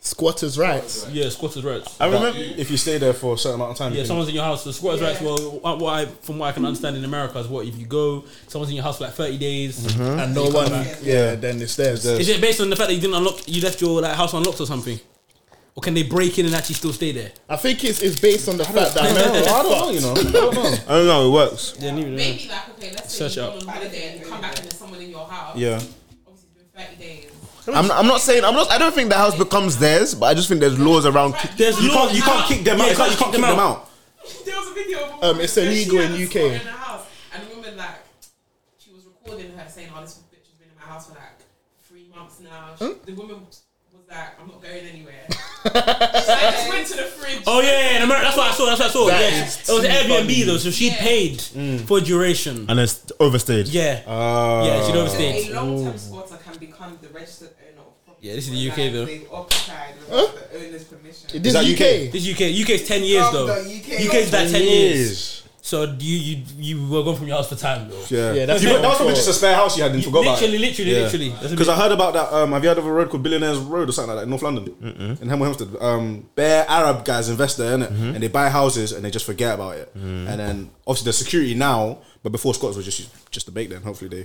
[SPEAKER 2] Squatters' rights.
[SPEAKER 4] Yeah, squatters' rights.
[SPEAKER 5] I remember.
[SPEAKER 9] If you stay there for a certain amount of time,
[SPEAKER 4] Yeah,
[SPEAKER 9] you can
[SPEAKER 4] someone's in your house. The squatters' rights. Well, what what I, from what I can understand in America is what if you go, someone's in your house for like thirty days.
[SPEAKER 9] Mm-hmm.
[SPEAKER 2] And no one. Yeah, then it's theirs.
[SPEAKER 4] Is it based on the fact that you didn't unlock, you left your like house unlocked or something, or can they break in and actually still stay there?
[SPEAKER 2] I think it's, it's based on the fact that America.
[SPEAKER 9] I don't know, you know. I don't know.
[SPEAKER 5] I don't know. It works.
[SPEAKER 4] Yeah, neither.
[SPEAKER 6] Maybe like okay, let's say
[SPEAKER 4] Search
[SPEAKER 6] you go
[SPEAKER 4] up.
[SPEAKER 6] on holiday and you come back and there's someone in your house.
[SPEAKER 5] Yeah.
[SPEAKER 6] Obviously, it's been 30 days.
[SPEAKER 5] I'm, I'm not saying I'm not. I don't think the house becomes theirs, but I just think there's laws around. Ki-
[SPEAKER 4] There's
[SPEAKER 9] You
[SPEAKER 4] laws-
[SPEAKER 9] can't. You can't kick them
[SPEAKER 4] Yeah,
[SPEAKER 9] out. You can't, you can't kick them out.
[SPEAKER 6] There was a video of a
[SPEAKER 2] Um,
[SPEAKER 6] woman
[SPEAKER 2] it's
[SPEAKER 6] where she
[SPEAKER 2] illegal
[SPEAKER 6] had
[SPEAKER 2] in
[SPEAKER 6] a
[SPEAKER 2] UK.
[SPEAKER 6] squatter In the house, and the woman like she was recording her saying, "Oh, this bitch has been in my house for like three months now." She, The woman
[SPEAKER 10] was like, I'm not going anywhere. so I just went to the fridge.
[SPEAKER 4] Oh yeah, yeah in America. That's what I saw. That's what I saw.
[SPEAKER 10] That
[SPEAKER 4] yeah.
[SPEAKER 10] is
[SPEAKER 4] It was
[SPEAKER 10] too
[SPEAKER 4] Airbnb
[SPEAKER 10] funny.
[SPEAKER 4] though, so she
[SPEAKER 10] Yeah.
[SPEAKER 4] paid
[SPEAKER 9] Mm.
[SPEAKER 4] for duration.
[SPEAKER 5] And it's overstayed.
[SPEAKER 4] Yeah.
[SPEAKER 9] Uh,
[SPEAKER 4] Yeah, she'd overstayed.
[SPEAKER 10] A long-term squatter can become the registered owner of property.
[SPEAKER 4] Yeah, this is the
[SPEAKER 10] where,
[SPEAKER 4] UK
[SPEAKER 10] like,
[SPEAKER 4] though.
[SPEAKER 10] They occupied without the owner's permission.
[SPEAKER 4] Is that This UK. UK's ten years though.
[SPEAKER 10] From the UK.
[SPEAKER 4] UK's like
[SPEAKER 10] 10
[SPEAKER 4] ten
[SPEAKER 9] years.
[SPEAKER 4] years. So you you you were gone from your house for time though.
[SPEAKER 9] Yeah, that's, you, got- that was probably just a spare house you had and you forgot
[SPEAKER 4] literally,
[SPEAKER 9] about.
[SPEAKER 4] literally, literally. That's a
[SPEAKER 9] Because
[SPEAKER 4] bit-
[SPEAKER 9] I heard about that. Um, have you heard of a road called Billionaires Road or something like that in North London? In Hemel Hempstead, um, bare Arab guys invest there, innit? And they buy houses and they just forget about it.
[SPEAKER 5] Mm-hmm. Mm.
[SPEAKER 9] And then obviously there's security now, but before Scots was just just a bake. Then hopefully they.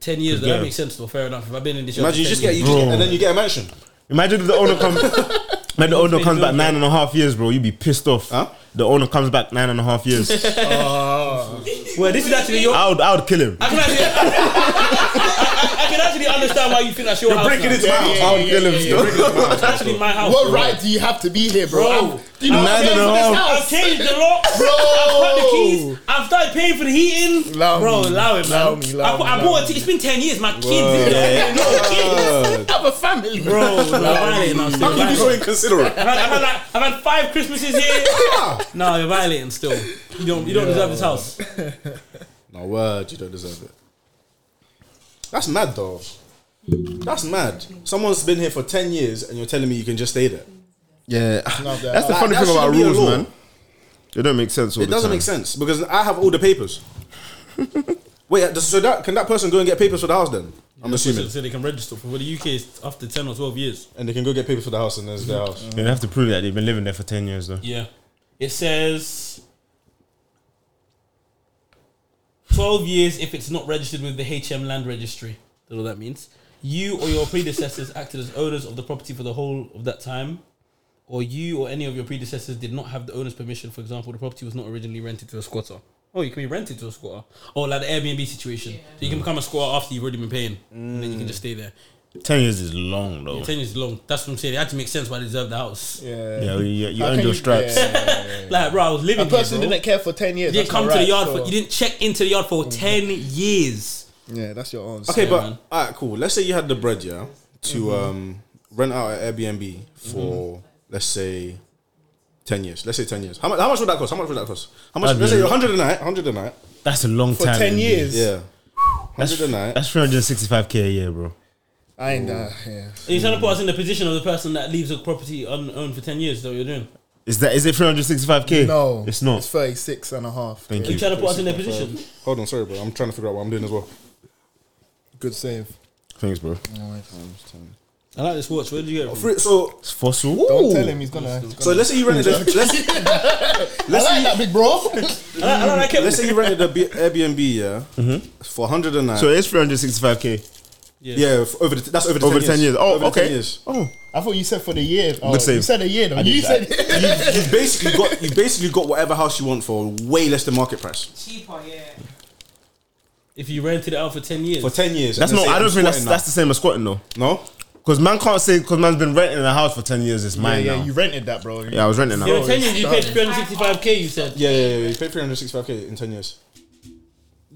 [SPEAKER 4] Ten years. Though,
[SPEAKER 9] Yeah.
[SPEAKER 4] That makes sense though. Fair enough. If I've been in this. job
[SPEAKER 9] Imagine you
[SPEAKER 4] for
[SPEAKER 9] just
[SPEAKER 4] 10
[SPEAKER 9] get you
[SPEAKER 4] years.
[SPEAKER 9] just get, and then you get a mansion.
[SPEAKER 5] Imagine if the owner comes. Man, the owner comes back nine and a half years, bro. You'd be pissed off. The owner comes back nine and a half years.
[SPEAKER 4] Well, this is actually your.
[SPEAKER 5] I would, I would kill him.
[SPEAKER 4] I can actually, I, I can actually understand why you think that's your
[SPEAKER 5] You're
[SPEAKER 4] house.
[SPEAKER 5] breaking
[SPEAKER 4] now.
[SPEAKER 5] into my Yeah, house. yeah, I would yeah, kill him yeah, still. you're breaking into my house,
[SPEAKER 4] It's actually
[SPEAKER 5] bro.
[SPEAKER 4] my house.
[SPEAKER 2] What
[SPEAKER 4] bro.
[SPEAKER 2] right do you have to be here, bro?
[SPEAKER 4] Bro,
[SPEAKER 2] Do you know
[SPEAKER 4] I've
[SPEAKER 2] what I'm
[SPEAKER 4] paid
[SPEAKER 2] saying
[SPEAKER 4] for
[SPEAKER 2] for
[SPEAKER 4] this house. I've
[SPEAKER 2] this
[SPEAKER 4] changed
[SPEAKER 2] house?
[SPEAKER 4] the lot.
[SPEAKER 2] Bro.
[SPEAKER 4] I've cut the keys. I've started paying for the heating.
[SPEAKER 2] Allow
[SPEAKER 4] bro,
[SPEAKER 2] me.
[SPEAKER 4] allow it, man.
[SPEAKER 2] Allow me, allow
[SPEAKER 4] I, bought-
[SPEAKER 2] me,
[SPEAKER 4] I
[SPEAKER 2] allow
[SPEAKER 4] bought it. It's been ten years. My kids,
[SPEAKER 2] Word.
[SPEAKER 4] yeah, no
[SPEAKER 2] Word.
[SPEAKER 4] kids.
[SPEAKER 2] Have a family,
[SPEAKER 4] bro. No, violating. I'm still
[SPEAKER 2] How can you be so
[SPEAKER 4] violating.
[SPEAKER 9] inconsiderate?
[SPEAKER 4] I've had, I've, had like, I've had five Christmases here. no, you're violating still. You don't. You don't
[SPEAKER 9] Yeah.
[SPEAKER 4] deserve this house.
[SPEAKER 9] No word, you don't deserve it. That's mad though. That's mad. Someone's been here for ten years and you're telling me you can just stay there.
[SPEAKER 5] Yeah,
[SPEAKER 9] Not bad.
[SPEAKER 5] that's the
[SPEAKER 9] Like,
[SPEAKER 5] funny
[SPEAKER 9] that
[SPEAKER 5] thing about
[SPEAKER 9] shouldn't be a
[SPEAKER 5] rules,
[SPEAKER 9] law.
[SPEAKER 5] man. It don't make sense. All
[SPEAKER 9] it
[SPEAKER 5] the
[SPEAKER 9] doesn't
[SPEAKER 5] time.
[SPEAKER 9] make sense because I have all the papers. Wait, so that can that person go and get papers for the house then? I'm assuming.
[SPEAKER 4] So they can register for the UK is after ten or twelve years.
[SPEAKER 9] And they can go get papers for the house and there's their house.
[SPEAKER 5] They have to prove that they've been living there for ten years, though.
[SPEAKER 4] Yeah. It says 12 years if it's not registered with the HM Land Registry. That's what that means. You or your predecessors acted as owners of the property for the whole of that time, or you or any of your predecessors did not have the owner's permission. For example, the property was not originally rented to a squatter. Oh, you can be rented to a squatter. Or like the Airbnb situation. So you can become a squatter after you've already been paying, and then you
[SPEAKER 2] Mm.
[SPEAKER 4] can just stay there.
[SPEAKER 5] Ten years is long, though.
[SPEAKER 4] 10 years long. That's what I'm saying. It actually makes sense why they deserve the house.
[SPEAKER 2] Yeah.
[SPEAKER 5] Yeah, you- you- you How earned can your you- stripes. yeah,
[SPEAKER 4] like, bro, I was living
[SPEAKER 2] A person
[SPEAKER 4] here, bro.
[SPEAKER 2] didn't care for 10 years.
[SPEAKER 4] You didn't
[SPEAKER 2] that's not
[SPEAKER 4] come to the
[SPEAKER 2] right,
[SPEAKER 4] yard
[SPEAKER 2] so-
[SPEAKER 4] for. You didn't check into the yard for ten years.
[SPEAKER 2] Yeah, that's your own.
[SPEAKER 9] Okay,
[SPEAKER 2] Yeah,
[SPEAKER 9] but
[SPEAKER 2] man.
[SPEAKER 9] alright, cool. Let's say you had the bread, yeah, to
[SPEAKER 5] Mm-hmm.
[SPEAKER 2] Mhm.
[SPEAKER 9] um, rent out an Airbnb for let's say ten years. Let's say ten years. How much? How much would that cost? How much would that cost? How much?
[SPEAKER 5] That'd
[SPEAKER 9] let's
[SPEAKER 5] be-
[SPEAKER 9] say hundred a night. Hundred a night.
[SPEAKER 5] That's a long
[SPEAKER 9] For
[SPEAKER 5] time.
[SPEAKER 9] 10
[SPEAKER 5] in here.
[SPEAKER 9] years. Yeah.
[SPEAKER 5] That's,
[SPEAKER 9] 100 a night.
[SPEAKER 5] that's 365k a year, bro.
[SPEAKER 2] I ain't that. Yeah.
[SPEAKER 4] Are you trying to put us in the position of the person that leaves a property unowned for ten years? Though you're doing.
[SPEAKER 5] Is that is it 365k?
[SPEAKER 2] No,
[SPEAKER 5] it's not.
[SPEAKER 2] It's 36 and a half.
[SPEAKER 5] Thank
[SPEAKER 2] Yeah.
[SPEAKER 5] you. You
[SPEAKER 4] trying to put us in their position?
[SPEAKER 9] Hold on, sorry, bro. I'm trying to figure out what I'm doing as well.
[SPEAKER 2] Good save.
[SPEAKER 5] Thanks, bro.
[SPEAKER 4] I like this watch. Where did you get it
[SPEAKER 9] Free- so
[SPEAKER 5] it's fossil.
[SPEAKER 2] Don't tell him he's gonna. he's
[SPEAKER 9] So
[SPEAKER 2] gonna-
[SPEAKER 9] let's say you rented a let's, let's
[SPEAKER 2] I like
[SPEAKER 9] say you-
[SPEAKER 2] that, big bro.
[SPEAKER 9] let's say you rented a B- Airbnb, yeah, for hundred a
[SPEAKER 5] Mm-hmm.
[SPEAKER 9] night.
[SPEAKER 5] So it's 365k.
[SPEAKER 4] Yeah,
[SPEAKER 9] f- over the t- that's over the
[SPEAKER 5] Over
[SPEAKER 9] 10
[SPEAKER 5] 10
[SPEAKER 9] years.
[SPEAKER 5] years. Oh,
[SPEAKER 9] Over the 10
[SPEAKER 5] okay.
[SPEAKER 9] years.
[SPEAKER 5] Oh,
[SPEAKER 2] I thought you said for the year. Oh,
[SPEAKER 5] Good save.
[SPEAKER 2] You said a year though.
[SPEAKER 5] I
[SPEAKER 2] You
[SPEAKER 5] did
[SPEAKER 2] said
[SPEAKER 9] you, you basically got you basically got whatever house you want for way less than market price
[SPEAKER 10] Cheaper, yeah.
[SPEAKER 4] If you rented it out for ten years.
[SPEAKER 9] for ten years.
[SPEAKER 5] That's
[SPEAKER 9] And
[SPEAKER 5] not.
[SPEAKER 9] they say
[SPEAKER 5] I
[SPEAKER 9] I'm
[SPEAKER 5] don't think that's
[SPEAKER 9] squatting now.
[SPEAKER 5] that's the same as squatting though.
[SPEAKER 9] No,
[SPEAKER 5] because man can't say because man's been renting a house for ten years. It's
[SPEAKER 2] yeah,
[SPEAKER 5] mine
[SPEAKER 2] yeah.
[SPEAKER 5] now.
[SPEAKER 2] You rented that, bro.
[SPEAKER 5] Yeah, I was renting that.
[SPEAKER 4] Yeah, ten years. You paid three hundred sixty-five k. You said.
[SPEAKER 9] Yeah, yeah, yeah. You pay 365k in 10 years.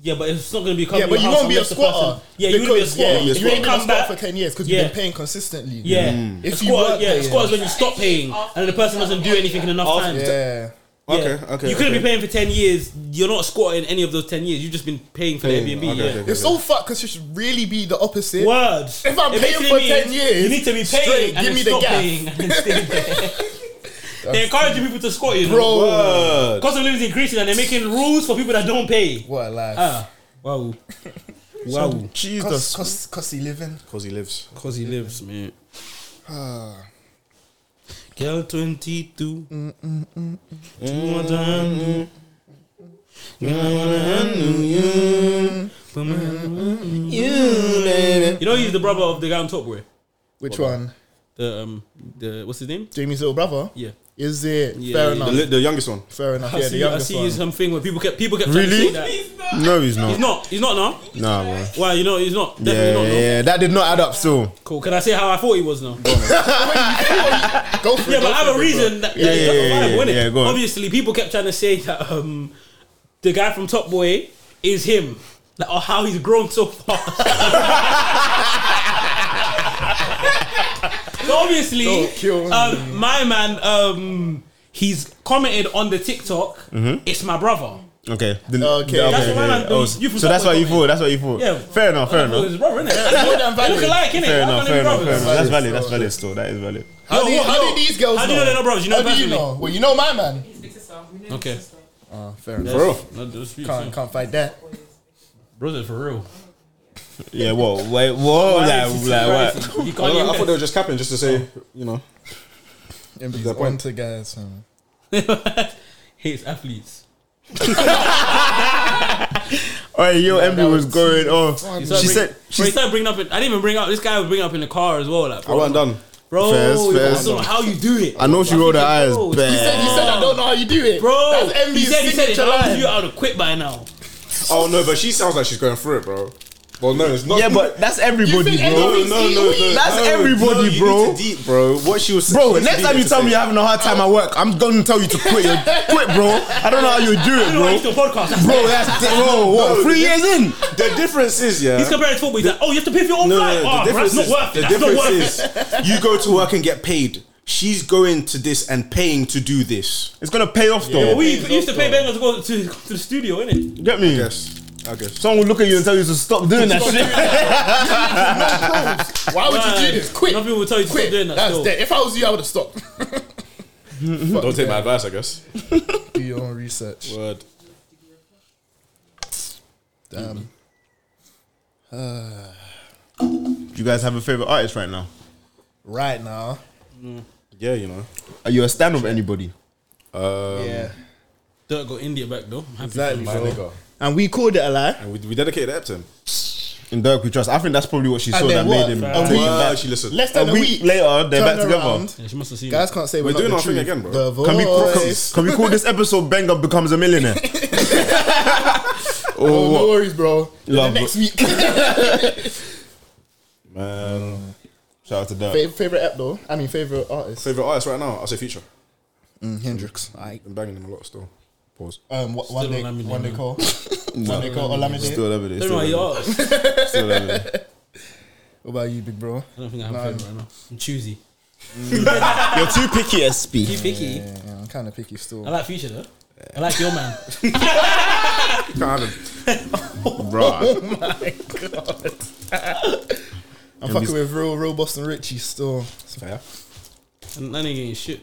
[SPEAKER 4] Yeah, but it's not going to be.
[SPEAKER 2] Yeah, but you won't be a squatter.
[SPEAKER 4] squatter. Yeah, you won't be a
[SPEAKER 2] because, yeah,
[SPEAKER 4] squatter. You
[SPEAKER 2] You ain't
[SPEAKER 4] won't
[SPEAKER 2] been a
[SPEAKER 4] come
[SPEAKER 2] squatter
[SPEAKER 4] back.
[SPEAKER 2] for ten years because
[SPEAKER 4] Yeah.
[SPEAKER 2] you've been paying consistently.
[SPEAKER 4] Yeah,
[SPEAKER 2] Mm.
[SPEAKER 4] a
[SPEAKER 2] If you
[SPEAKER 4] squatter,
[SPEAKER 2] work,
[SPEAKER 4] yeah, a
[SPEAKER 2] paying.
[SPEAKER 4] squatter is when you stop paying and the person doesn't do anything in enough time.
[SPEAKER 2] Yeah.
[SPEAKER 9] Okay, okay,
[SPEAKER 4] You couldn't
[SPEAKER 9] okay.
[SPEAKER 4] be paying for ten years. You're not squatting any of those ten years. You've just been paying for
[SPEAKER 9] Paying,
[SPEAKER 4] the Airbnb.
[SPEAKER 9] okay,
[SPEAKER 4] yeah.
[SPEAKER 9] okay, okay.
[SPEAKER 2] It's so fucked because it should really be the opposite.
[SPEAKER 4] Words.
[SPEAKER 2] If I'm
[SPEAKER 4] It
[SPEAKER 2] paying
[SPEAKER 4] basically
[SPEAKER 2] for
[SPEAKER 4] means
[SPEAKER 2] ten years,
[SPEAKER 4] you need to be paying
[SPEAKER 2] straight,
[SPEAKER 4] and then
[SPEAKER 2] give me the
[SPEAKER 4] stop
[SPEAKER 2] gap.
[SPEAKER 4] paying and then stay there. They're encouraging people to squat, you know.
[SPEAKER 2] Bro.
[SPEAKER 9] Word.
[SPEAKER 4] cost of living is increasing, and they're making rules for people that don't pay.
[SPEAKER 2] What a life.
[SPEAKER 4] Ah, wow, wow,
[SPEAKER 2] Jesus. Cause, cause he living.
[SPEAKER 9] Because he lives.
[SPEAKER 4] because he lives, man.
[SPEAKER 2] Ah.
[SPEAKER 4] Girl, twenty-two. mm, You want to handle- You want to handle you. But man, you, baby. mm, You know he's the brother of the guy on top where?
[SPEAKER 2] Which
[SPEAKER 4] What
[SPEAKER 2] one?
[SPEAKER 4] The um the what's his name?
[SPEAKER 2] Jamie's little brother.
[SPEAKER 4] Yeah.
[SPEAKER 2] Is it
[SPEAKER 4] Yeah,
[SPEAKER 2] fair
[SPEAKER 4] yeah,
[SPEAKER 2] enough?
[SPEAKER 4] yeah. The- the
[SPEAKER 9] youngest one.
[SPEAKER 2] Fair enough.
[SPEAKER 4] I
[SPEAKER 2] yeah,
[SPEAKER 4] see,
[SPEAKER 2] the youngest
[SPEAKER 4] I see
[SPEAKER 2] one.
[SPEAKER 4] something where people kept people kept
[SPEAKER 5] Really?
[SPEAKER 4] trying to say that.
[SPEAKER 5] No, he's not.
[SPEAKER 4] He's not. He's not now.
[SPEAKER 5] Nah, bro.
[SPEAKER 4] Why you know he's not? Definitely
[SPEAKER 5] Yeah,
[SPEAKER 4] not. No.
[SPEAKER 5] yeah, that did not add up. Still,
[SPEAKER 4] Cool. Can I say how I thought he was now?
[SPEAKER 2] go for
[SPEAKER 4] yeah, but
[SPEAKER 2] it, go
[SPEAKER 4] I have
[SPEAKER 2] for
[SPEAKER 4] a
[SPEAKER 2] it, bro.
[SPEAKER 4] reason. That,
[SPEAKER 5] Yeah,
[SPEAKER 4] that
[SPEAKER 5] yeah,
[SPEAKER 4] is
[SPEAKER 5] yeah,
[SPEAKER 4] justifiable,
[SPEAKER 5] yeah,
[SPEAKER 4] innit?
[SPEAKER 5] yeah, go on.
[SPEAKER 4] Obviously, people kept trying to say that um, the guy from Top Boy is him. Like, oh, how he's grown so fast. So obviously,
[SPEAKER 2] Don't kill me.
[SPEAKER 4] um, my man, um, he's commented on the TikTok.
[SPEAKER 5] Mhm.
[SPEAKER 4] It's my brother.
[SPEAKER 5] Okay. The-
[SPEAKER 4] Okay.
[SPEAKER 5] the-
[SPEAKER 4] That's what my man-
[SPEAKER 5] okay. Oh,
[SPEAKER 4] you
[SPEAKER 5] so that's
[SPEAKER 4] forgot
[SPEAKER 5] what you
[SPEAKER 4] what-
[SPEAKER 5] thought. That's what you thought.
[SPEAKER 4] Yeah.
[SPEAKER 5] fair enough. Fair enough.
[SPEAKER 4] His brother, innit?
[SPEAKER 2] Yeah, more than
[SPEAKER 4] They look
[SPEAKER 2] valid.
[SPEAKER 4] alike, innit?
[SPEAKER 5] Fair
[SPEAKER 4] Why
[SPEAKER 5] enough.
[SPEAKER 4] can't
[SPEAKER 5] Fair
[SPEAKER 4] they be
[SPEAKER 5] enough. Fair
[SPEAKER 4] brothers?
[SPEAKER 5] enough. That's valid. That's valid. Still, that is valid.
[SPEAKER 2] How, do, you, how do these girls
[SPEAKER 4] how do
[SPEAKER 2] know?
[SPEAKER 4] you know they're not brothers? You know
[SPEAKER 2] how do you
[SPEAKER 4] personally?
[SPEAKER 2] know? Well, you know my man.
[SPEAKER 4] Okay.
[SPEAKER 2] Oh, fair enough.
[SPEAKER 5] For real.
[SPEAKER 2] Can't, can't fight that.
[SPEAKER 4] Brothers for real.
[SPEAKER 5] Yeah. What? Wait. Whoa. Oh,
[SPEAKER 4] Why
[SPEAKER 5] Like.
[SPEAKER 4] is this
[SPEAKER 5] Like.
[SPEAKER 4] surprising?
[SPEAKER 5] What?
[SPEAKER 4] You can't
[SPEAKER 9] I,
[SPEAKER 4] even-
[SPEAKER 9] don't know, I thought they were just capping just to say, you know.
[SPEAKER 2] MB's
[SPEAKER 9] Their point.
[SPEAKER 2] on to guys. Man.
[SPEAKER 4] Hates athletes.
[SPEAKER 5] Oh, yo,
[SPEAKER 2] Yeah, that
[SPEAKER 5] Emily was
[SPEAKER 2] was-
[SPEAKER 5] going off.
[SPEAKER 2] Oh,
[SPEAKER 5] She
[SPEAKER 4] He started
[SPEAKER 5] said.
[SPEAKER 4] bring-
[SPEAKER 5] she
[SPEAKER 4] bro, he started bringing up. I didn't even bring up. This guy was bringing up in the car as well. Like,
[SPEAKER 9] I
[SPEAKER 4] bro,
[SPEAKER 9] wasn't done.
[SPEAKER 4] bro
[SPEAKER 5] Fairs,
[SPEAKER 4] I
[SPEAKER 5] fairs.
[SPEAKER 4] don't know how you do it,
[SPEAKER 5] I know she rolled her eyes.
[SPEAKER 4] Bro,
[SPEAKER 2] He said, he said, I don't know how you do it.
[SPEAKER 4] bro.
[SPEAKER 2] That's
[SPEAKER 4] he
[SPEAKER 2] MB's
[SPEAKER 4] said, he said, if
[SPEAKER 2] signature
[SPEAKER 4] I was
[SPEAKER 2] line.
[SPEAKER 4] you, I would have quit by now.
[SPEAKER 9] Oh no, but she sounds like she's going through it, bro. Well, no, it's not.
[SPEAKER 5] Yeah, but that's
[SPEAKER 2] You
[SPEAKER 5] everybody,
[SPEAKER 2] think
[SPEAKER 5] bro.
[SPEAKER 2] everybody's
[SPEAKER 9] no, no, no,
[SPEAKER 2] eating
[SPEAKER 9] no,
[SPEAKER 2] weed?
[SPEAKER 5] That's
[SPEAKER 9] no,
[SPEAKER 5] everybody,
[SPEAKER 9] no, you
[SPEAKER 5] bro.
[SPEAKER 9] need to deep, bro. What she was,
[SPEAKER 5] Bro,
[SPEAKER 9] she was
[SPEAKER 5] next time you
[SPEAKER 9] needed to
[SPEAKER 5] tell me
[SPEAKER 9] say.
[SPEAKER 5] you're having a hard time at work, I'm gonna tell you to quit. You're, quit, bro. I don't know how you do it,
[SPEAKER 4] You know why he's
[SPEAKER 5] bro.
[SPEAKER 4] still podcast?
[SPEAKER 5] Bro, that's bro. What?
[SPEAKER 9] No,
[SPEAKER 5] three years in.
[SPEAKER 9] the difference is, yeah.
[SPEAKER 4] He's comparing football. He's like, oh, you have to pay for your own
[SPEAKER 9] no, no,
[SPEAKER 4] flight.
[SPEAKER 9] no,
[SPEAKER 4] oh,
[SPEAKER 9] the
[SPEAKER 4] bro, that's
[SPEAKER 9] difference
[SPEAKER 4] not
[SPEAKER 9] is,
[SPEAKER 4] worth it.
[SPEAKER 9] the
[SPEAKER 4] That's not worth it.
[SPEAKER 9] difference is, you go to work and get paid. She's going to this and paying to do this.
[SPEAKER 5] It's gonna pay off
[SPEAKER 4] But
[SPEAKER 5] though.
[SPEAKER 4] we used to pay Bengals to go to, to the studio, innit?
[SPEAKER 5] You Get me?
[SPEAKER 9] Yes, I guess.
[SPEAKER 5] Someone will look at you and tell you to stop doing that shit.
[SPEAKER 2] Why would you do this? Quick,
[SPEAKER 4] Enough people will tell you to
[SPEAKER 2] quick.
[SPEAKER 4] stop doing that.
[SPEAKER 2] That's
[SPEAKER 4] still.
[SPEAKER 2] dead. If I was you, I would have stopped.
[SPEAKER 9] Don't take my advice, I guess.
[SPEAKER 2] do your own research.
[SPEAKER 9] Word.
[SPEAKER 2] Damn.
[SPEAKER 5] Do you guys have a favorite artist right now?
[SPEAKER 2] Right now.
[SPEAKER 9] Yeah, you know.
[SPEAKER 5] Are you a stand with anybody?
[SPEAKER 9] Um,
[SPEAKER 2] yeah.
[SPEAKER 4] Don't go India back though. I'm happy
[SPEAKER 2] Exactly.
[SPEAKER 4] for
[SPEAKER 9] My
[SPEAKER 4] him.
[SPEAKER 9] nigga.
[SPEAKER 2] And we called it a lie.
[SPEAKER 9] And we, we dedicated that to him.
[SPEAKER 5] In Dirk We Trust. I think that's probably what she
[SPEAKER 2] And
[SPEAKER 5] saw
[SPEAKER 2] then
[SPEAKER 5] that
[SPEAKER 2] what?
[SPEAKER 5] made him
[SPEAKER 2] A
[SPEAKER 5] take
[SPEAKER 2] week-
[SPEAKER 5] it back.
[SPEAKER 9] Uh, she listened.
[SPEAKER 2] Less
[SPEAKER 5] A
[SPEAKER 2] than a
[SPEAKER 5] week
[SPEAKER 2] week.
[SPEAKER 5] later, they're back
[SPEAKER 2] Turned
[SPEAKER 5] together.
[SPEAKER 2] around. Oh,
[SPEAKER 4] Yeah, she must have seen.
[SPEAKER 2] Guys can't say we're,
[SPEAKER 9] We're
[SPEAKER 2] not
[SPEAKER 9] doing
[SPEAKER 2] the
[SPEAKER 9] our thing
[SPEAKER 2] truth.
[SPEAKER 9] again, bro.
[SPEAKER 2] The
[SPEAKER 5] Can we, call, can,
[SPEAKER 2] voice.
[SPEAKER 5] can we call this episode Benga Becomes a Millionaire? or
[SPEAKER 2] Oh,
[SPEAKER 5] what?
[SPEAKER 2] no worries, bro.
[SPEAKER 5] Love,
[SPEAKER 2] the next week.
[SPEAKER 5] Man. Shout out to Dirk.
[SPEAKER 2] Fa- favorite app though. I mean, favorite artist.
[SPEAKER 9] Favorite artist right now? I'll say Future.
[SPEAKER 2] Mm, Hendrix. Aight.
[SPEAKER 9] I'm banging him a lot still. Pause.
[SPEAKER 2] Um, wha- one
[SPEAKER 4] Still
[SPEAKER 2] day,
[SPEAKER 4] Olamide,
[SPEAKER 2] one day
[SPEAKER 4] man.
[SPEAKER 2] call, one day call Olamide.
[SPEAKER 5] Still over there.
[SPEAKER 4] Don't
[SPEAKER 5] Still
[SPEAKER 4] know why you
[SPEAKER 5] over
[SPEAKER 4] asked.
[SPEAKER 5] there. Still over there.
[SPEAKER 2] What about you, big bro?
[SPEAKER 4] I don't think I have a favorite right now. I'm choosy.
[SPEAKER 5] You're too picky,
[SPEAKER 4] You
[SPEAKER 5] SP.
[SPEAKER 4] picky.
[SPEAKER 2] Yeah, yeah, I'm kind of picky still.
[SPEAKER 4] I like Future though. I like your man.
[SPEAKER 9] You can't have him.
[SPEAKER 5] Bro,
[SPEAKER 2] I'm fucking with real, real Boston Richie still.
[SPEAKER 9] Fair.
[SPEAKER 4] And that nigga ain't shit.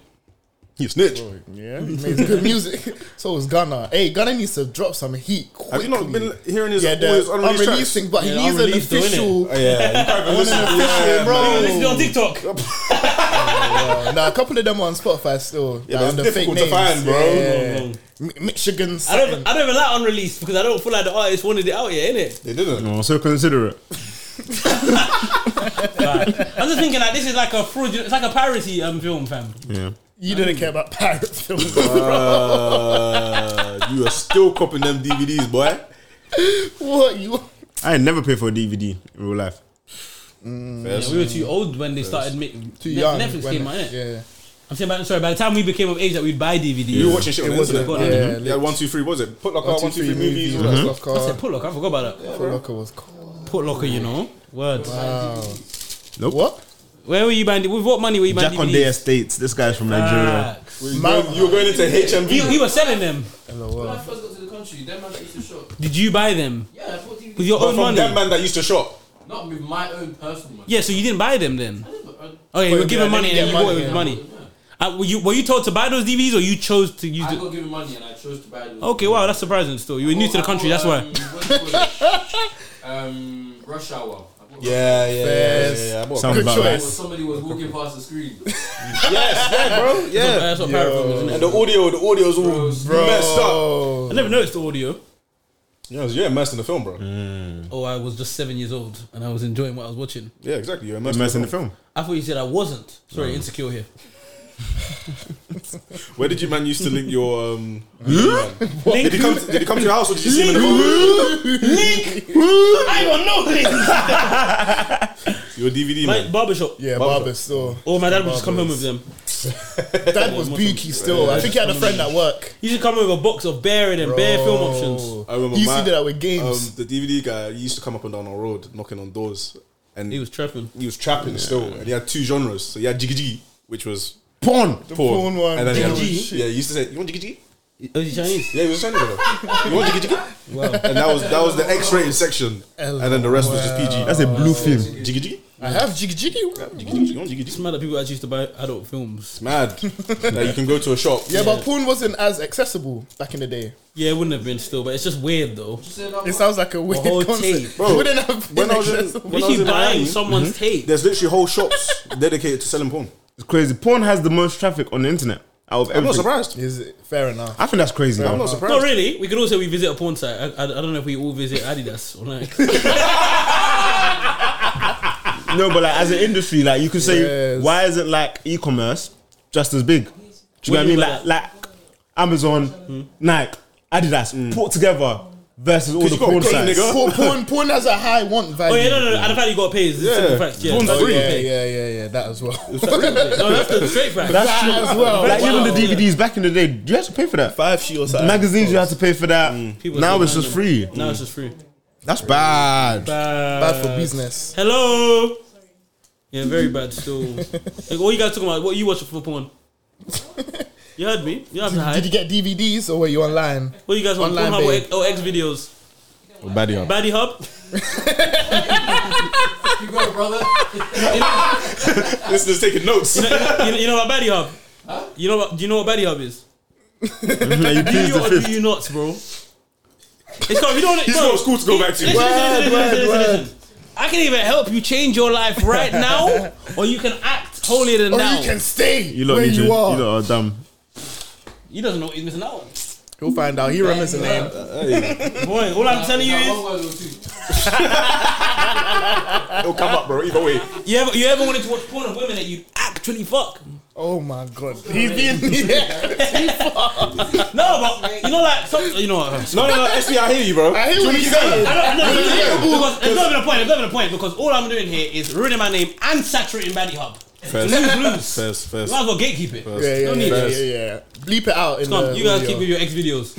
[SPEAKER 9] You snitch.
[SPEAKER 2] Yeah, he makes good music. So is Ghana. Hey, Ghana needs to drop some heat. Quickly.
[SPEAKER 9] Have you not been hearing his
[SPEAKER 2] yeah,
[SPEAKER 9] all his unreleased tracks?
[SPEAKER 2] unreleasing, but
[SPEAKER 4] Yeah,
[SPEAKER 2] he needs an
[SPEAKER 4] unreleased though, innit?
[SPEAKER 2] official.
[SPEAKER 9] Oh, yeah, you can't even listen to
[SPEAKER 2] official,
[SPEAKER 9] yeah,
[SPEAKER 2] bro.
[SPEAKER 9] man.
[SPEAKER 4] You listen on TikTok.
[SPEAKER 9] Uh,
[SPEAKER 2] Yeah, nah, a couple of them are on Spotify still.
[SPEAKER 9] Yeah,
[SPEAKER 2] like,
[SPEAKER 9] but
[SPEAKER 2] on
[SPEAKER 9] it's difficult to find, bro.
[SPEAKER 2] Yeah.
[SPEAKER 4] Mm.
[SPEAKER 2] Mi- Michigan.
[SPEAKER 4] I
[SPEAKER 2] something.
[SPEAKER 4] don't. I don't even like unreleased because I don't feel like the artist wanted it out yet, innit?
[SPEAKER 9] They didn't.
[SPEAKER 5] no, so considerate.
[SPEAKER 4] I'm just thinking like this is like a fraudulent. It's like a piracy um film, fam.
[SPEAKER 5] Yeah.
[SPEAKER 2] You didn't care about pirate films.
[SPEAKER 9] Uh, you are still copying them DVDs, boy.
[SPEAKER 2] what you?
[SPEAKER 5] I ain't never paid for a DVD in real life.
[SPEAKER 4] Mm, Yeah, we were too old when they started making.
[SPEAKER 2] Too young.
[SPEAKER 4] Netflix
[SPEAKER 2] when-
[SPEAKER 4] came out, innit?
[SPEAKER 2] Yeah.
[SPEAKER 4] I'm saying, by, sorry, by the time we became of age, that we'd buy DVDs.
[SPEAKER 9] You were watching shit on
[SPEAKER 2] It
[SPEAKER 9] the
[SPEAKER 2] wasn't.
[SPEAKER 4] got
[SPEAKER 9] internet.
[SPEAKER 2] Yeah.
[SPEAKER 4] that.
[SPEAKER 2] yeah
[SPEAKER 9] Yeah, one, two, three. What was it? Put like Oh, one, two, three movies. all that
[SPEAKER 2] movies,
[SPEAKER 9] stuff.
[SPEAKER 2] Love Car.
[SPEAKER 4] I said Putlock. I forgot about that.
[SPEAKER 2] Foot Locker was cool.
[SPEAKER 4] Putlocker, you know. Word.
[SPEAKER 5] Nope. What?
[SPEAKER 4] Where were you buying? With what money were you buying
[SPEAKER 5] Jack on
[SPEAKER 4] DVDs?
[SPEAKER 5] Day Estates. This guy's from Nigeria.
[SPEAKER 4] Facts.
[SPEAKER 9] You were going- You were going into
[SPEAKER 4] He, he
[SPEAKER 9] HMV.
[SPEAKER 4] was selling them.
[SPEAKER 11] When I first got to the country, them man that used to shop.
[SPEAKER 4] Did you buy them
[SPEAKER 11] Yeah, I bought DVDs.
[SPEAKER 4] with your
[SPEAKER 9] But
[SPEAKER 4] own
[SPEAKER 9] from
[SPEAKER 4] money?
[SPEAKER 9] that man that used to shop.
[SPEAKER 11] Not with my own personal money. uh,
[SPEAKER 4] Yeah, so you didn't buy them then.
[SPEAKER 11] I never- I-
[SPEAKER 4] Oh yeah, you were given
[SPEAKER 2] yeah,
[SPEAKER 4] money and then you
[SPEAKER 2] yeah,
[SPEAKER 4] bought it
[SPEAKER 2] money,
[SPEAKER 4] with
[SPEAKER 2] yeah.
[SPEAKER 4] money. Uh, were you were you told to buy those DVDs or you chose to use
[SPEAKER 11] I
[SPEAKER 4] it?
[SPEAKER 11] got given money and I chose to buy those. Um,
[SPEAKER 4] Okay, wow, that's surprising. Still, you were new to the country, that's why.
[SPEAKER 11] why. Um, rush hour. I bought Rush
[SPEAKER 9] Yeah, yeah,
[SPEAKER 2] Yes.
[SPEAKER 9] yeah, yeah. I bought a
[SPEAKER 5] Sounds
[SPEAKER 9] couple.
[SPEAKER 5] about
[SPEAKER 11] Hour.
[SPEAKER 5] right.
[SPEAKER 11] Or somebody was walking past the screen.
[SPEAKER 9] Yes, yeah, bro. Yeah.
[SPEAKER 4] That's what pirate film is, isn't it?
[SPEAKER 9] And the audio, the audio's all messed up.
[SPEAKER 4] I never noticed the audio.
[SPEAKER 9] Yeah, you're immersed in the film, bro.
[SPEAKER 4] Oh, I was just seven years old and I was enjoying what I was watching.
[SPEAKER 9] Yeah, exactly. You're immersed,
[SPEAKER 5] Mess in the film.
[SPEAKER 4] I thought you said I wasn't. Sorry, insecure here.
[SPEAKER 9] Where did you man used to link your um? did he come? To, did he come to your house or did you see him in the
[SPEAKER 4] Link.
[SPEAKER 9] movie?
[SPEAKER 4] I don't know this.
[SPEAKER 9] Your DVD
[SPEAKER 4] My
[SPEAKER 9] man.
[SPEAKER 4] barbershop.
[SPEAKER 2] Yeah, barber still.
[SPEAKER 4] Oh, my dad would just come home with them.
[SPEAKER 2] Dad was beaky still. I think he had a friend at work.
[SPEAKER 4] He used to come home with a box of bear and then bear film options.
[SPEAKER 2] Oh.
[SPEAKER 9] I remember
[SPEAKER 2] He used
[SPEAKER 9] my,
[SPEAKER 2] to do that with
[SPEAKER 9] um,
[SPEAKER 2] games.
[SPEAKER 9] the DVD guy he used to come up and down our road knocking on doors. and he
[SPEAKER 4] was trapping.
[SPEAKER 9] He was trapping still, and he had two genres. So he had jiggy jiggy, which was
[SPEAKER 5] porn,
[SPEAKER 9] porn,
[SPEAKER 2] porn one.
[SPEAKER 9] and then he had,
[SPEAKER 2] Jiggy jiggy.
[SPEAKER 9] yeah, he used to say, "You want jiggy jiggy?"
[SPEAKER 4] Oh, he's Chinese.
[SPEAKER 9] Yeah, he was Chinese. brother. you want jiggy jiggy? And that was that was the X-rated section, and then the rest was just PG.
[SPEAKER 5] That's a blue film.
[SPEAKER 9] Jiggy jiggy.
[SPEAKER 2] I have jiggy jiggy.
[SPEAKER 4] It's mad that people actually used to buy adult films.
[SPEAKER 9] Mad. like you can go to a shop.
[SPEAKER 2] Yeah, but porn wasn't as accessible back in the day.
[SPEAKER 4] Yeah, it wouldn't have been still, but it's just weird though.
[SPEAKER 2] It sounds like a weird
[SPEAKER 4] whole
[SPEAKER 2] concept.
[SPEAKER 4] tape.
[SPEAKER 2] It wouldn't have been
[SPEAKER 9] when I was in,
[SPEAKER 2] accessible.
[SPEAKER 9] when I was in
[SPEAKER 4] buying
[SPEAKER 9] Miami,
[SPEAKER 4] someone's tape.
[SPEAKER 9] There's literally whole shops dedicated to selling porn.
[SPEAKER 5] It's crazy. Porn has the most traffic on the internet out of
[SPEAKER 9] I'm not
[SPEAKER 5] everything.
[SPEAKER 9] surprised.
[SPEAKER 2] Is it fair enough?
[SPEAKER 5] I think that's crazy.
[SPEAKER 9] I'm
[SPEAKER 5] man.
[SPEAKER 9] not surprised.
[SPEAKER 4] No, really. We could also we visit a porn site. I, I, I don't know if we all visit Adidas or Nike.
[SPEAKER 5] No, but like as an industry, like you could say,
[SPEAKER 2] Yes.
[SPEAKER 5] why isn't like e-commerce just as big? Do you know what I
[SPEAKER 4] do you
[SPEAKER 5] mean?
[SPEAKER 4] mean
[SPEAKER 5] Like like Amazon, Nike, Adidas put together versus all the
[SPEAKER 9] you got
[SPEAKER 5] porn
[SPEAKER 9] paid,
[SPEAKER 5] sites.
[SPEAKER 9] nigga.
[SPEAKER 2] porn, porn, porn has a high want value.
[SPEAKER 4] oh yeah, no, no, no. And the fact you got to pay is a simple fact. Yeah,
[SPEAKER 5] Porn's
[SPEAKER 4] Oh,
[SPEAKER 5] free.
[SPEAKER 4] yeah,
[SPEAKER 2] yeah,
[SPEAKER 4] pay.
[SPEAKER 2] yeah, yeah, yeah, that as well.
[SPEAKER 4] No, that's the straight fact.
[SPEAKER 5] That's true.
[SPEAKER 2] as well.
[SPEAKER 5] Like
[SPEAKER 4] Wow.
[SPEAKER 5] even the DVDs back in the day, you had to pay for that.
[SPEAKER 2] Five sheet or something.
[SPEAKER 5] Magazines, you had to pay for that.
[SPEAKER 4] People
[SPEAKER 5] Now
[SPEAKER 4] still
[SPEAKER 5] it's
[SPEAKER 4] buy
[SPEAKER 5] just
[SPEAKER 4] them.
[SPEAKER 5] free.
[SPEAKER 4] Now it's just free. Uh,
[SPEAKER 5] That's bad.
[SPEAKER 2] Bad
[SPEAKER 9] uh,
[SPEAKER 2] for business.
[SPEAKER 4] Hello. Yeah, very bad. Still, like, what you guys talking about? What you watching for porn? You heard me. You have to
[SPEAKER 2] Did you
[SPEAKER 4] hide.
[SPEAKER 2] get DVDs or were you online?
[SPEAKER 4] What you guys want?
[SPEAKER 2] Online,
[SPEAKER 4] Pornhub or
[SPEAKER 2] babe.
[SPEAKER 4] X, or X videos?
[SPEAKER 5] Bad yeah.
[SPEAKER 4] Baddie Hub.
[SPEAKER 8] You go, brother.
[SPEAKER 9] This is taking notes.
[SPEAKER 4] You know, you know, you know what Baddie Hub? You know what? Do you know what Baddie Hub is?
[SPEAKER 5] you
[SPEAKER 4] Do
[SPEAKER 5] please
[SPEAKER 4] you
[SPEAKER 5] the
[SPEAKER 4] or do
[SPEAKER 5] fifth.
[SPEAKER 4] you not, bro? It's not, if you don't.
[SPEAKER 9] He's
[SPEAKER 4] bro,
[SPEAKER 9] got school to go back to.
[SPEAKER 4] Listen, listen, listen,
[SPEAKER 2] Word,
[SPEAKER 4] listen,
[SPEAKER 2] word,
[SPEAKER 4] listen, listen. I can even help you change your life right now, or you can act holier than
[SPEAKER 2] Or
[SPEAKER 4] thou.
[SPEAKER 2] you can stay
[SPEAKER 5] You lot
[SPEAKER 2] where
[SPEAKER 5] need to.
[SPEAKER 2] you
[SPEAKER 5] You
[SPEAKER 2] are.
[SPEAKER 5] lot are dumb.
[SPEAKER 4] He doesn't know what he's missing out on.
[SPEAKER 2] He'll find out. He remembers the name.
[SPEAKER 4] Boy, all I'm telling you
[SPEAKER 8] One
[SPEAKER 4] is,
[SPEAKER 8] word or two.
[SPEAKER 9] It'll come up, bro. Either way.
[SPEAKER 4] you ever you ever wanted to watch porn of women that you actually fuck?
[SPEAKER 2] Oh my god. He's been yeah.
[SPEAKER 4] No, but you know, like some, you know. what, uh,
[SPEAKER 9] No, no, no. SB, I hear you, bro.
[SPEAKER 2] I hear what you're
[SPEAKER 4] I
[SPEAKER 2] saying.
[SPEAKER 4] don't, I don't, because there's not even a point. There's not even a point because all I'm doing here is ruining my name and saturating Baddie Hub.
[SPEAKER 9] First,
[SPEAKER 4] Lose, lose. You
[SPEAKER 9] first, first.
[SPEAKER 4] might as well gatekeep it.
[SPEAKER 2] Yeah, yeah,
[SPEAKER 4] Don't need
[SPEAKER 2] yeah,
[SPEAKER 4] it.
[SPEAKER 2] yeah, yeah. Bleep it out in
[SPEAKER 4] Come,
[SPEAKER 2] the
[SPEAKER 4] you guys
[SPEAKER 2] video.
[SPEAKER 4] keep with your ex videos.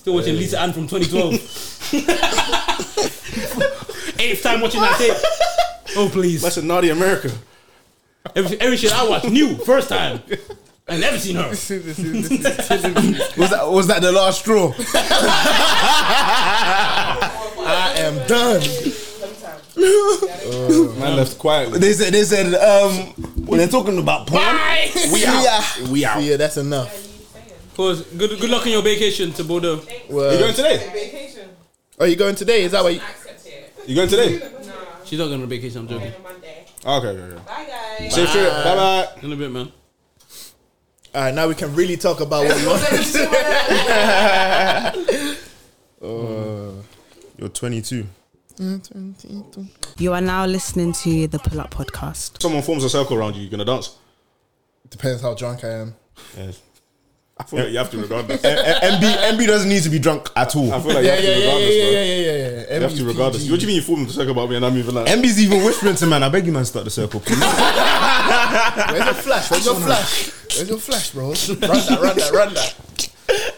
[SPEAKER 4] Still watching Lisa Ann from 2012. Eighth time watching that tape. Oh please!
[SPEAKER 9] That's a naughty America.
[SPEAKER 4] Every, every shit I watch, new first time. I never seen her.
[SPEAKER 5] Was that was that the last straw?
[SPEAKER 2] I am done.
[SPEAKER 9] Man left quietly.
[SPEAKER 5] They said they said um when they're talking about porn. We out. We out.
[SPEAKER 2] Yeah, that's enough.
[SPEAKER 4] Cause good good luck on your vacation to Bordeaux.
[SPEAKER 9] You going
[SPEAKER 2] Well,
[SPEAKER 9] today?
[SPEAKER 10] Vacation.
[SPEAKER 2] are you going today? Is that why you
[SPEAKER 10] Accept it.
[SPEAKER 9] You going today? Oh,
[SPEAKER 10] Nah.
[SPEAKER 4] She's not going on vacation. I'm joking.
[SPEAKER 10] On a Monday.
[SPEAKER 9] Okay, okay, okay.
[SPEAKER 10] Bye guys.
[SPEAKER 9] Safe trip. Bye bye.
[SPEAKER 4] In a bit, man.
[SPEAKER 2] All right, now we can really talk about what we want.
[SPEAKER 5] You're 22.
[SPEAKER 6] You are now listening to the Pull Up Podcast.
[SPEAKER 9] Someone forms a circle around you. You're gonna dance.
[SPEAKER 2] Depends how drunk I am.
[SPEAKER 9] I feel like you have to regard this.
[SPEAKER 5] Uh, uh, MB MB doesn't need to be drunk at all.
[SPEAKER 9] I feel like you
[SPEAKER 2] Yeah, yeah,
[SPEAKER 9] have to
[SPEAKER 2] yeah,
[SPEAKER 9] regard
[SPEAKER 2] yeah, yeah, yeah, E
[SPEAKER 9] this,
[SPEAKER 2] yeah, yeah.
[SPEAKER 9] bro. You have to regard this. What do you mean you formed a circle about me and I'm even like?
[SPEAKER 5] MB's even whispering to man, I beg you man start the circle, please.
[SPEAKER 2] Where's your flash? Where's your flash? Where's your flash, bro? Run that, run that, run that.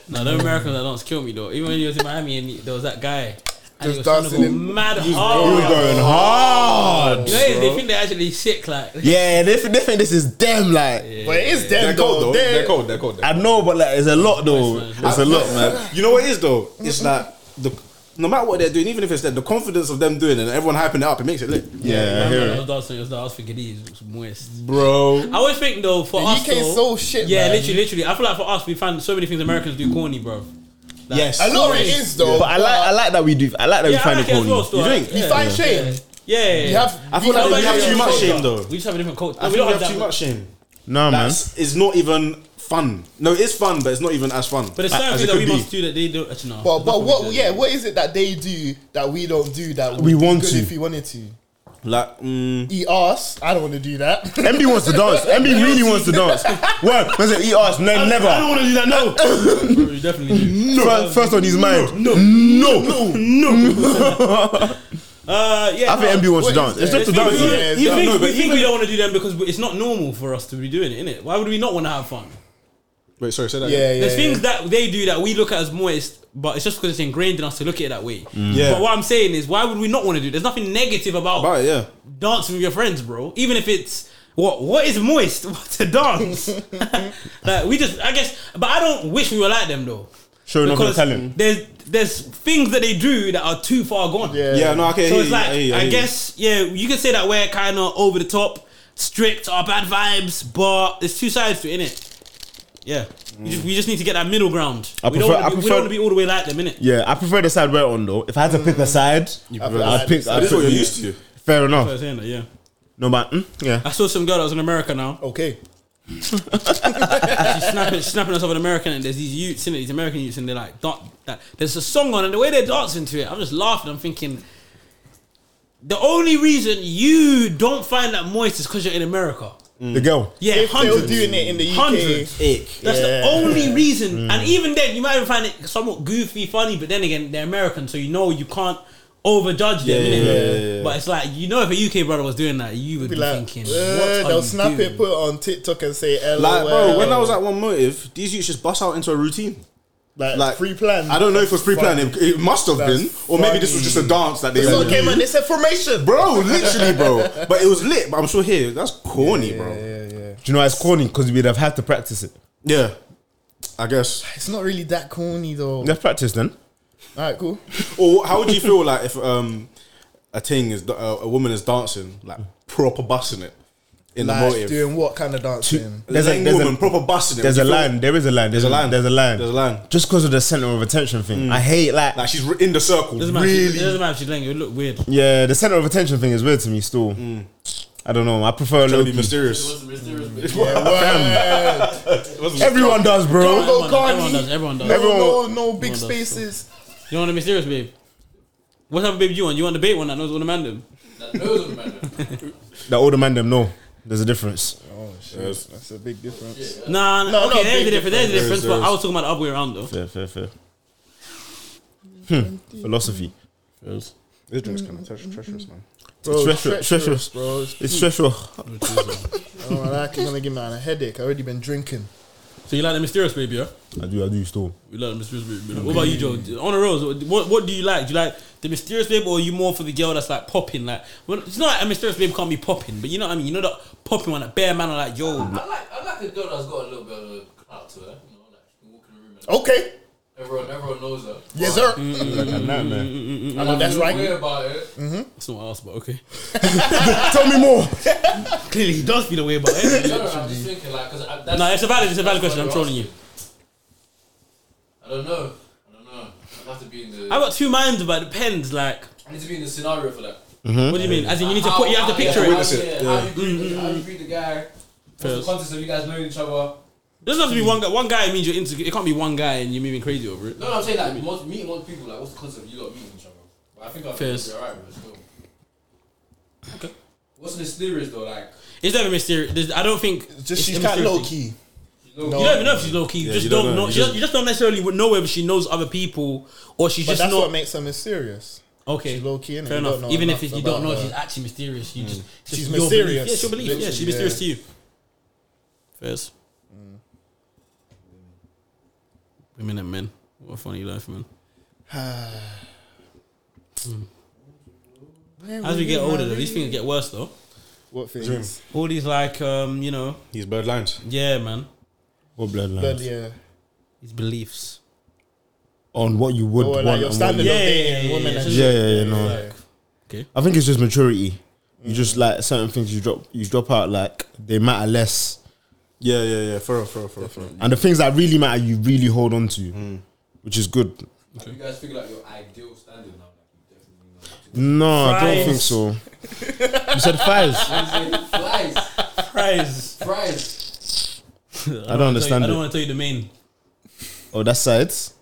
[SPEAKER 4] No, them Americans that dance kill me though. Even when you was in Miami and there was that guy, and he was
[SPEAKER 2] Just
[SPEAKER 4] trying to
[SPEAKER 2] dancing
[SPEAKER 4] go
[SPEAKER 2] in-
[SPEAKER 4] mad
[SPEAKER 5] You're
[SPEAKER 4] hard.
[SPEAKER 5] going hard.
[SPEAKER 4] You know, they- they think they're actually sick. Like
[SPEAKER 5] Yeah, they, think- they think this is them like
[SPEAKER 2] But it is them
[SPEAKER 9] They're cold
[SPEAKER 2] though.
[SPEAKER 9] though. They're
[SPEAKER 2] They're
[SPEAKER 9] cold. They're cold. They're
[SPEAKER 5] I know, but like it's a lot though. It's a lot, man.
[SPEAKER 9] You know what it is though? It's that the no matter what they're doing, even if it's that the confidence of them doing it and everyone hyping it up, it makes it lit.
[SPEAKER 5] Yeah, I hear
[SPEAKER 4] I
[SPEAKER 5] it.
[SPEAKER 4] was dancing. I was dancing for Giddy. It was moist.
[SPEAKER 9] Bro.
[SPEAKER 4] I always think though for
[SPEAKER 2] The
[SPEAKER 4] us,
[SPEAKER 2] UK
[SPEAKER 4] though,
[SPEAKER 2] soul shit,
[SPEAKER 4] Yeah,
[SPEAKER 2] man.
[SPEAKER 4] literally, literally. I feel like for us, we find so many things Americans do corny, bro.
[SPEAKER 9] Yes.
[SPEAKER 2] I know it is though.
[SPEAKER 5] But I like I like that we do I like that
[SPEAKER 4] Yeah,
[SPEAKER 5] we find
[SPEAKER 4] I
[SPEAKER 5] it
[SPEAKER 4] like it as
[SPEAKER 5] corny.
[SPEAKER 4] well. Still,
[SPEAKER 5] You
[SPEAKER 4] I-
[SPEAKER 5] think?
[SPEAKER 4] yeah,
[SPEAKER 2] You find shame.
[SPEAKER 4] Yeah, yeah, yeah.
[SPEAKER 2] You have.
[SPEAKER 9] I feel
[SPEAKER 2] you
[SPEAKER 9] like
[SPEAKER 2] have
[SPEAKER 9] we have
[SPEAKER 4] yeah,
[SPEAKER 9] too
[SPEAKER 4] yeah,
[SPEAKER 9] much
[SPEAKER 4] yeah.
[SPEAKER 9] shame though.
[SPEAKER 4] We just have a different culture.
[SPEAKER 9] I
[SPEAKER 4] we
[SPEAKER 9] think
[SPEAKER 4] don't
[SPEAKER 9] we
[SPEAKER 4] have,
[SPEAKER 9] have too
[SPEAKER 4] that
[SPEAKER 9] much shame.
[SPEAKER 5] Nah man.
[SPEAKER 9] That's it's not even fun. No, it's fun, but it's not even as fun. Ah,
[SPEAKER 4] But it's certain
[SPEAKER 9] as
[SPEAKER 4] things
[SPEAKER 9] it
[SPEAKER 4] that we
[SPEAKER 9] could be.
[SPEAKER 4] must do that they don't. Actually, no.
[SPEAKER 2] But
[SPEAKER 4] There's
[SPEAKER 2] but
[SPEAKER 4] nothing
[SPEAKER 2] what?
[SPEAKER 4] we do.
[SPEAKER 2] Yeah, what is it that they do that we don't do that
[SPEAKER 5] We
[SPEAKER 2] would be
[SPEAKER 5] want
[SPEAKER 2] good
[SPEAKER 5] to.
[SPEAKER 2] if we wanted to
[SPEAKER 9] Like, mm,
[SPEAKER 2] eat ass? I don't want to do that.
[SPEAKER 5] MB wants to dance. MB really wants to dance. What? Was it? He asked. No, never.
[SPEAKER 4] I don't want to do that. No, Bro, you definitely do.
[SPEAKER 5] First, first on his mind. No, no, no.
[SPEAKER 4] Uh, yeah.
[SPEAKER 5] I
[SPEAKER 4] no.
[SPEAKER 5] think MB wants to dance. It's
[SPEAKER 4] It's
[SPEAKER 5] just to
[SPEAKER 4] things
[SPEAKER 5] dance.
[SPEAKER 4] we,
[SPEAKER 5] innit?
[SPEAKER 2] yeah,
[SPEAKER 4] you
[SPEAKER 2] no,
[SPEAKER 4] think,
[SPEAKER 9] no,
[SPEAKER 4] we,
[SPEAKER 9] but
[SPEAKER 4] think we don't want to do them because it's not normal for us to be doing it, innit? Why would we not want to have fun?
[SPEAKER 9] Wait, sorry, say that.
[SPEAKER 2] Yeah,
[SPEAKER 9] again.
[SPEAKER 4] There's things that they do that we look at as moist, but it's just because it's ingrained in us to look at it that way.
[SPEAKER 9] Mm. Yeah.
[SPEAKER 4] But what I'm saying is, why would we not want to do? it? There's nothing negative about,
[SPEAKER 9] About it, yeah.
[SPEAKER 4] dancing with your friends, bro. Even if it's what what is moist to dance? like we just, I guess, but I don't wish we were like them though.
[SPEAKER 5] Showing off your
[SPEAKER 4] Because
[SPEAKER 5] talent.
[SPEAKER 4] There's there's things that they do that are too far gone.
[SPEAKER 9] Yeah, no, I can
[SPEAKER 4] So
[SPEAKER 9] hear
[SPEAKER 4] it's
[SPEAKER 9] you,
[SPEAKER 4] like
[SPEAKER 9] I hear you, I hear you.
[SPEAKER 4] guess yeah, you can say that we're kind of over the top, strict, or bad vibes, but there's two sides to it, innit? Yeah, we, just, we just need to get that middle ground.
[SPEAKER 5] I
[SPEAKER 4] we don't
[SPEAKER 5] prefer-
[SPEAKER 4] wanna
[SPEAKER 5] I
[SPEAKER 4] be, we
[SPEAKER 5] prefer-
[SPEAKER 4] don't want to be all the way like them, innit?
[SPEAKER 5] Yeah, I prefer the side we're on though. If I had to pick a side,
[SPEAKER 4] prefer
[SPEAKER 5] I'd
[SPEAKER 4] the
[SPEAKER 5] pick.
[SPEAKER 4] side.
[SPEAKER 5] I'd
[SPEAKER 4] This is
[SPEAKER 5] pick
[SPEAKER 4] what you're
[SPEAKER 5] the-
[SPEAKER 4] used
[SPEAKER 5] Fair
[SPEAKER 4] to. That's what I'm
[SPEAKER 5] enough.
[SPEAKER 4] saying, like, yeah.
[SPEAKER 5] No, but mm, yeah.
[SPEAKER 4] I saw some girl that was in America now.
[SPEAKER 2] Okay.
[SPEAKER 4] She's snapping, snapping us over an American, and there's these youths in it, these American youths, and they're like, dan- that. There's a song on, and the way they're dancing to it, I'm just laughing. I'm thinking, the only reason you don't find that moist is because you're in America.
[SPEAKER 5] The girl.
[SPEAKER 4] Yeah,
[SPEAKER 2] If they were
[SPEAKER 4] hundreds.
[SPEAKER 2] doing it in the UK,
[SPEAKER 4] hundreds.
[SPEAKER 5] Ick.
[SPEAKER 4] That's the
[SPEAKER 2] Yeah.
[SPEAKER 4] only reason.
[SPEAKER 2] Mm.
[SPEAKER 4] And even then, you might even find it somewhat goofy, funny. But then again, they're American, so you know you can't overjudge
[SPEAKER 9] Yeah,
[SPEAKER 4] them.
[SPEAKER 9] yeah,
[SPEAKER 4] innit?
[SPEAKER 9] yeah, yeah, yeah.
[SPEAKER 4] But it's like you know, if a UK brother was doing that, you would
[SPEAKER 2] Be
[SPEAKER 4] be,
[SPEAKER 2] like,
[SPEAKER 4] thinking,
[SPEAKER 2] "Eh,"
[SPEAKER 4] "What are
[SPEAKER 2] they'll
[SPEAKER 4] you
[SPEAKER 2] snap
[SPEAKER 4] doing?"
[SPEAKER 2] it, put it on TikTok, and say, "LOL."
[SPEAKER 9] Like, bro, when I was at One Motive, these youths just bust out into a routine.
[SPEAKER 2] Like, pre-planned.
[SPEAKER 9] I don't know if it was pre-planned. It,
[SPEAKER 2] Funny.
[SPEAKER 9] it must have
[SPEAKER 2] That's
[SPEAKER 9] been, or maybe this was
[SPEAKER 2] funny.
[SPEAKER 9] just a dance that they.
[SPEAKER 2] This all
[SPEAKER 9] wanted to
[SPEAKER 2] came
[SPEAKER 9] do.
[SPEAKER 2] and they said formation,
[SPEAKER 9] bro. Literally, bro. But it was lit. But I'm sure here that's corny, bro.
[SPEAKER 5] Do you know why it's corny? Because we'd have had to practice it.
[SPEAKER 9] Yeah, I guess.
[SPEAKER 2] It's not really that corny though.
[SPEAKER 5] Let's practice then.
[SPEAKER 2] All right, cool.
[SPEAKER 9] Or how would you feel like if um a thing is uh, a woman is dancing like proper busting it in
[SPEAKER 2] like,
[SPEAKER 9] the motive?
[SPEAKER 2] doing what kind of dancing?
[SPEAKER 9] There's a woman proper busting it.
[SPEAKER 5] There's a
[SPEAKER 9] Would you feel-
[SPEAKER 5] line. There is a line. There's, a line. There's a line. There's
[SPEAKER 9] a line.
[SPEAKER 5] Just because of the center of attention thing, I hate like
[SPEAKER 9] like she's in the circle.
[SPEAKER 4] Doesn't matter. if she-
[SPEAKER 9] Really,
[SPEAKER 4] It doesn't matter if she's laying. It would look weird.
[SPEAKER 5] yeah. The center of attention thing is weird to me still. I don't know. I prefer
[SPEAKER 9] trying to be
[SPEAKER 5] low-key.
[SPEAKER 9] mysterious.
[SPEAKER 5] Everyone does, bro.
[SPEAKER 4] Everyone does,
[SPEAKER 2] Cardi.
[SPEAKER 4] everyone does. Everyone does.
[SPEAKER 2] No,
[SPEAKER 5] Everyone-
[SPEAKER 2] no, no big
[SPEAKER 4] Everyone does,
[SPEAKER 2] spaces.
[SPEAKER 4] You want to be serious, babe? What type of babe do you want? You want the bait one that knows all the man them?
[SPEAKER 11] That knows what the man do.
[SPEAKER 5] The older man them know. There's a difference.
[SPEAKER 2] Oh shit, that's a big difference.
[SPEAKER 4] Nah,
[SPEAKER 2] No,
[SPEAKER 4] no,
[SPEAKER 2] no,
[SPEAKER 4] okay, there's
[SPEAKER 2] big
[SPEAKER 4] a difference. There's a
[SPEAKER 5] difference.
[SPEAKER 4] difference,
[SPEAKER 5] There
[SPEAKER 4] but
[SPEAKER 5] is,
[SPEAKER 4] I was talking about the other way around though.
[SPEAKER 5] Fair, fair, fair. Hmm. Philosophy. It's
[SPEAKER 9] This drink's kind of treacherous, man.
[SPEAKER 2] Bro,
[SPEAKER 5] treacherous.
[SPEAKER 2] treacherous,
[SPEAKER 5] treacherous.
[SPEAKER 2] bro. It's
[SPEAKER 5] It's
[SPEAKER 2] deep.
[SPEAKER 5] treacherous.
[SPEAKER 2] Oh, like it's gonna give me a headache. I already been drinking.
[SPEAKER 4] So you like the mysterious baby, yeah?
[SPEAKER 5] I do, I do still.
[SPEAKER 4] You like the mysterious baby. What about you, Joe? On the roads, what what do you like? Do you like the mysterious babe, or are you more for the girl that's like popping? Like, well, it's not like a mysterious babe can't be popping, but you know what I mean. You know that popping one, that bare man, are like yo.
[SPEAKER 11] I like I like a girl that's got a little bit of a clout to her. You know, like she can walk in the room. And
[SPEAKER 2] Okay.
[SPEAKER 11] Everyone, everyone knows her.
[SPEAKER 2] Yes, sir.
[SPEAKER 4] Mm-hmm.
[SPEAKER 2] I know
[SPEAKER 11] And I
[SPEAKER 2] that's
[SPEAKER 11] feel
[SPEAKER 2] right.
[SPEAKER 11] weird about it.
[SPEAKER 4] That's not what I asked, but okay.
[SPEAKER 5] Tell me more.
[SPEAKER 4] Clearly, he does feel the way about it.
[SPEAKER 11] No, no, I'm just thinking like, cause I, that's,
[SPEAKER 4] no, it's a valid, it's a valid
[SPEAKER 11] that's
[SPEAKER 4] question.
[SPEAKER 11] what
[SPEAKER 4] I'm
[SPEAKER 11] you're
[SPEAKER 4] trolling you.
[SPEAKER 11] asking. I don't know. I don't know. I have to be in the.
[SPEAKER 4] I got two minds about it. Depends, like,
[SPEAKER 11] I need to be in the scenario for that.
[SPEAKER 5] Hmm?
[SPEAKER 4] what do you mean? As in, you need to put, you have to
[SPEAKER 11] How-
[SPEAKER 4] picture
[SPEAKER 11] how-
[SPEAKER 4] it.
[SPEAKER 11] yeah, How you greet the- how you greet the guy? What's the
[SPEAKER 4] Fair.
[SPEAKER 11] context of you guys knowing each other?
[SPEAKER 4] Doesn't have to be one guy. One guy means you're into. It can't be one guy and you're moving crazy over it.
[SPEAKER 11] No, no, I'm saying like most, meeting most people. Like, what's the concept of you lot meeting each other? But I think I'm
[SPEAKER 4] Fairs.
[SPEAKER 11] be alright with it. Still. Okay. What's mysterious though? Like,
[SPEAKER 4] It's never mysterious. There's, I don't think.
[SPEAKER 2] Just
[SPEAKER 4] it's
[SPEAKER 2] she's
[SPEAKER 4] a
[SPEAKER 2] kind of
[SPEAKER 4] mysterious
[SPEAKER 2] low
[SPEAKER 4] thing.
[SPEAKER 2] key.
[SPEAKER 11] you
[SPEAKER 4] You
[SPEAKER 11] know,
[SPEAKER 2] Oh.
[SPEAKER 4] don't even know if she's low key. You
[SPEAKER 9] Yeah,
[SPEAKER 4] just
[SPEAKER 9] you
[SPEAKER 4] don't,
[SPEAKER 9] don't know.
[SPEAKER 4] know. You
[SPEAKER 9] You
[SPEAKER 4] just,
[SPEAKER 9] just-
[SPEAKER 4] you just don't necessarily would know whether she knows other people or she's
[SPEAKER 2] But
[SPEAKER 4] just
[SPEAKER 2] that's
[SPEAKER 4] not.
[SPEAKER 2] what makes her mysterious.
[SPEAKER 4] okay,
[SPEAKER 2] She's low key, innit?
[SPEAKER 4] Fair
[SPEAKER 2] You
[SPEAKER 4] enough.
[SPEAKER 2] don't know
[SPEAKER 4] Even
[SPEAKER 2] enough
[SPEAKER 4] if you don't
[SPEAKER 2] about
[SPEAKER 4] know if
[SPEAKER 2] her. Mm.
[SPEAKER 4] she's actually mysterious, you just it's
[SPEAKER 2] She's
[SPEAKER 4] just your belief.
[SPEAKER 2] mysterious,
[SPEAKER 4] Yeah, it's your belief. Yeah,
[SPEAKER 2] literally, Mm.
[SPEAKER 4] she's mysterious to
[SPEAKER 2] yeah.
[SPEAKER 4] you. Fairs. Women and men. What a funny life, man. As we get older, though, these things get worse, though.
[SPEAKER 2] What things?
[SPEAKER 9] Dream.
[SPEAKER 4] All these, like, um, you know,
[SPEAKER 9] These bird lines.
[SPEAKER 4] yeah, man.
[SPEAKER 5] What bloodline?
[SPEAKER 2] But yeah.
[SPEAKER 4] These beliefs.
[SPEAKER 5] On what you would
[SPEAKER 2] Or
[SPEAKER 5] want.
[SPEAKER 2] Oh, like your
[SPEAKER 5] and what
[SPEAKER 2] standard
[SPEAKER 5] you-
[SPEAKER 2] of
[SPEAKER 4] Yeah, yeah,
[SPEAKER 2] dating
[SPEAKER 4] yeah,
[SPEAKER 2] women
[SPEAKER 4] yeah.
[SPEAKER 2] and
[SPEAKER 5] yeah,
[SPEAKER 2] shit.
[SPEAKER 5] yeah, yeah, no. I think it's just maturity. You just like certain things you drop, you drop out like they matter less,
[SPEAKER 9] Yeah, yeah, yeah. For real, for real, for real, for real.
[SPEAKER 5] and the things that really matter, you really hold on to,
[SPEAKER 2] Hmm.
[SPEAKER 5] which is good.
[SPEAKER 11] have you guys figured out your ideal standard now? Like, you definitely know. what to do.
[SPEAKER 5] No, I don't
[SPEAKER 4] Fries.
[SPEAKER 5] think so. You said fries.
[SPEAKER 11] Fries,
[SPEAKER 4] Prize.
[SPEAKER 11] fries.
[SPEAKER 5] I don't understand
[SPEAKER 4] I don't
[SPEAKER 5] it.
[SPEAKER 4] want to tell you the main.
[SPEAKER 5] Oh, that's sides.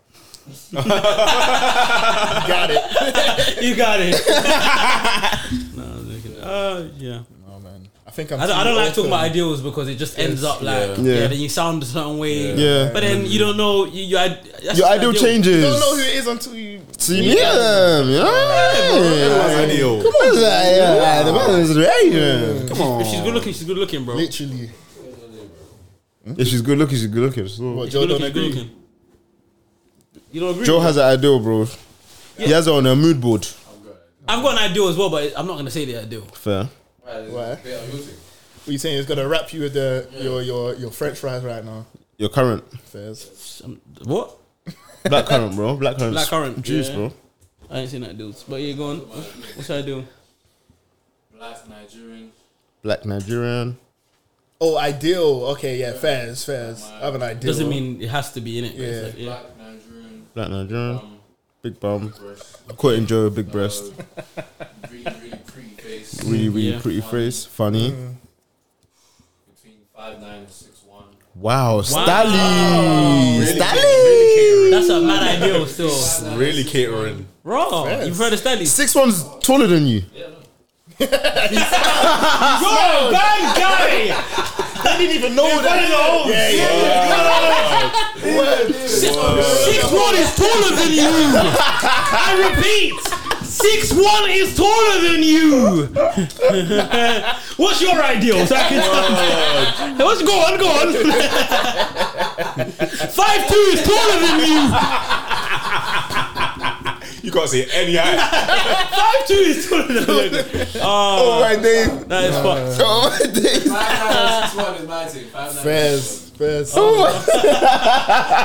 [SPEAKER 2] Got it.
[SPEAKER 4] You got it. no, I'm joking. Uh, yeah.
[SPEAKER 2] Oh man, I think I'm.
[SPEAKER 4] I don't, I
[SPEAKER 2] too
[SPEAKER 4] don't like
[SPEAKER 2] open.
[SPEAKER 4] talking about ideals because it just ends up like yeah.
[SPEAKER 5] Yeah.
[SPEAKER 4] Then you sound a certain way.
[SPEAKER 5] Yeah. Yeah.
[SPEAKER 4] But then you don't know you, you id- that's
[SPEAKER 5] Your
[SPEAKER 4] just
[SPEAKER 5] ideal changes.
[SPEAKER 2] You don't know who it is until you.
[SPEAKER 5] See me, yeah,
[SPEAKER 9] Everyone's
[SPEAKER 5] yeah.
[SPEAKER 9] ideal.
[SPEAKER 5] Come on, yeah, yeah, the man is right, yeah. Come
[SPEAKER 4] If
[SPEAKER 5] on.
[SPEAKER 4] she's good looking, she's good looking, bro.
[SPEAKER 2] Literally.
[SPEAKER 5] If she's good looking, she's good looking. So
[SPEAKER 2] What, Joe don't agree?
[SPEAKER 4] You don't agree?
[SPEAKER 5] Joe has an ideal, bro. He has it on a mood board.
[SPEAKER 4] I've got an ideal as well, but I'm not gonna say the ideal.
[SPEAKER 5] Fair.
[SPEAKER 2] Why? What are you saying? He's gonna wrap you with the your your your French fries right now.
[SPEAKER 5] Your current.
[SPEAKER 2] Fairs.
[SPEAKER 4] What?
[SPEAKER 5] Black current, bro. Black current.
[SPEAKER 4] Black current
[SPEAKER 5] Juice,
[SPEAKER 4] yeah.
[SPEAKER 5] bro.
[SPEAKER 4] I ain't seen that dudes, but yeah, go on. What should I do?
[SPEAKER 11] Black Nigerian.
[SPEAKER 5] Black Nigerian.
[SPEAKER 2] Oh, ideal. Okay, yeah, fairs, fairs. I have an ideal.
[SPEAKER 4] Doesn't mean it has to be in it.
[SPEAKER 2] Yeah.
[SPEAKER 4] yeah.
[SPEAKER 5] Black Nigerian. big bum. I quite enjoy a big breast.
[SPEAKER 11] Really, really pretty face.
[SPEAKER 5] Really, really
[SPEAKER 11] Yeah.
[SPEAKER 5] pretty face. Funny.
[SPEAKER 11] Between five nine and six one.
[SPEAKER 5] Wow,
[SPEAKER 11] Wow.
[SPEAKER 5] Stally.
[SPEAKER 11] Really
[SPEAKER 5] Stally.
[SPEAKER 4] That's a mad ideal still.
[SPEAKER 9] Really catering.
[SPEAKER 4] Bro, you've heard of Stanley?
[SPEAKER 5] Six one's taller than you.
[SPEAKER 4] Bro, bad guy!
[SPEAKER 2] I didn't even know that. Yeah, yeah.
[SPEAKER 4] Six one is taller than you. I repeat, six one is taller than you. What's your ideal? So I can tell. What's go on, go on. Five two is taller than you.
[SPEAKER 9] You can't see any height.
[SPEAKER 4] Five two is taller than you. Oh,
[SPEAKER 5] my days.
[SPEAKER 4] that is fucked.
[SPEAKER 5] Oh my days.
[SPEAKER 11] Five nine six one is my team.
[SPEAKER 2] Fairs, fairs.
[SPEAKER 4] Oh.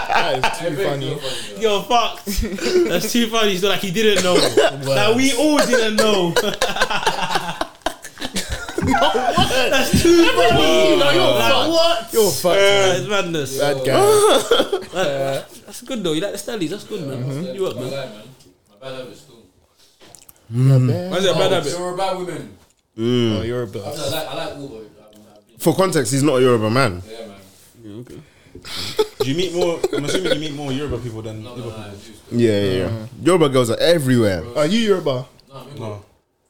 [SPEAKER 2] that is too funny.
[SPEAKER 4] Yo, fucked. That's too funny. He's like he didn't know. Like we all didn't know. That's too funny. Like, what?
[SPEAKER 2] You're fucked. man.
[SPEAKER 4] That is madness.
[SPEAKER 2] Bad guy.
[SPEAKER 4] That- that's good though. You like the Stellies? That's good, man.
[SPEAKER 2] Mm-hmm.
[SPEAKER 4] You up,
[SPEAKER 11] My
[SPEAKER 4] man?
[SPEAKER 11] bad, man. My bad habits too.
[SPEAKER 4] Why is it a bad habit?
[SPEAKER 11] So we're about women.
[SPEAKER 2] Oh, you're a
[SPEAKER 11] I
[SPEAKER 2] bad.
[SPEAKER 11] like, I like all of them.
[SPEAKER 5] For context, he's not a Yoruba man.
[SPEAKER 11] Yeah, man.
[SPEAKER 4] Okay.
[SPEAKER 9] Do you meet more? I'm assuming you meet more Yoruba people than Yoruba people.
[SPEAKER 5] Yeah, yeah, yeah. Mm. Yoruba girls are everywhere.
[SPEAKER 2] Are Uh, you Yoruba?
[SPEAKER 11] No, I mean,
[SPEAKER 9] No.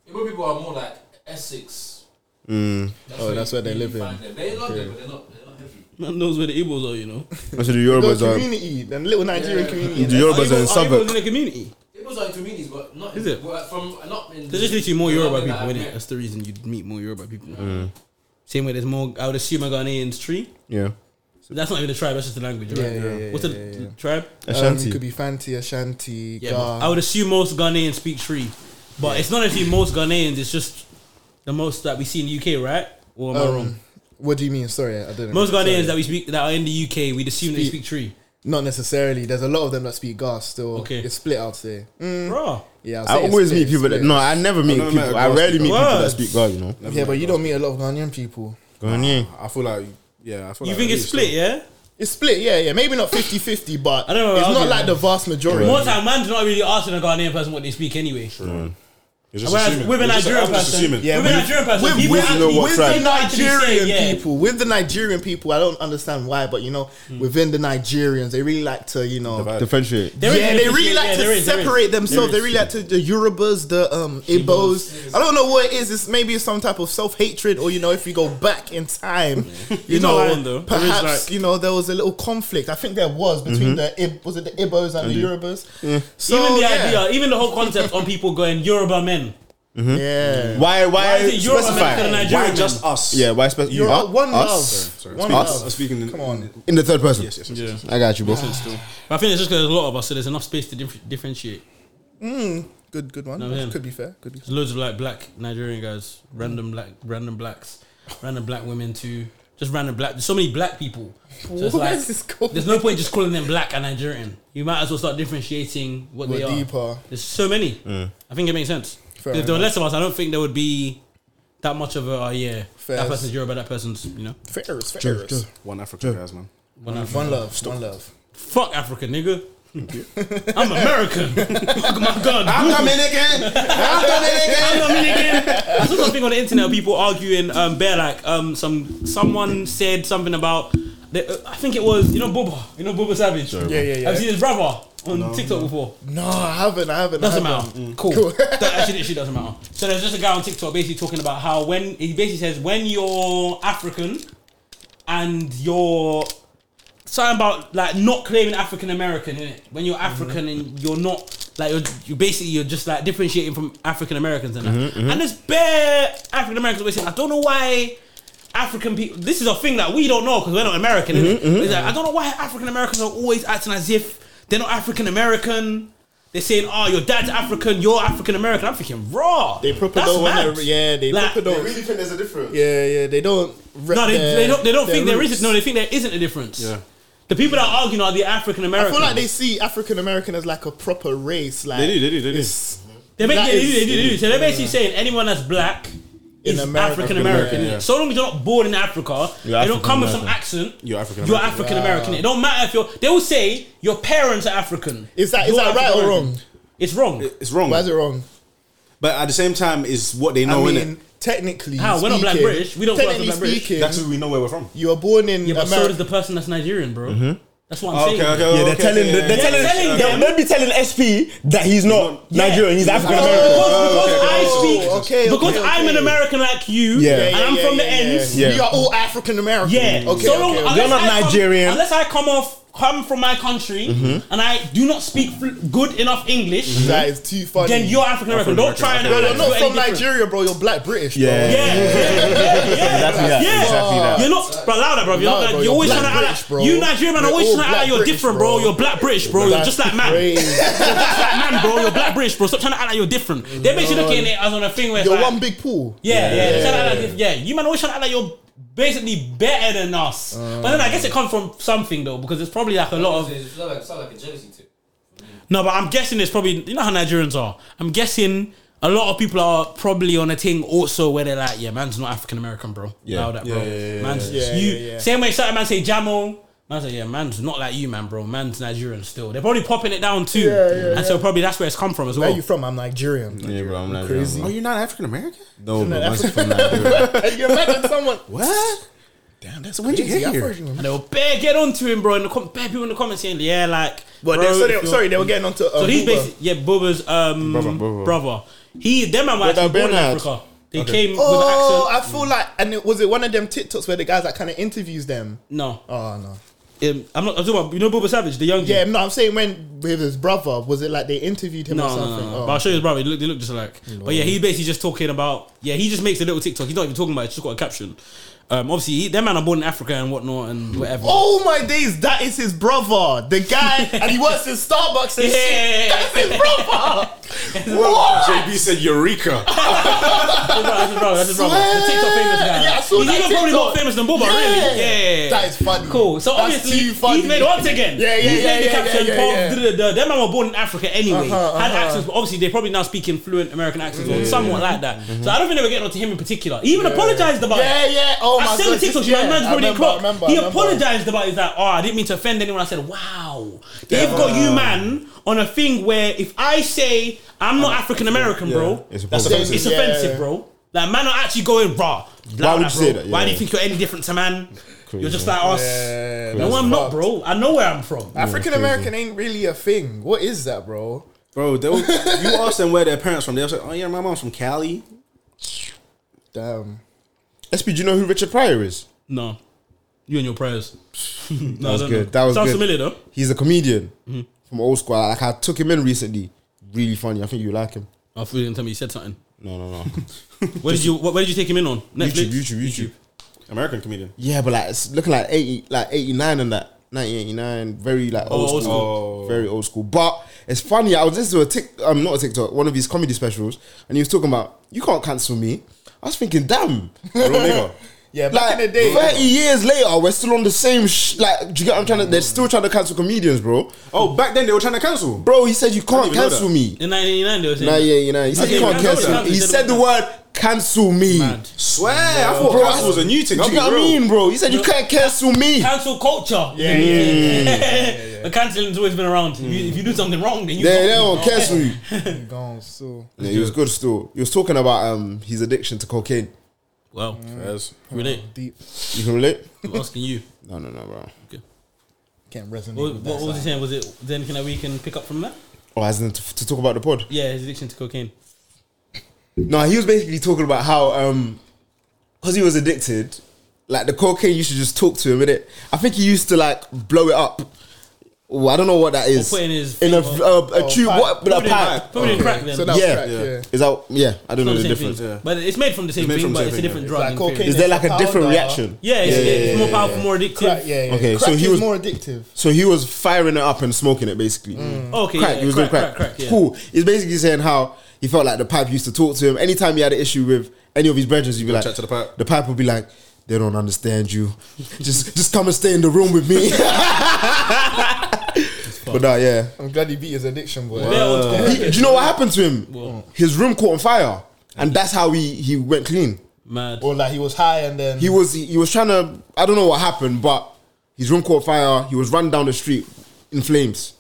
[SPEAKER 11] Igbo people are more like Essex.
[SPEAKER 4] Hmm.
[SPEAKER 5] Mm.
[SPEAKER 2] Oh, that's where they
[SPEAKER 11] you
[SPEAKER 2] live in.
[SPEAKER 11] find them. They love them, but they're not. They're not heavy.
[SPEAKER 4] Man knows where the Igbos are, you know.
[SPEAKER 5] Actually, the
[SPEAKER 2] The
[SPEAKER 5] Yorubas are.
[SPEAKER 2] community, the little Nigerian community.
[SPEAKER 5] The Yorubas are in
[SPEAKER 4] Igbos- Igbos in
[SPEAKER 5] Suffolk.
[SPEAKER 4] the community.
[SPEAKER 11] Igbos are in communities, but not.
[SPEAKER 4] Is
[SPEAKER 11] in,
[SPEAKER 4] it?
[SPEAKER 11] well, From not in.
[SPEAKER 4] There's just literally more
[SPEAKER 11] they're not
[SPEAKER 4] Yoruba
[SPEAKER 11] in that
[SPEAKER 4] people, innit?
[SPEAKER 11] area.
[SPEAKER 4] That's the reason you'd meet more Yoruba people. Same way there's more, I would assume, a Ghanaians tree.
[SPEAKER 5] Yeah.
[SPEAKER 4] That's not even a tribe, that's just a language, right?
[SPEAKER 2] Yeah, yeah, yeah,
[SPEAKER 4] What's a
[SPEAKER 2] yeah, yeah. uh,
[SPEAKER 4] tribe?
[SPEAKER 2] Um,
[SPEAKER 5] Ashanti.
[SPEAKER 2] could be Fanti, Ashanti,
[SPEAKER 4] Yeah,
[SPEAKER 2] Ga.
[SPEAKER 4] I would assume most Ghanaians speak Sri, but it's not actually most Ghanaians. It's just the most that we see in the UK, right? Or am I
[SPEAKER 2] Um,
[SPEAKER 4] wrong?
[SPEAKER 2] What do you mean? Sorry, I didn't.
[SPEAKER 4] Most
[SPEAKER 2] sorry.
[SPEAKER 4] Ghanaians that we speak that are in the UK, we'd assume they
[SPEAKER 2] Speak-
[SPEAKER 4] speak Tree.
[SPEAKER 2] Not necessarily. There's a lot of them that speak Gas still.
[SPEAKER 4] Okay.
[SPEAKER 2] It's split, I'd say. Mm,
[SPEAKER 4] Bruh.
[SPEAKER 2] yeah,
[SPEAKER 5] I
[SPEAKER 2] I'd say it's
[SPEAKER 5] always
[SPEAKER 2] split,
[SPEAKER 5] meet people
[SPEAKER 2] split.
[SPEAKER 5] that. No, I never meet
[SPEAKER 9] never
[SPEAKER 5] people.
[SPEAKER 9] met a
[SPEAKER 5] I
[SPEAKER 9] girl
[SPEAKER 5] rarely meet people
[SPEAKER 9] speak
[SPEAKER 5] that
[SPEAKER 4] Words.
[SPEAKER 5] speak God, you know.
[SPEAKER 2] Yeah, but you don't meet a lot of Ghanaian people.
[SPEAKER 5] Ghanaian.
[SPEAKER 9] I feel like, yeah, I feel
[SPEAKER 4] You
[SPEAKER 9] like
[SPEAKER 4] think
[SPEAKER 9] I
[SPEAKER 4] it's
[SPEAKER 9] do
[SPEAKER 4] split, yeah?
[SPEAKER 2] It's split, yeah, yeah. Maybe not 50 50, but
[SPEAKER 4] I don't know,
[SPEAKER 2] it's
[SPEAKER 4] I'll
[SPEAKER 2] not
[SPEAKER 4] be
[SPEAKER 2] like the
[SPEAKER 4] honest.
[SPEAKER 2] vast majority.
[SPEAKER 4] More time, man's not really asking a Ghanaian person what they speak anyway.
[SPEAKER 9] You're just
[SPEAKER 4] Whereas
[SPEAKER 9] assuming.
[SPEAKER 4] with a
[SPEAKER 9] You're just-
[SPEAKER 4] Nigerian
[SPEAKER 9] I'm just
[SPEAKER 4] person-
[SPEAKER 9] assuming.
[SPEAKER 4] Yeah, With a Nigerian person,
[SPEAKER 2] with,
[SPEAKER 4] people
[SPEAKER 2] with-
[SPEAKER 4] actually-
[SPEAKER 2] with
[SPEAKER 5] What
[SPEAKER 2] the
[SPEAKER 5] tribe?
[SPEAKER 2] Nigerian
[SPEAKER 4] Actually say, yeah.
[SPEAKER 2] people, with the Nigerian people, I don't understand why, but you know,
[SPEAKER 4] Hmm.
[SPEAKER 2] within the Nigerians, they really like to, you know,
[SPEAKER 9] Divide.
[SPEAKER 5] Differentiate.
[SPEAKER 4] There is
[SPEAKER 2] yeah,
[SPEAKER 4] a
[SPEAKER 2] they
[SPEAKER 4] difference,
[SPEAKER 2] really like
[SPEAKER 4] yeah,
[SPEAKER 2] to
[SPEAKER 4] there is, there is.
[SPEAKER 2] separate themselves.
[SPEAKER 4] There
[SPEAKER 2] They
[SPEAKER 4] is.
[SPEAKER 2] really like to the Yorubas, the um Igbos. I don't know what it is. It's maybe it's some type of self hatred, or you know, if you go back in time, you
[SPEAKER 4] He's not
[SPEAKER 2] know,
[SPEAKER 4] lying, though. There is,
[SPEAKER 2] perhaps
[SPEAKER 4] like- Mm-hmm.
[SPEAKER 2] you know there was a little conflict. I think there was between the Ib- was it the Igbos and the Yorubas. So
[SPEAKER 4] even the
[SPEAKER 2] yeah.
[SPEAKER 4] idea, even the whole concept on people going Yoruba men.
[SPEAKER 2] yeah.
[SPEAKER 5] Why? Why,
[SPEAKER 4] Why is it Yoruba men instead of
[SPEAKER 5] specify?
[SPEAKER 4] Nigerian
[SPEAKER 9] Why
[SPEAKER 4] men?
[SPEAKER 9] just us?
[SPEAKER 5] Yeah, why specify?
[SPEAKER 2] You're all one
[SPEAKER 5] us
[SPEAKER 2] love.
[SPEAKER 9] Sorry,
[SPEAKER 2] One
[SPEAKER 9] speaking, I'm
[SPEAKER 2] love.
[SPEAKER 9] speaking in,
[SPEAKER 2] Come on.
[SPEAKER 5] in the third person.
[SPEAKER 9] Yes, yes, yes. yes.
[SPEAKER 5] I got you, bro.
[SPEAKER 4] But I think it's just because there's a lot of us, so there's enough space to dif- differentiate.
[SPEAKER 2] Good, good one.
[SPEAKER 4] No, man.
[SPEAKER 2] Could be fair. Could be fair.
[SPEAKER 4] There's loads of like black Nigerian guys, random black, random blacks, random black women too. Just random black. There's so many black people. So it's
[SPEAKER 2] Where
[SPEAKER 4] like,
[SPEAKER 2] is this going?
[SPEAKER 4] there's no point just calling them black and Nigerian. You might as well start differentiating what
[SPEAKER 2] We're
[SPEAKER 4] they are.
[SPEAKER 2] deeper.
[SPEAKER 4] There's so many. I think it makes sense.
[SPEAKER 2] Fair
[SPEAKER 4] if there were
[SPEAKER 2] enough.
[SPEAKER 4] less of us, I don't think there would be that much of a oh yeah.
[SPEAKER 2] Fair.
[SPEAKER 4] That person's Yoruba. That person's you know
[SPEAKER 2] Fair is fair. is.
[SPEAKER 9] One African guys, man.
[SPEAKER 4] one African.
[SPEAKER 2] One love. One love.
[SPEAKER 4] Fuck Africa, nigga. I'm American. Fuck my god. I'm
[SPEAKER 9] Dominican. I'm Dominican.
[SPEAKER 4] Dominican. I saw something on the internet. People arguing. Um, bear like um, some someone said something about. The, uh, I think it was you know Bubba. You know Bubba Savage.
[SPEAKER 2] Yeah, yeah, yeah.
[SPEAKER 4] I've seen his brother on TikTok before.
[SPEAKER 2] No, I haven't. I haven't. I
[SPEAKER 4] Doesn't
[SPEAKER 2] haven't.
[SPEAKER 4] matter. Cool. that actually, actually doesn't matter. So there's just a guy on TikTok basically talking about how when he basically says when you're African and you're something about like not claiming African American in it. When you're African and you're not like you're, you basically you're just like differentiating from African Americans and that. And there's bare African Americans always saying I don't know why African people. This is a thing that we don't know because we're not American. innit?
[SPEAKER 2] Mm-hmm,
[SPEAKER 8] Mhm, mhm.
[SPEAKER 4] It's like, I don't know why African Americans are always acting as if they're not African American. They're saying, "Oh, your dad's African, you're African American." I'm thinking, raw. They
[SPEAKER 2] proper don't wanna- yeah, they proper don't- They
[SPEAKER 4] really think there's a difference.
[SPEAKER 2] Yeah, yeah, they don't. rep
[SPEAKER 4] No, they,
[SPEAKER 2] their-
[SPEAKER 4] they don't. They don't
[SPEAKER 2] their
[SPEAKER 4] think there
[SPEAKER 2] roots.
[SPEAKER 4] isn't. No, they think there isn't a difference. Yeah. The people that are arguing are the African
[SPEAKER 2] I
[SPEAKER 4] Americans.
[SPEAKER 2] feel like they see African American as like a proper race. Like
[SPEAKER 4] They do, they do,
[SPEAKER 2] they do.
[SPEAKER 4] They make, they, do, they do, they do. So they're basically saying anyone that's black
[SPEAKER 2] uh, In
[SPEAKER 4] is
[SPEAKER 2] America.
[SPEAKER 4] African American.
[SPEAKER 2] Yeah.
[SPEAKER 4] So long as you're not born in Africa, you
[SPEAKER 2] You're
[SPEAKER 4] don't come with some
[SPEAKER 2] African-American.
[SPEAKER 4] accent.
[SPEAKER 2] You're Ah. African-American.
[SPEAKER 4] You're African American.
[SPEAKER 2] Wow.
[SPEAKER 4] It don't matter if you're. They will say your parents are African.
[SPEAKER 2] Is that- is
[SPEAKER 4] You're
[SPEAKER 2] that right or
[SPEAKER 4] African-American.
[SPEAKER 2] wrong?
[SPEAKER 4] It's wrong.
[SPEAKER 9] It's wrong.
[SPEAKER 2] Why is it wrong?
[SPEAKER 9] But at the same time, it's what they
[SPEAKER 2] I
[SPEAKER 9] know,
[SPEAKER 2] mean,
[SPEAKER 9] innit?
[SPEAKER 2] technically,
[SPEAKER 4] How? We're not black
[SPEAKER 2] speaking-
[SPEAKER 4] British. We don't call
[SPEAKER 2] technically
[SPEAKER 4] ourselves black British.
[SPEAKER 2] speaking,
[SPEAKER 9] That's who we know where we're from.
[SPEAKER 2] You are born in
[SPEAKER 4] Yeah, but so does
[SPEAKER 2] America.
[SPEAKER 4] the person that's Nigerian, bro.
[SPEAKER 2] Mhm.
[SPEAKER 4] That's what I'm
[SPEAKER 2] Okay,
[SPEAKER 4] saying.
[SPEAKER 2] okay, Yeah, they're okay, telling- okay, they're yeah, telling- yeah.
[SPEAKER 4] telling
[SPEAKER 5] They'll,
[SPEAKER 4] them-
[SPEAKER 5] they'll be telling SP that he's not Nigerian, he's African American.
[SPEAKER 4] Because, because I speak,
[SPEAKER 2] Oh, okay,
[SPEAKER 4] because
[SPEAKER 2] okay,
[SPEAKER 4] I'm an
[SPEAKER 2] okay.
[SPEAKER 4] American like you,
[SPEAKER 5] Yeah.
[SPEAKER 4] and
[SPEAKER 5] Yeah, yeah,
[SPEAKER 4] I'm from the
[SPEAKER 5] yeah, yeah,
[SPEAKER 4] ends.
[SPEAKER 5] yeah. We are
[SPEAKER 2] all African American.
[SPEAKER 4] Yeah.
[SPEAKER 2] Okay,
[SPEAKER 4] So
[SPEAKER 2] okay,
[SPEAKER 4] long,
[SPEAKER 2] okay.
[SPEAKER 4] unless
[SPEAKER 2] You're not
[SPEAKER 4] I come-
[SPEAKER 2] Nigerian.
[SPEAKER 4] unless I come off, come from my country,
[SPEAKER 2] Mhm.
[SPEAKER 4] and I do not speak fl- good enough English.
[SPEAKER 2] Mhm. That is too funny.
[SPEAKER 4] Then you're African American. Don't try and
[SPEAKER 2] Bro, you're
[SPEAKER 4] act
[SPEAKER 2] not
[SPEAKER 4] any
[SPEAKER 2] from
[SPEAKER 4] different.
[SPEAKER 2] Nigeria, bro. You're black British. Bro.
[SPEAKER 4] Yeah. Yeah.
[SPEAKER 5] Exactly that.
[SPEAKER 4] Yeah.
[SPEAKER 5] Exactly that.
[SPEAKER 4] You're not, bro. Louder, bro. You're,
[SPEAKER 2] Louder,
[SPEAKER 4] not,
[SPEAKER 2] bro.
[SPEAKER 4] you're,
[SPEAKER 2] You're
[SPEAKER 4] always
[SPEAKER 2] black
[SPEAKER 4] trying to
[SPEAKER 2] British,
[SPEAKER 4] act.
[SPEAKER 2] bro.
[SPEAKER 4] Like, you Nigerian man
[SPEAKER 2] We're
[SPEAKER 4] always
[SPEAKER 2] all
[SPEAKER 4] trying to act
[SPEAKER 2] black
[SPEAKER 4] like you're
[SPEAKER 2] British,
[SPEAKER 4] different, bro. You're black British, bro. You're
[SPEAKER 2] That's
[SPEAKER 4] just like man. You're
[SPEAKER 2] crazy.
[SPEAKER 4] just like man, bro. You're black British, bro. Stop trying to act like you're different. They're basically
[SPEAKER 2] No.
[SPEAKER 4] looking at it as on a thing where it's
[SPEAKER 2] You're
[SPEAKER 4] like,
[SPEAKER 2] one big pool.
[SPEAKER 4] yeah, yeah,
[SPEAKER 2] Yeah.
[SPEAKER 4] yeah. yeah. Like, yeah. You man always trying to act like you're basically better than us. But then I guess it comes from something though, because it's probably like a lot of.
[SPEAKER 11] It's not like, it's not like a jealousy tip.
[SPEAKER 4] No, but I'm guessing it's probably you know how Nigerians are. I'm guessing a lot of people are probably on a thing also where they're like, yeah, man's not African American, bro.
[SPEAKER 9] Yeah.
[SPEAKER 4] Now that, bro.
[SPEAKER 9] Yeah, yeah, yeah,
[SPEAKER 4] man's
[SPEAKER 9] yeah, yeah.
[SPEAKER 4] you.
[SPEAKER 9] Yeah, yeah, yeah.
[SPEAKER 4] Same way certain man say Jamo. Man say, yeah, man's not like you, man, bro. Man's Nigerian still. They're probably popping it down too,
[SPEAKER 2] Yeah, yeah,
[SPEAKER 4] and
[SPEAKER 2] yeah.
[SPEAKER 4] so probably that's where it's come from as
[SPEAKER 2] Where
[SPEAKER 4] well.
[SPEAKER 2] you from? I'm Nigerian.
[SPEAKER 5] Yeah, bro, I'm Nigerian.
[SPEAKER 2] Crazy. Oh,
[SPEAKER 5] bro.
[SPEAKER 4] Oh,
[SPEAKER 9] You're not African American?
[SPEAKER 5] No,
[SPEAKER 2] Isn't
[SPEAKER 5] bro,
[SPEAKER 2] that
[SPEAKER 5] man's from Nigeria.
[SPEAKER 2] Can you imagine someone?
[SPEAKER 9] What? Damn, that's when
[SPEAKER 2] crazy. I thought you were-
[SPEAKER 4] And they'll bear get onto him, bro. In the com- bear people in the comments saying, yeah, like.
[SPEAKER 2] But
[SPEAKER 4] bro,
[SPEAKER 2] they- so they-
[SPEAKER 4] if you're-
[SPEAKER 2] sorry, they were getting onto, uh,
[SPEAKER 4] so he's
[SPEAKER 2] Booba.
[SPEAKER 4] basically yeah, Booba's um,
[SPEAKER 2] Brother,
[SPEAKER 4] brother,
[SPEAKER 2] brother.
[SPEAKER 4] He them man were
[SPEAKER 2] With
[SPEAKER 4] actually
[SPEAKER 2] that
[SPEAKER 4] born in
[SPEAKER 2] Bernard.
[SPEAKER 4] Africa. They
[SPEAKER 2] Okay.
[SPEAKER 4] came
[SPEAKER 2] Oh,
[SPEAKER 4] with an accent.
[SPEAKER 2] I feel like, and it, was it one of them TikToks where the guys that kind of interviews them?
[SPEAKER 4] No.
[SPEAKER 2] Oh no.
[SPEAKER 4] Um, I'm not. I'm talking about you know Booba Savage, the young.
[SPEAKER 2] Yeah, no, I'm saying when with his brother, was it like they interviewed him
[SPEAKER 4] No,
[SPEAKER 2] or
[SPEAKER 4] no, no,
[SPEAKER 2] something?
[SPEAKER 4] no.
[SPEAKER 2] Oh.
[SPEAKER 4] But I'll show you his brother. They look, they look just like. But yeah, he's basically just talking about. Yeah, he just makes a little TikTok. He's not even talking about it. It's just got a caption. Um, obviously, he, them man are born in Africa and whatnot and whatever.
[SPEAKER 2] Oh my days, that is his brother. The guy, and he works in Starbucks and shit.
[SPEAKER 4] Yeah.
[SPEAKER 2] That's his brother.
[SPEAKER 9] Whoa, JB said Eureka.
[SPEAKER 4] That's his brother. That's his brother. The
[SPEAKER 2] Swear.
[SPEAKER 4] TikTok famous guy.
[SPEAKER 2] Yeah, I saw
[SPEAKER 4] he's
[SPEAKER 2] that
[SPEAKER 4] even probably
[SPEAKER 2] TikTok.
[SPEAKER 4] more famous than Booba,
[SPEAKER 2] Yeah.
[SPEAKER 4] really. Yeah.
[SPEAKER 2] That is funny.
[SPEAKER 4] Cool. So
[SPEAKER 2] That's
[SPEAKER 4] obviously
[SPEAKER 2] too funny.
[SPEAKER 4] he's made once again.
[SPEAKER 2] Yeah, yeah,
[SPEAKER 4] he's
[SPEAKER 2] yeah,
[SPEAKER 4] made the
[SPEAKER 2] yeah,
[SPEAKER 4] caption.
[SPEAKER 2] yeah, yeah,
[SPEAKER 4] pop,
[SPEAKER 2] yeah.
[SPEAKER 4] duh, duh, duh. Them man were born in Africa anyway.
[SPEAKER 2] Uh-huh,
[SPEAKER 4] Had
[SPEAKER 2] uh-huh.
[SPEAKER 4] accents, but obviously they probably now speaking fluent American accents or
[SPEAKER 2] Yeah. Mm-hmm.
[SPEAKER 4] somewhat like that. So I don't think they were getting onto him in particular. He even apologized about
[SPEAKER 2] Yeah,
[SPEAKER 4] it.
[SPEAKER 2] yeah. Oh my
[SPEAKER 4] I sent
[SPEAKER 2] God,
[SPEAKER 4] TikTok to
[SPEAKER 2] yeah,
[SPEAKER 4] my
[SPEAKER 2] I
[SPEAKER 4] man's
[SPEAKER 2] remember,
[SPEAKER 4] already
[SPEAKER 2] I
[SPEAKER 4] clocked.
[SPEAKER 2] remember, I
[SPEAKER 4] He
[SPEAKER 2] remember.
[SPEAKER 4] apologized about it. He's like, oh, I didn't mean to offend anyone. I said, wow, they've got you, man, on a thing where if I say I'm not African American, bro,
[SPEAKER 5] It's
[SPEAKER 4] that's
[SPEAKER 5] offensive.
[SPEAKER 4] It's
[SPEAKER 5] Yeah, yeah,
[SPEAKER 4] offensive,
[SPEAKER 5] yeah.
[SPEAKER 4] bro. Like, man, are actually going raw.
[SPEAKER 5] Why would you say that?
[SPEAKER 4] Why
[SPEAKER 5] Yeah.
[SPEAKER 4] do you think you're any different to man? You're just like us.
[SPEAKER 2] Yeah,
[SPEAKER 4] no,
[SPEAKER 2] that's
[SPEAKER 4] I'm not, bro. I know where I'm from.
[SPEAKER 2] African American ain't really a thing. What is that, bro?
[SPEAKER 9] Bro, they will, you ask them where their parents from. They'll say, oh, yeah, my mom's from Cali.
[SPEAKER 2] Damn.
[SPEAKER 5] SP, do you know who Richard Pryor is?
[SPEAKER 4] No. You and your prayers. no,
[SPEAKER 5] That was
[SPEAKER 4] I don't know.
[SPEAKER 5] good. That was
[SPEAKER 4] Sounds
[SPEAKER 5] good.
[SPEAKER 4] familiar though.
[SPEAKER 5] He's a comedian
[SPEAKER 4] Mhm.
[SPEAKER 5] from old school. Like I took him in recently. Really funny. I think you like him.
[SPEAKER 4] I thought you didn't tell me you said something.
[SPEAKER 5] No, no, no.
[SPEAKER 4] Where did you what, where did you take him in on? Netflix?
[SPEAKER 5] YouTube, YouTube, YouTube.
[SPEAKER 9] American comedian.
[SPEAKER 5] Yeah, but like it's looking like eighty, like eighty nine and that. 1989, very like
[SPEAKER 4] Oh,
[SPEAKER 5] old,
[SPEAKER 4] old
[SPEAKER 5] school,
[SPEAKER 4] school.
[SPEAKER 5] very old school. But it's funny. I was listening to a tick, um, not a TikTok, one of his comedy specials, and he was talking about you can't cancel me. I was thinking, damn,
[SPEAKER 9] Real nigga.
[SPEAKER 2] Yeah, back
[SPEAKER 5] like
[SPEAKER 2] in the day.
[SPEAKER 5] thirty years later, we're still on the same. Sh- like, do you get what I'm trying to? They're still trying to cancel comedians, bro.
[SPEAKER 9] Oh, back then they were trying to cancel.
[SPEAKER 5] Bro, he said you
[SPEAKER 9] I
[SPEAKER 5] can't
[SPEAKER 9] didn't even know
[SPEAKER 5] cancel
[SPEAKER 9] that.
[SPEAKER 5] me.
[SPEAKER 4] In 1989 they were saying
[SPEAKER 5] Nah,
[SPEAKER 4] that.
[SPEAKER 5] yeah, you know, he said
[SPEAKER 4] Okay,
[SPEAKER 5] you can't
[SPEAKER 4] cancel
[SPEAKER 5] cancel.
[SPEAKER 4] them.
[SPEAKER 5] He said the word cancel me.
[SPEAKER 9] Swear, I thought
[SPEAKER 5] Bro,
[SPEAKER 9] cancel was a new thing.
[SPEAKER 5] Do
[SPEAKER 9] I'll
[SPEAKER 5] you
[SPEAKER 9] be
[SPEAKER 5] get what I
[SPEAKER 9] real.
[SPEAKER 5] mean, bro? He said you can't cancel me.
[SPEAKER 4] Cancel culture.
[SPEAKER 5] Yeah, yeah, yeah, yeah, Mm.
[SPEAKER 4] But canceling's always been around. You- if you do something wrong, then you
[SPEAKER 5] They, they
[SPEAKER 4] gone.
[SPEAKER 5] don't cancel you.
[SPEAKER 2] Gone so.
[SPEAKER 5] Yeah, he was good still. He was talking about um his addiction to cocaine.
[SPEAKER 4] Well,
[SPEAKER 9] Fairs.
[SPEAKER 4] relate.
[SPEAKER 2] Deep.
[SPEAKER 5] You can relate?
[SPEAKER 4] I'm asking you.
[SPEAKER 5] No, no, no, bro.
[SPEAKER 2] Can't resonate.
[SPEAKER 4] What,
[SPEAKER 2] with
[SPEAKER 4] what,
[SPEAKER 2] that
[SPEAKER 4] was he
[SPEAKER 2] sound.
[SPEAKER 4] saying? Was it is there anything that we can pick up from that?
[SPEAKER 5] Oh, as in to, to talk about the pod.
[SPEAKER 4] Yeah, his addiction to cocaine.
[SPEAKER 5] No, he was basically talking about how um because he was addicted, like the cocaine used to just talk to him in it. I think he used to like blow it up. Well, I don't know what that is.
[SPEAKER 4] put in his-
[SPEAKER 5] in a, uh,
[SPEAKER 4] well,
[SPEAKER 5] a, a
[SPEAKER 4] oh,
[SPEAKER 5] tube,
[SPEAKER 4] pipe.
[SPEAKER 5] what, but
[SPEAKER 4] Put it
[SPEAKER 5] a
[SPEAKER 4] in
[SPEAKER 5] pipe.
[SPEAKER 4] crack. Put it in crack then. So that was
[SPEAKER 5] yeah.
[SPEAKER 4] crack, yeah.
[SPEAKER 5] Is that yeah? I don't know
[SPEAKER 4] It's
[SPEAKER 5] the
[SPEAKER 4] not the same
[SPEAKER 5] difference.
[SPEAKER 4] thing. But it's made from the same
[SPEAKER 5] It's made
[SPEAKER 4] thing,
[SPEAKER 5] from the
[SPEAKER 4] but
[SPEAKER 5] same
[SPEAKER 4] it's a
[SPEAKER 5] thing,
[SPEAKER 4] different
[SPEAKER 5] yeah.
[SPEAKER 4] drug.
[SPEAKER 5] Like
[SPEAKER 4] in
[SPEAKER 5] cocaine
[SPEAKER 4] theory.
[SPEAKER 5] is Is there like a powder. different reaction?
[SPEAKER 4] Yeah,
[SPEAKER 5] Yeah,
[SPEAKER 4] it's,
[SPEAKER 5] yeah,
[SPEAKER 4] it's
[SPEAKER 5] yeah,
[SPEAKER 4] more
[SPEAKER 5] yeah,
[SPEAKER 4] powerful,
[SPEAKER 5] yeah.
[SPEAKER 4] more addictive.
[SPEAKER 2] yeah, yeah.
[SPEAKER 5] Okay, so
[SPEAKER 2] Crack
[SPEAKER 5] he
[SPEAKER 2] is
[SPEAKER 5] was
[SPEAKER 2] more addictive.
[SPEAKER 5] So he was firing it up and smoking it, basically.
[SPEAKER 4] Oh, Okay,
[SPEAKER 5] crack.
[SPEAKER 4] yeah,
[SPEAKER 5] he was
[SPEAKER 4] crack,
[SPEAKER 5] doing
[SPEAKER 4] crack,
[SPEAKER 5] crack.
[SPEAKER 4] crack, yeah.
[SPEAKER 5] Cool. He's basically saying how he felt like the pipe used to talk to him. Anytime he had an issue with any of his brethren, he'd be like,
[SPEAKER 9] chat to the pipe.
[SPEAKER 5] The pipe would be like, "They don't understand you. just, just come and stay in the room with me." but nah, yeah.
[SPEAKER 2] I'm glad he beat his addiction, boy.
[SPEAKER 5] He- do you know what happened to him? His room caught on fire, and that's how he he went clean.
[SPEAKER 4] Mad.
[SPEAKER 2] Or like he was high and then
[SPEAKER 5] He was he was trying to I don't know what happened, but his room caught fire. He was run down the street in flames.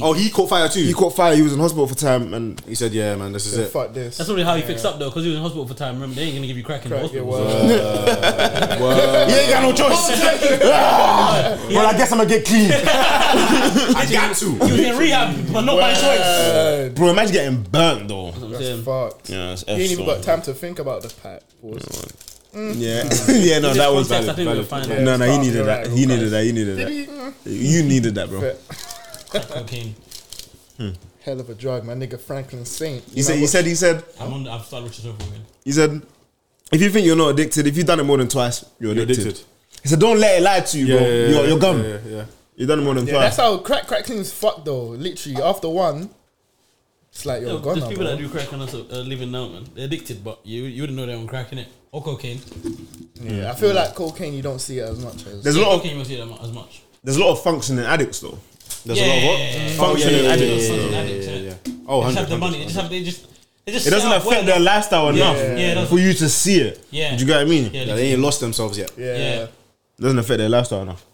[SPEAKER 9] Oh, he caught fire too.
[SPEAKER 5] He caught fire. He was in hospital for time, and
[SPEAKER 9] he said, "Yeah, man, this is it.
[SPEAKER 2] Fuck this."
[SPEAKER 4] That's probably how he fixed up though, because he was in hospital for time. Remember, they ain't gonna give you crack in the hospital.
[SPEAKER 5] You ain't got no choice. Well, I guess I'm gonna get clean,
[SPEAKER 9] I got to.
[SPEAKER 4] He was in rehab, but not by choice.
[SPEAKER 5] bro. Imagine getting burnt though.
[SPEAKER 2] That's fucked.
[SPEAKER 5] Yeah, that's
[SPEAKER 2] you ain't even
[SPEAKER 5] F-song.
[SPEAKER 2] got time to think about the pipe. boys. Mm.
[SPEAKER 5] Yeah, yeah, no, that
[SPEAKER 2] In this
[SPEAKER 5] was
[SPEAKER 2] context,
[SPEAKER 5] valid.
[SPEAKER 2] I think
[SPEAKER 5] valid.
[SPEAKER 2] we're fine.
[SPEAKER 5] No, no,
[SPEAKER 2] Yeah,
[SPEAKER 5] he
[SPEAKER 2] it's
[SPEAKER 5] needed
[SPEAKER 2] fine.
[SPEAKER 5] that. He needed that. He needed that. You needed that, bro.
[SPEAKER 4] Crack cocaine.
[SPEAKER 2] Hell of a drug, my nigga Franklin Saint.
[SPEAKER 5] He said. He said. He said.
[SPEAKER 4] I'm on. I've started Richard Over again.
[SPEAKER 5] He said, if you think you're not addicted, if you've done it more than twice, you're
[SPEAKER 9] You're
[SPEAKER 5] addicted.
[SPEAKER 9] addicted.
[SPEAKER 5] He said, don't let it lie to you,
[SPEAKER 9] Yeah,
[SPEAKER 5] bro.
[SPEAKER 9] yeah,
[SPEAKER 5] you're,
[SPEAKER 9] yeah,
[SPEAKER 5] you're gum.
[SPEAKER 9] yeah, yeah, yeah.
[SPEAKER 5] You've done it more than
[SPEAKER 2] Yeah,
[SPEAKER 5] twice.
[SPEAKER 2] that's how crack crack cleans fuck though. Literally after one, it's like you're
[SPEAKER 4] Yo,
[SPEAKER 2] gone.
[SPEAKER 4] there's people
[SPEAKER 2] bro.
[SPEAKER 4] that do crack and also uh, living now, man. They're addicted, but you you wouldn't know they're on crack in it or cocaine.
[SPEAKER 2] Yeah, I feel like cocaine you don't see it as much as.
[SPEAKER 5] There's a
[SPEAKER 4] Yeah,
[SPEAKER 5] lot of-
[SPEAKER 4] cocaine. You don't see that mu- as much.
[SPEAKER 5] There's a lot of functioning addicts, though. There's
[SPEAKER 4] Yeah,
[SPEAKER 5] a lot of what?
[SPEAKER 4] yeah, yeah, yeah.
[SPEAKER 9] Oh,
[SPEAKER 5] Functioning
[SPEAKER 4] Yeah, yeah, yeah,
[SPEAKER 5] addicts.
[SPEAKER 4] yeah, yeah, yeah, yeah, yeah.
[SPEAKER 5] Oh,
[SPEAKER 4] they
[SPEAKER 5] 100,
[SPEAKER 4] just have the money. They just have. They just. They just
[SPEAKER 5] It doesn't
[SPEAKER 4] set up
[SPEAKER 5] affect
[SPEAKER 4] well
[SPEAKER 5] their lifestyle
[SPEAKER 4] Yeah,
[SPEAKER 5] enough
[SPEAKER 4] Yeah, it
[SPEAKER 5] for
[SPEAKER 4] doesn't-
[SPEAKER 5] you to see it.
[SPEAKER 4] Yeah.
[SPEAKER 5] Do you get what I mean?
[SPEAKER 4] Yeah,
[SPEAKER 9] Like, they ain't lost themselves yet.
[SPEAKER 4] yeah.
[SPEAKER 5] doesn't affect their lifestyle enough.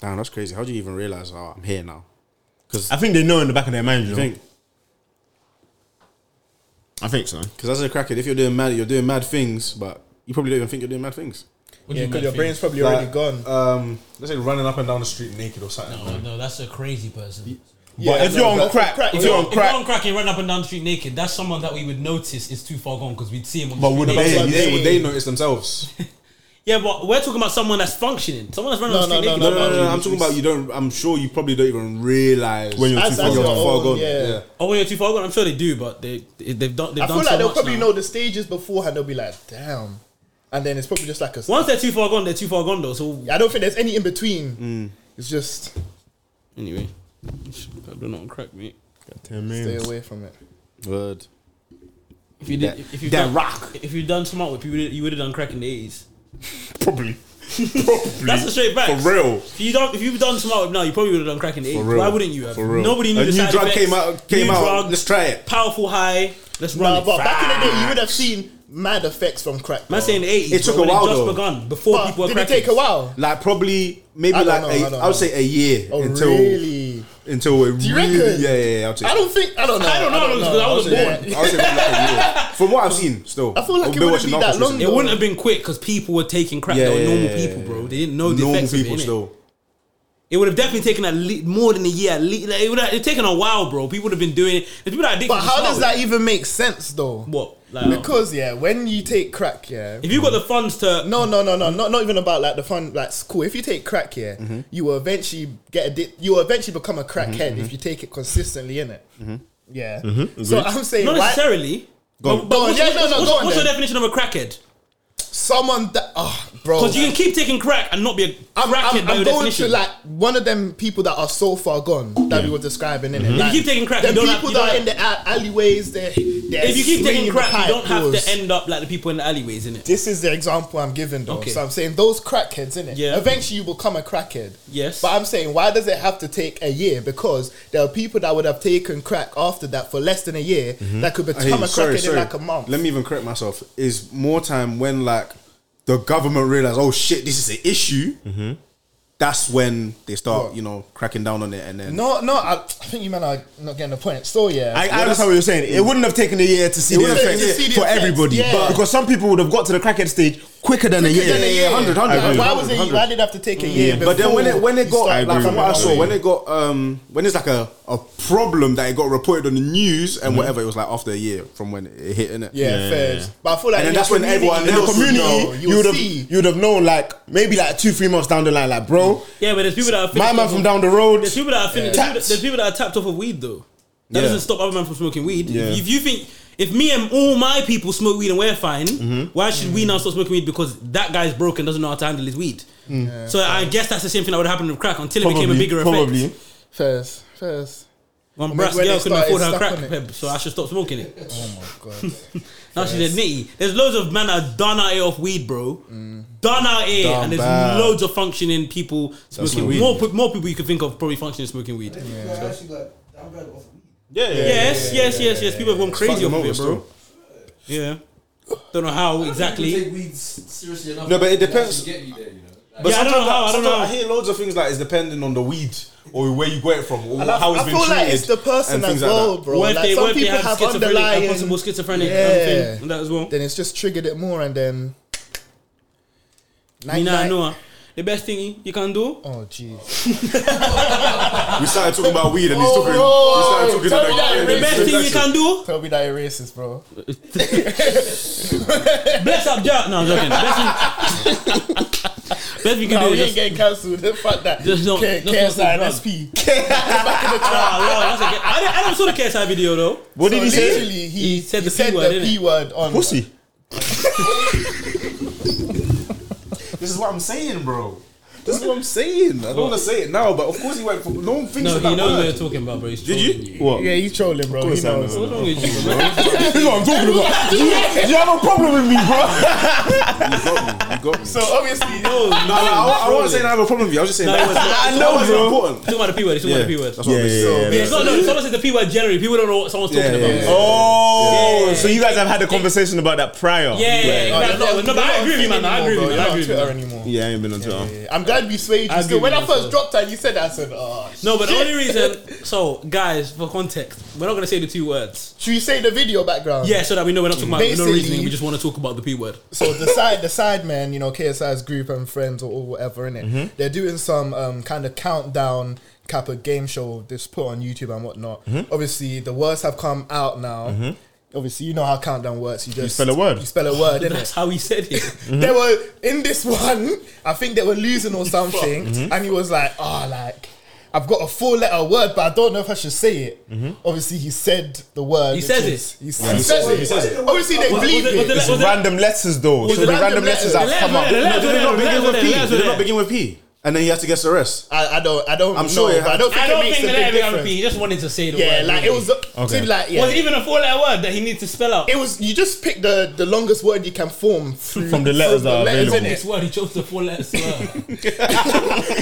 [SPEAKER 9] Damn, that's crazy. How do you even realize? Oh, I'm here now. Because
[SPEAKER 5] I think they know in the back of their mind, you
[SPEAKER 9] you
[SPEAKER 5] know.
[SPEAKER 9] think
[SPEAKER 5] I think so.
[SPEAKER 9] because as a crackhead, if you're doing mad, you're doing mad things, but you probably don't even think you're doing mad things.
[SPEAKER 4] What do
[SPEAKER 2] Yeah,
[SPEAKER 4] you
[SPEAKER 2] because
[SPEAKER 4] mean,
[SPEAKER 2] your
[SPEAKER 4] fake?
[SPEAKER 2] brain's probably already
[SPEAKER 9] Like,
[SPEAKER 2] gone.
[SPEAKER 9] Um, let's say running up and down the street naked or something.
[SPEAKER 4] Oh, No, no, that's a crazy person.
[SPEAKER 2] Yeah,
[SPEAKER 5] if
[SPEAKER 2] no,
[SPEAKER 5] you're on
[SPEAKER 2] but-
[SPEAKER 5] crack- if
[SPEAKER 4] If
[SPEAKER 5] you're
[SPEAKER 4] you're
[SPEAKER 5] on
[SPEAKER 4] if
[SPEAKER 5] crack-
[SPEAKER 4] you're on crack and run up and down the street naked, that's someone that we would notice is too far gone because we'd see him. On
[SPEAKER 9] But
[SPEAKER 4] the
[SPEAKER 9] would
[SPEAKER 4] street
[SPEAKER 9] they,
[SPEAKER 4] naked.
[SPEAKER 9] would they,
[SPEAKER 2] they-
[SPEAKER 9] would they notice themselves?
[SPEAKER 4] Yeah, but we're talking about someone that's functioning. Someone that's running
[SPEAKER 2] No,
[SPEAKER 4] on the street
[SPEAKER 2] no,
[SPEAKER 4] naked.
[SPEAKER 9] No, no, no, no,
[SPEAKER 2] no,
[SPEAKER 9] I'm talking about you don't. I'm sure you probably don't even realize
[SPEAKER 5] When you're
[SPEAKER 2] As-
[SPEAKER 5] too
[SPEAKER 2] as
[SPEAKER 5] far
[SPEAKER 2] you're
[SPEAKER 5] gone.
[SPEAKER 2] old,
[SPEAKER 9] gone.
[SPEAKER 2] yeah.
[SPEAKER 9] yeah.
[SPEAKER 4] Oh, when you're too far gone, I'm sure they do, but they they've done they've
[SPEAKER 2] I
[SPEAKER 4] done
[SPEAKER 2] feel
[SPEAKER 4] so
[SPEAKER 2] like they'll
[SPEAKER 4] much
[SPEAKER 2] probably
[SPEAKER 4] now.
[SPEAKER 2] know the stages beforehand. They'll be like, damn, and then it's probably just like a.
[SPEAKER 4] Once they're too far gone, they're too far gone though. So
[SPEAKER 2] I don't think there's any in between. It's just
[SPEAKER 4] anyway, I do not crack mate.
[SPEAKER 2] stay away from it.
[SPEAKER 9] Word.
[SPEAKER 4] If you did, if you
[SPEAKER 9] that
[SPEAKER 4] done,
[SPEAKER 9] rock.
[SPEAKER 4] if you done smart with people, you would have done crack in the eighties.
[SPEAKER 5] Probably. Probably.
[SPEAKER 4] That's a straight back.
[SPEAKER 5] For real.
[SPEAKER 4] If you don't, if you've done smart with now, you probably would have done crack in the eighties.
[SPEAKER 9] real.
[SPEAKER 4] Why wouldn't you have?
[SPEAKER 9] For real.
[SPEAKER 4] Nobody knew
[SPEAKER 9] a
[SPEAKER 4] the
[SPEAKER 9] new
[SPEAKER 4] side
[SPEAKER 9] drug
[SPEAKER 4] effects.
[SPEAKER 9] came out. Came
[SPEAKER 4] New
[SPEAKER 9] out.
[SPEAKER 4] drug,
[SPEAKER 9] Let's try it.
[SPEAKER 4] powerful high. Let's run
[SPEAKER 2] Nah,
[SPEAKER 4] it.
[SPEAKER 2] but back in the day, you would have seen mad effects from crack.
[SPEAKER 4] Man,
[SPEAKER 2] bro.
[SPEAKER 4] saying the eighties.
[SPEAKER 9] It took a
[SPEAKER 4] when
[SPEAKER 9] while,
[SPEAKER 4] It just
[SPEAKER 9] though.
[SPEAKER 4] begun before
[SPEAKER 2] But
[SPEAKER 4] people were
[SPEAKER 2] did it
[SPEAKER 4] cracking.
[SPEAKER 2] take a while?
[SPEAKER 9] Like probably maybe
[SPEAKER 2] I don't
[SPEAKER 9] like
[SPEAKER 2] know,
[SPEAKER 9] a-
[SPEAKER 2] I don't
[SPEAKER 9] I would say a year
[SPEAKER 2] Oh,
[SPEAKER 9] until
[SPEAKER 2] really?
[SPEAKER 9] until it
[SPEAKER 2] you
[SPEAKER 9] really
[SPEAKER 2] reckon?
[SPEAKER 9] yeah yeah, yeah I would say
[SPEAKER 2] I don't think I don't know.
[SPEAKER 4] I don't know, because I
[SPEAKER 2] I
[SPEAKER 4] wasn't
[SPEAKER 2] don't know.
[SPEAKER 4] born.
[SPEAKER 9] I would say maybe like a year. From what I've seen, still
[SPEAKER 2] I feel like
[SPEAKER 9] I've
[SPEAKER 2] it
[SPEAKER 9] been
[SPEAKER 2] wouldn't
[SPEAKER 9] watching
[SPEAKER 2] be
[SPEAKER 9] Narcos
[SPEAKER 2] that long,
[SPEAKER 9] recently.
[SPEAKER 4] It wouldn't have been quick because people were taking crack.
[SPEAKER 9] Yeah,
[SPEAKER 4] they were
[SPEAKER 9] yeah,
[SPEAKER 4] normal
[SPEAKER 9] yeah,
[SPEAKER 4] people,
[SPEAKER 9] yeah,
[SPEAKER 4] bro.
[SPEAKER 9] yeah.
[SPEAKER 4] They didn't know the
[SPEAKER 9] normal
[SPEAKER 4] effects
[SPEAKER 9] people
[SPEAKER 4] of it, innit?
[SPEAKER 9] still.
[SPEAKER 4] It would have definitely taken at le- more than a year. At least, like, it would have it taken a while, bro. People would have been doing it. The people that are addicted
[SPEAKER 2] But
[SPEAKER 4] to
[SPEAKER 2] how
[SPEAKER 4] start
[SPEAKER 2] does
[SPEAKER 4] with-
[SPEAKER 2] that even make sense though?
[SPEAKER 4] What? Like,
[SPEAKER 2] Because yeah, when you take crack, yeah.
[SPEAKER 4] if you got the funds to
[SPEAKER 2] No, no, no, no, not not even about like the fun like school. If you take crack, yeah, you will eventually get addic- you will eventually become a crackhead if you take it consistently in it. Yeah. So I'm
[SPEAKER 4] Mm-hmm,
[SPEAKER 2] saying
[SPEAKER 4] Not
[SPEAKER 2] why-
[SPEAKER 4] necessarily.
[SPEAKER 2] Go on. Go on.
[SPEAKER 4] what's-
[SPEAKER 2] Yeah, no, no,
[SPEAKER 4] what's-
[SPEAKER 2] go on
[SPEAKER 4] What's your
[SPEAKER 2] then.
[SPEAKER 4] definition of a crackhead?
[SPEAKER 2] someone that oh bro
[SPEAKER 4] Because you can keep taking crack and not be a
[SPEAKER 2] I'm,
[SPEAKER 4] crackhead
[SPEAKER 2] I'm,
[SPEAKER 4] by
[SPEAKER 2] I'm
[SPEAKER 4] your
[SPEAKER 2] going
[SPEAKER 4] definition.
[SPEAKER 2] to like one of them people that are so far gone that we were describing in it.
[SPEAKER 4] Mm-hmm. If you
[SPEAKER 2] Like,
[SPEAKER 4] keep taking crack,
[SPEAKER 2] the
[SPEAKER 4] you don't have-
[SPEAKER 2] people
[SPEAKER 4] you
[SPEAKER 2] that
[SPEAKER 4] don't
[SPEAKER 2] are in the a- alleyways, they're, they're
[SPEAKER 4] if you keep taking
[SPEAKER 2] swinging the
[SPEAKER 4] crack, you don't
[SPEAKER 2] pipe
[SPEAKER 4] have
[SPEAKER 2] doors.
[SPEAKER 4] to end up like the people in the alleyways, innit?
[SPEAKER 2] This is the example I'm giving though.
[SPEAKER 4] Okay.
[SPEAKER 2] So I'm saying those crackheads, innit?
[SPEAKER 4] Yeah.
[SPEAKER 2] Eventually you become a crackhead.
[SPEAKER 4] Yes.
[SPEAKER 2] But I'm saying why does it have to take a year? Because there are people that would have taken crack after that for less than a year
[SPEAKER 9] Mm-hmm.
[SPEAKER 2] that could
[SPEAKER 9] I hear
[SPEAKER 2] become
[SPEAKER 9] you.
[SPEAKER 2] a crackhead in like a month.
[SPEAKER 9] Let me even correct myself. Is more time when like the government realize, oh shit, this is an issue.
[SPEAKER 2] Mm-hmm.
[SPEAKER 9] That's when they start, you know, cracking down on it, and then
[SPEAKER 2] no, no, I, I think you man are not getting the point. So yeah.
[SPEAKER 5] I, I understand what you're saying. It wouldn't have taken a year to see
[SPEAKER 2] Mm. It
[SPEAKER 5] the
[SPEAKER 2] wouldn't have
[SPEAKER 5] effects
[SPEAKER 2] taken to see the
[SPEAKER 5] for
[SPEAKER 2] effects,
[SPEAKER 5] everybody,
[SPEAKER 2] yeah.
[SPEAKER 5] because some people would have got to the crackhead stage
[SPEAKER 9] quicker than a
[SPEAKER 2] Quicker
[SPEAKER 9] year.
[SPEAKER 2] than a year.
[SPEAKER 9] 100, 100,
[SPEAKER 2] Like, why
[SPEAKER 9] 100,
[SPEAKER 2] was it?
[SPEAKER 9] 100.
[SPEAKER 2] Why did it have to take a
[SPEAKER 9] Mm.
[SPEAKER 2] year?
[SPEAKER 9] But then when it when it
[SPEAKER 2] before you
[SPEAKER 9] got
[SPEAKER 2] started
[SPEAKER 9] like from what I
[SPEAKER 2] doing
[SPEAKER 9] saw,
[SPEAKER 2] it?
[SPEAKER 9] when it got um when it's like a, a problem that it got reported on the news and
[SPEAKER 2] Mhm.
[SPEAKER 9] whatever, it was like after a year from when it hit, innit?
[SPEAKER 2] Yeah, Yeah, fair. yeah, yeah. But I feel like
[SPEAKER 9] and then
[SPEAKER 2] in
[SPEAKER 9] that's
[SPEAKER 2] the
[SPEAKER 9] when everyone
[SPEAKER 2] community- in the
[SPEAKER 9] else would know.
[SPEAKER 5] community, you would have you would have known like maybe like two three months down the line, like bro.
[SPEAKER 4] Yeah, but there's people that are
[SPEAKER 5] my
[SPEAKER 4] finished
[SPEAKER 5] man
[SPEAKER 4] off
[SPEAKER 5] from
[SPEAKER 4] of-
[SPEAKER 5] down the road.
[SPEAKER 4] There's people that are finished.
[SPEAKER 5] Yeah.
[SPEAKER 4] There's, people, there's people that are tapped off of weed though. That
[SPEAKER 5] Yeah.
[SPEAKER 4] doesn't stop other men from smoking weed.
[SPEAKER 5] Yeah.
[SPEAKER 4] If you think if me and all my people smoke weed and we're fine,
[SPEAKER 2] Mm-hmm.
[SPEAKER 4] why should we now stop smoking weed because that guy's broken doesn't know how to handle his weed?
[SPEAKER 2] Mm. Yeah,
[SPEAKER 4] so I guess that's the same thing that would happen with crack until it became a bigger effect.
[SPEAKER 2] First, first.
[SPEAKER 4] One
[SPEAKER 2] When
[SPEAKER 4] brass
[SPEAKER 2] they
[SPEAKER 4] girl couldn't
[SPEAKER 2] started
[SPEAKER 4] afford her
[SPEAKER 2] stuck
[SPEAKER 4] crack
[SPEAKER 2] on it.
[SPEAKER 4] peb, so I should stop smoking it.
[SPEAKER 2] Oh my
[SPEAKER 4] now she's a nitty. There's loads of men that are done out here off weed, bro.
[SPEAKER 2] Mm.
[SPEAKER 4] Done out here,
[SPEAKER 2] Done
[SPEAKER 4] and there's
[SPEAKER 2] bad.
[SPEAKER 4] loads of functioning people smoking
[SPEAKER 2] weed.
[SPEAKER 4] more. pe- More people you could think of probably functioning smoking weed. So-
[SPEAKER 9] Yeah, yeah, yeah,
[SPEAKER 4] yes,
[SPEAKER 9] yeah,
[SPEAKER 4] yes,
[SPEAKER 9] yeah,
[SPEAKER 4] yes, yes. People have gone
[SPEAKER 9] Fuck
[SPEAKER 4] crazy
[SPEAKER 9] them
[SPEAKER 4] off of
[SPEAKER 9] over
[SPEAKER 4] it, bro.
[SPEAKER 9] still.
[SPEAKER 4] Yeah. Don't know how
[SPEAKER 11] People
[SPEAKER 4] exactly.
[SPEAKER 11] take weeds seriously enough.
[SPEAKER 9] No, but it
[SPEAKER 11] to
[SPEAKER 9] depends.
[SPEAKER 11] actually Get you there, you know. Like,
[SPEAKER 9] But
[SPEAKER 4] Yeah, I don't know
[SPEAKER 9] sometimes-
[SPEAKER 4] how, I don't know
[SPEAKER 9] sometimes
[SPEAKER 4] how.
[SPEAKER 9] I hear loads of things like it's depending on the weed or where you got it from or
[SPEAKER 2] I love-
[SPEAKER 9] how it's
[SPEAKER 2] I
[SPEAKER 9] been
[SPEAKER 2] feel
[SPEAKER 9] treated.
[SPEAKER 2] like it's the person
[SPEAKER 9] and
[SPEAKER 2] as
[SPEAKER 9] things
[SPEAKER 2] well,
[SPEAKER 9] like that.
[SPEAKER 2] bro.
[SPEAKER 4] What if
[SPEAKER 2] Like,
[SPEAKER 4] they-
[SPEAKER 2] some
[SPEAKER 4] what if they
[SPEAKER 2] people
[SPEAKER 4] had
[SPEAKER 2] have
[SPEAKER 4] schizophrenic- a
[SPEAKER 2] underlying
[SPEAKER 4] possible schizophrenic, um, thing, and that as well.
[SPEAKER 2] Then it's just triggered it more, and then
[SPEAKER 4] Me
[SPEAKER 2] Night,
[SPEAKER 4] nah
[SPEAKER 2] night.
[SPEAKER 4] know. ah. The best thing you can do.
[SPEAKER 2] Oh jeez.
[SPEAKER 9] We started talking about weed and he's talking. we started
[SPEAKER 2] Oh, tell
[SPEAKER 9] talking
[SPEAKER 2] me
[SPEAKER 9] about
[SPEAKER 2] that
[SPEAKER 9] yeah,
[SPEAKER 2] you're
[SPEAKER 9] yeah,
[SPEAKER 4] best
[SPEAKER 9] yeah,
[SPEAKER 4] thing you
[SPEAKER 9] yeah.
[SPEAKER 4] can do.
[SPEAKER 2] Tell me that you're racist, bro.
[SPEAKER 4] Bless up, Jack. No, I'm joking. Best thing, best thing you can
[SPEAKER 2] Nah,
[SPEAKER 4] do
[SPEAKER 2] we
[SPEAKER 4] is
[SPEAKER 2] ain't
[SPEAKER 4] just.
[SPEAKER 2] getting cancelled. Fuck that.
[SPEAKER 4] Just don't-
[SPEAKER 2] K-
[SPEAKER 4] just don't
[SPEAKER 2] KSI and
[SPEAKER 4] drug.
[SPEAKER 2] SP. Back in the
[SPEAKER 4] Ah,
[SPEAKER 2] trap.
[SPEAKER 4] Lord, that's a, I, didn't, I never saw the KSI video though.
[SPEAKER 2] What did he say? Literally, he,
[SPEAKER 4] He said
[SPEAKER 2] he
[SPEAKER 4] the P word,
[SPEAKER 2] the
[SPEAKER 4] didn't
[SPEAKER 2] P
[SPEAKER 4] he?
[SPEAKER 2] word on
[SPEAKER 5] Pussy.
[SPEAKER 9] This is what I'm saying, bro. This is what I'm saying. I don't want to say it now, but of course he went. For, no one thinks
[SPEAKER 4] No,
[SPEAKER 9] of that
[SPEAKER 4] he knows what
[SPEAKER 9] word.
[SPEAKER 4] you're talking about, bro. He's
[SPEAKER 9] Did you?
[SPEAKER 4] trolling
[SPEAKER 5] What?
[SPEAKER 2] Yeah, he's trolling, bro. He
[SPEAKER 5] course I know.
[SPEAKER 2] knows.
[SPEAKER 4] What's wrong with you, bro?
[SPEAKER 5] this is what I'm talking about. You, you have a problem with me, bro.
[SPEAKER 9] You got me. You got me.
[SPEAKER 2] So obviously,
[SPEAKER 4] No,
[SPEAKER 9] no, no, I, I wasn't saying I have a problem with you. I was just saying
[SPEAKER 4] No,
[SPEAKER 9] that
[SPEAKER 4] it was-
[SPEAKER 9] was-
[SPEAKER 5] I
[SPEAKER 9] that
[SPEAKER 5] know,
[SPEAKER 9] was
[SPEAKER 5] bro.
[SPEAKER 9] important.
[SPEAKER 4] Talking about the P word. Talking
[SPEAKER 9] Yeah,
[SPEAKER 4] about the P word.
[SPEAKER 9] that's what I'm
[SPEAKER 5] Yeah, yeah,
[SPEAKER 9] saying.
[SPEAKER 5] yeah.
[SPEAKER 4] Yeah, it's not, no, someone says the P word generally. People don't know what someone's talking
[SPEAKER 9] Yeah,
[SPEAKER 4] about.
[SPEAKER 9] yeah, yeah.
[SPEAKER 5] Oh, so you guys have had a conversation about that prior?
[SPEAKER 4] Yeah, yeah, yeah.
[SPEAKER 2] Oh,
[SPEAKER 4] Nah, no,
[SPEAKER 2] you're not-
[SPEAKER 4] no, but
[SPEAKER 2] you're
[SPEAKER 4] I
[SPEAKER 2] not
[SPEAKER 4] agree with you, man. I agree with
[SPEAKER 2] anymore,
[SPEAKER 4] you.
[SPEAKER 2] bro.
[SPEAKER 4] I
[SPEAKER 2] You're
[SPEAKER 4] agree with
[SPEAKER 2] not
[SPEAKER 4] you.
[SPEAKER 2] on
[SPEAKER 4] man.
[SPEAKER 2] Twitter anymore.
[SPEAKER 5] Yeah, I ain't been on Twitter.
[SPEAKER 2] Yeah, I'm glad we swayed you.
[SPEAKER 4] I
[SPEAKER 2] Still,
[SPEAKER 4] agree
[SPEAKER 2] when I
[SPEAKER 4] with
[SPEAKER 2] first
[SPEAKER 4] you,
[SPEAKER 2] dropped that, you said that. I said, "Oh,
[SPEAKER 4] No, but the only reason. So, guys, for context, we're not gonna say the two words.
[SPEAKER 2] should we say the video background?"
[SPEAKER 4] Yeah, so that we know we're not talking about no
[SPEAKER 2] Basically-
[SPEAKER 4] reasoning. We just want to talk about the p word.
[SPEAKER 2] So the side, the side man, you know, KSI's group and friends or, or whatever, in it, they're doing some um, kind of countdown type of game show that's put on YouTube and whatnot. Obviously, the words have come out now. Obviously, you know how countdown works. You just
[SPEAKER 5] spell a word.
[SPEAKER 2] You spell a word, innit?
[SPEAKER 4] That's how he said it.
[SPEAKER 2] They were in this one. I think they were losing or something, and he was like, "Ah, like." I've got a four-letter word, but I don't know if I should say it. Obviously, he said the word.
[SPEAKER 4] He
[SPEAKER 2] which
[SPEAKER 4] says
[SPEAKER 2] is-
[SPEAKER 4] it.
[SPEAKER 2] He, says, it.
[SPEAKER 9] He says it.
[SPEAKER 2] Obviously, they
[SPEAKER 4] Was- was
[SPEAKER 2] believe
[SPEAKER 4] it-
[SPEAKER 2] it.
[SPEAKER 4] was it like-
[SPEAKER 5] It's random letters though.
[SPEAKER 4] Was
[SPEAKER 5] So
[SPEAKER 4] it
[SPEAKER 5] the
[SPEAKER 4] random
[SPEAKER 5] random letters
[SPEAKER 4] letters?
[SPEAKER 5] have come
[SPEAKER 4] The
[SPEAKER 5] up.
[SPEAKER 4] letters, yeah,
[SPEAKER 9] No, did it not begin with P? Did it not
[SPEAKER 4] Yeah.
[SPEAKER 9] begin with P? And then he had to guess the rest.
[SPEAKER 2] I, I don't. I don't.
[SPEAKER 9] I'm
[SPEAKER 2] know,
[SPEAKER 9] sure it
[SPEAKER 2] but I don't think
[SPEAKER 4] I
[SPEAKER 2] it
[SPEAKER 4] don't
[SPEAKER 2] makes
[SPEAKER 4] think
[SPEAKER 2] a
[SPEAKER 4] that
[SPEAKER 2] big
[SPEAKER 4] every other
[SPEAKER 2] difference.
[SPEAKER 4] P. He just wanted to say the
[SPEAKER 2] Yeah,
[SPEAKER 4] word.
[SPEAKER 2] like it
[SPEAKER 4] really.
[SPEAKER 2] was. Okay. Like yeah,
[SPEAKER 4] Was it even a four-letter word that he needed to spell out?
[SPEAKER 2] it was. You just pick the the longest word you can form through,
[SPEAKER 5] From the letters that are available.
[SPEAKER 4] This
[SPEAKER 2] innit?
[SPEAKER 4] word he chose the four-letter word.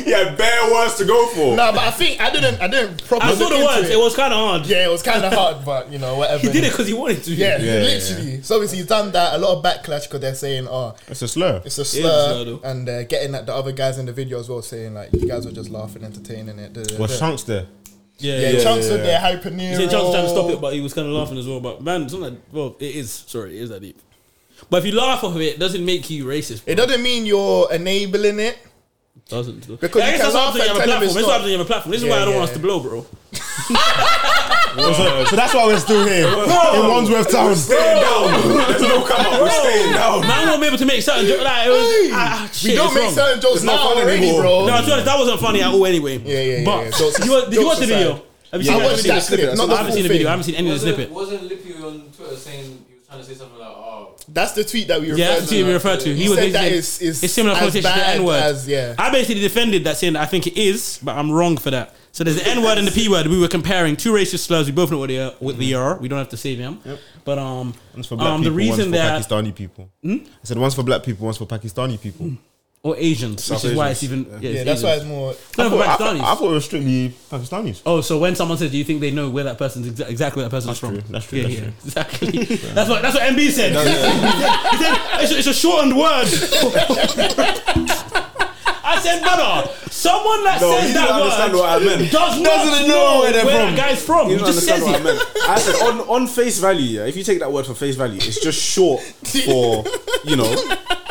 [SPEAKER 9] Yeah, bare words to go for.
[SPEAKER 2] No, but I think I didn't. I didn't properly.
[SPEAKER 4] I saw
[SPEAKER 2] look
[SPEAKER 4] the
[SPEAKER 2] into
[SPEAKER 4] words. It was kind of hard.
[SPEAKER 2] Yeah, it was kind of hard, but you know whatever.
[SPEAKER 4] He did
[SPEAKER 2] innit?
[SPEAKER 4] it because he wanted to.
[SPEAKER 2] Yeah,
[SPEAKER 5] Yeah,
[SPEAKER 2] literally. So obviously he's done that. A lot of backlash because they're saying, "Oh,
[SPEAKER 5] It's a slur.
[SPEAKER 2] it's a
[SPEAKER 4] it's a slur,
[SPEAKER 2] slur,"
[SPEAKER 4] though.
[SPEAKER 2] and they're getting at the other guys in the video as well, saying like, "You guys were just laughing, entertaining it." da, da, da."
[SPEAKER 5] Was chunks
[SPEAKER 4] Um,
[SPEAKER 5] there?
[SPEAKER 4] yeah,
[SPEAKER 2] Yeah,
[SPEAKER 4] yeah.
[SPEAKER 2] chunks were there, hyper
[SPEAKER 4] He said John was trying to stop it, but he was kind of laughing as well. But man, it's not that. Well, it is. Sorry, it is that deep. But if you laugh off of it, it doesn't make you racist.
[SPEAKER 2] It doesn't mean you're enabling it.
[SPEAKER 4] doesn't. Because
[SPEAKER 2] Because you can
[SPEAKER 4] that's
[SPEAKER 2] laugh
[SPEAKER 4] what happens when you
[SPEAKER 2] and
[SPEAKER 4] have a
[SPEAKER 2] tell him
[SPEAKER 4] platform.
[SPEAKER 2] it's
[SPEAKER 4] That's what
[SPEAKER 2] not.
[SPEAKER 4] happens when you have a platform. This is
[SPEAKER 2] Yeah,
[SPEAKER 4] why I don't
[SPEAKER 2] yeah,
[SPEAKER 4] want us to
[SPEAKER 2] yeah.
[SPEAKER 4] blow, bro.
[SPEAKER 5] So, so that's why we're still here in Wandsworth Town.
[SPEAKER 9] There's no come up. We're staying down.
[SPEAKER 4] Man, I won't be able to make certain jokes. Like, it was,
[SPEAKER 2] Hey,
[SPEAKER 4] ah, ah, shit,
[SPEAKER 2] we don't
[SPEAKER 4] it's
[SPEAKER 2] make
[SPEAKER 4] wrong.
[SPEAKER 2] certain jokes
[SPEAKER 9] It's not
[SPEAKER 2] now
[SPEAKER 9] fun
[SPEAKER 2] already,
[SPEAKER 9] anymore.
[SPEAKER 2] bro.
[SPEAKER 4] No, to be honest, that wasn't funny at all. Anyway.
[SPEAKER 2] Yeah, yeah, yeah,
[SPEAKER 4] But
[SPEAKER 2] yeah. Jokes-
[SPEAKER 4] you, wa- did you
[SPEAKER 2] jokes
[SPEAKER 4] watch the video?
[SPEAKER 2] aside.
[SPEAKER 4] Have you
[SPEAKER 2] Yeah,
[SPEAKER 4] seen
[SPEAKER 2] I
[SPEAKER 4] that
[SPEAKER 2] watched
[SPEAKER 4] video?
[SPEAKER 2] that clip, not
[SPEAKER 4] I
[SPEAKER 2] the
[SPEAKER 4] haven't
[SPEAKER 2] full
[SPEAKER 4] seen the video. I
[SPEAKER 2] thing.
[SPEAKER 4] haven't seen any of the
[SPEAKER 11] wasn't,
[SPEAKER 4] snippet.
[SPEAKER 11] wasn't Lippy on Twitter saying he was trying to say something like, "Oh,
[SPEAKER 2] That's the tweet that we referred
[SPEAKER 4] Yeah, that's
[SPEAKER 2] to.
[SPEAKER 4] the team we referred to. He,
[SPEAKER 2] He
[SPEAKER 4] was
[SPEAKER 2] said that
[SPEAKER 4] basically-
[SPEAKER 2] is is
[SPEAKER 4] it's similar
[SPEAKER 2] as
[SPEAKER 4] connotation to the
[SPEAKER 2] bad
[SPEAKER 4] N word.
[SPEAKER 2] as- yeah.
[SPEAKER 4] I basically defended that, saying that I think it is, but I'm wrong for that. So there's the N word and the P word. We were comparing two racist slurs. We both know what they are. What they are. We don't have to say them. But um,
[SPEAKER 5] One's for black
[SPEAKER 4] um, the
[SPEAKER 5] people,
[SPEAKER 4] reason
[SPEAKER 5] one's
[SPEAKER 4] that Hmm?
[SPEAKER 5] for Pakistani people. I said one's for black people, one's for Pakistani people.
[SPEAKER 4] or Asians,
[SPEAKER 9] South
[SPEAKER 4] which is why it's
[SPEAKER 9] Asians.
[SPEAKER 4] even yeah,
[SPEAKER 2] Yeah,
[SPEAKER 4] it's
[SPEAKER 2] that's why
[SPEAKER 4] Asians.
[SPEAKER 2] it's more.
[SPEAKER 4] No, for
[SPEAKER 5] I, thought,
[SPEAKER 4] Pakistanis.
[SPEAKER 5] I thought it was strictly Pakistanis.
[SPEAKER 4] Oh, so when someone says, "Do you think they know where that person's exa- exactly where that person's from?"
[SPEAKER 5] true, that's true,
[SPEAKER 4] Yeah,
[SPEAKER 5] that's
[SPEAKER 4] yeah,
[SPEAKER 5] true.
[SPEAKER 4] exactly. that's what that's what MB said. he said, he said, it's, a, it's a shortened word. I I said brother. Someone that
[SPEAKER 9] No,
[SPEAKER 4] says
[SPEAKER 9] he
[SPEAKER 4] that
[SPEAKER 9] didn't
[SPEAKER 4] word
[SPEAKER 9] understand what I meant.
[SPEAKER 4] does not
[SPEAKER 9] Doesn't know where they're from.
[SPEAKER 4] that guy's from.
[SPEAKER 9] He
[SPEAKER 4] He
[SPEAKER 9] didn't
[SPEAKER 4] just says
[SPEAKER 9] understand what
[SPEAKER 4] it.
[SPEAKER 9] I meant. I said on, on face value, yeah, if you take that word for face value, it's just short for, you know.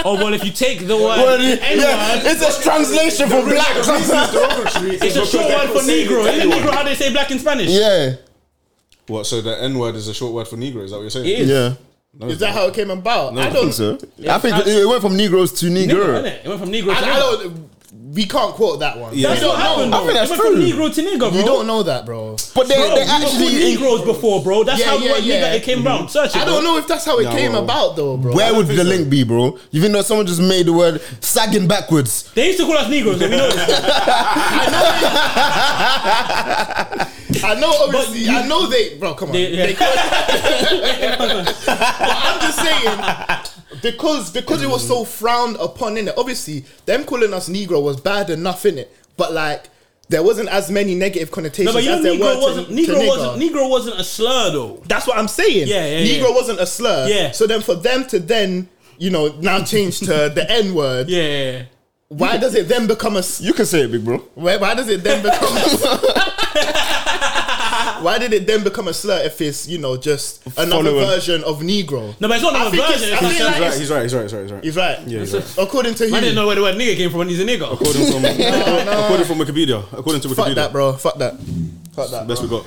[SPEAKER 4] Oh, well, if you take the word,
[SPEAKER 9] Well,
[SPEAKER 4] any
[SPEAKER 9] yeah,
[SPEAKER 4] word-
[SPEAKER 9] it's a translation for black.
[SPEAKER 4] The reason it's derogatory
[SPEAKER 9] It's
[SPEAKER 4] It's a
[SPEAKER 9] because
[SPEAKER 4] short
[SPEAKER 9] they
[SPEAKER 4] word
[SPEAKER 9] don't
[SPEAKER 4] for
[SPEAKER 9] say it to
[SPEAKER 4] Negro. Isn't
[SPEAKER 9] anyone.
[SPEAKER 4] Negro how they say black in Spanish?
[SPEAKER 5] Yeah.
[SPEAKER 9] What? So the N word is a short word for Negro? Is that what you're saying?
[SPEAKER 4] It is.
[SPEAKER 5] Yeah.
[SPEAKER 9] No,
[SPEAKER 2] Is
[SPEAKER 9] it's
[SPEAKER 2] that
[SPEAKER 9] not.
[SPEAKER 2] how it came about?
[SPEAKER 9] No,
[SPEAKER 2] I
[SPEAKER 9] I
[SPEAKER 2] don't
[SPEAKER 5] think so.
[SPEAKER 2] Yeah,
[SPEAKER 5] I think
[SPEAKER 2] I-
[SPEAKER 5] it went from Negroes to Negro.
[SPEAKER 4] Negro, innit? It went from Negro
[SPEAKER 2] I,
[SPEAKER 4] to
[SPEAKER 2] I
[SPEAKER 4] Negro.
[SPEAKER 2] don't. We can't quote that one.
[SPEAKER 4] That's
[SPEAKER 2] We
[SPEAKER 4] what
[SPEAKER 2] don't know.
[SPEAKER 4] happened. Though.
[SPEAKER 5] I think that's
[SPEAKER 4] it went
[SPEAKER 5] true.
[SPEAKER 4] from Negro to Negro, bro.
[SPEAKER 2] You don't know that, bro.
[SPEAKER 5] But they,
[SPEAKER 4] Bro,
[SPEAKER 5] they
[SPEAKER 4] we were called
[SPEAKER 5] actually.
[SPEAKER 4] Negroes before, bro. That's
[SPEAKER 2] Yeah,
[SPEAKER 4] how the
[SPEAKER 2] yeah,
[SPEAKER 4] word
[SPEAKER 2] yeah. Mm-hmm.
[SPEAKER 4] nigger it came round. Search it.
[SPEAKER 2] I
[SPEAKER 4] bro.
[SPEAKER 2] don't know if that's how it
[SPEAKER 9] No.
[SPEAKER 2] came about, though, bro.
[SPEAKER 5] Where would the link be, bro? Even though someone just made the word sagging backwards.
[SPEAKER 4] They used to call us Negroes, and we know this.
[SPEAKER 2] I know, obviously, I know they, bro. Come on,
[SPEAKER 4] They- yeah.
[SPEAKER 2] They could- but I'm just saying because because it was so frowned upon in it. Obviously, them calling us Negro was bad enough in it, but like there wasn't as many negative
[SPEAKER 4] No,
[SPEAKER 2] connotations
[SPEAKER 4] but you know,
[SPEAKER 2] as there
[SPEAKER 4] Negro
[SPEAKER 2] were.
[SPEAKER 4] wasn't
[SPEAKER 2] To,
[SPEAKER 4] Negro
[SPEAKER 2] to nigger.
[SPEAKER 4] wasn't Negro wasn't a slur though.
[SPEAKER 2] That's what I'm saying.
[SPEAKER 4] Yeah, yeah,
[SPEAKER 2] Negro
[SPEAKER 4] yeah.
[SPEAKER 2] wasn't a slur.
[SPEAKER 4] Yeah.
[SPEAKER 2] So then, for them to then, you know, now change to the N word.
[SPEAKER 4] Yeah, yeah, yeah.
[SPEAKER 2] Why does it then become a s-
[SPEAKER 5] You can say it, big bro.
[SPEAKER 2] Why, why does it then become? why did it then become a slur if it's you know just another
[SPEAKER 5] Follow him.
[SPEAKER 2] version of Negro?
[SPEAKER 4] No, but it's not another version,
[SPEAKER 2] I
[SPEAKER 4] it's like-
[SPEAKER 2] think like
[SPEAKER 9] He's right,
[SPEAKER 2] it's-
[SPEAKER 9] he's right, he's right, he's right, he's right.
[SPEAKER 2] he's right.
[SPEAKER 9] Yeah, he's right.
[SPEAKER 2] According to
[SPEAKER 4] I didn't
[SPEAKER 2] him.
[SPEAKER 4] know where the word nigger came from, and he's a nigger.
[SPEAKER 9] According from,
[SPEAKER 2] no.
[SPEAKER 9] according from Wikipedia. According to Wikipedia.
[SPEAKER 2] Fuck that, bro. Fuck that. Fuck that.
[SPEAKER 9] Best we got.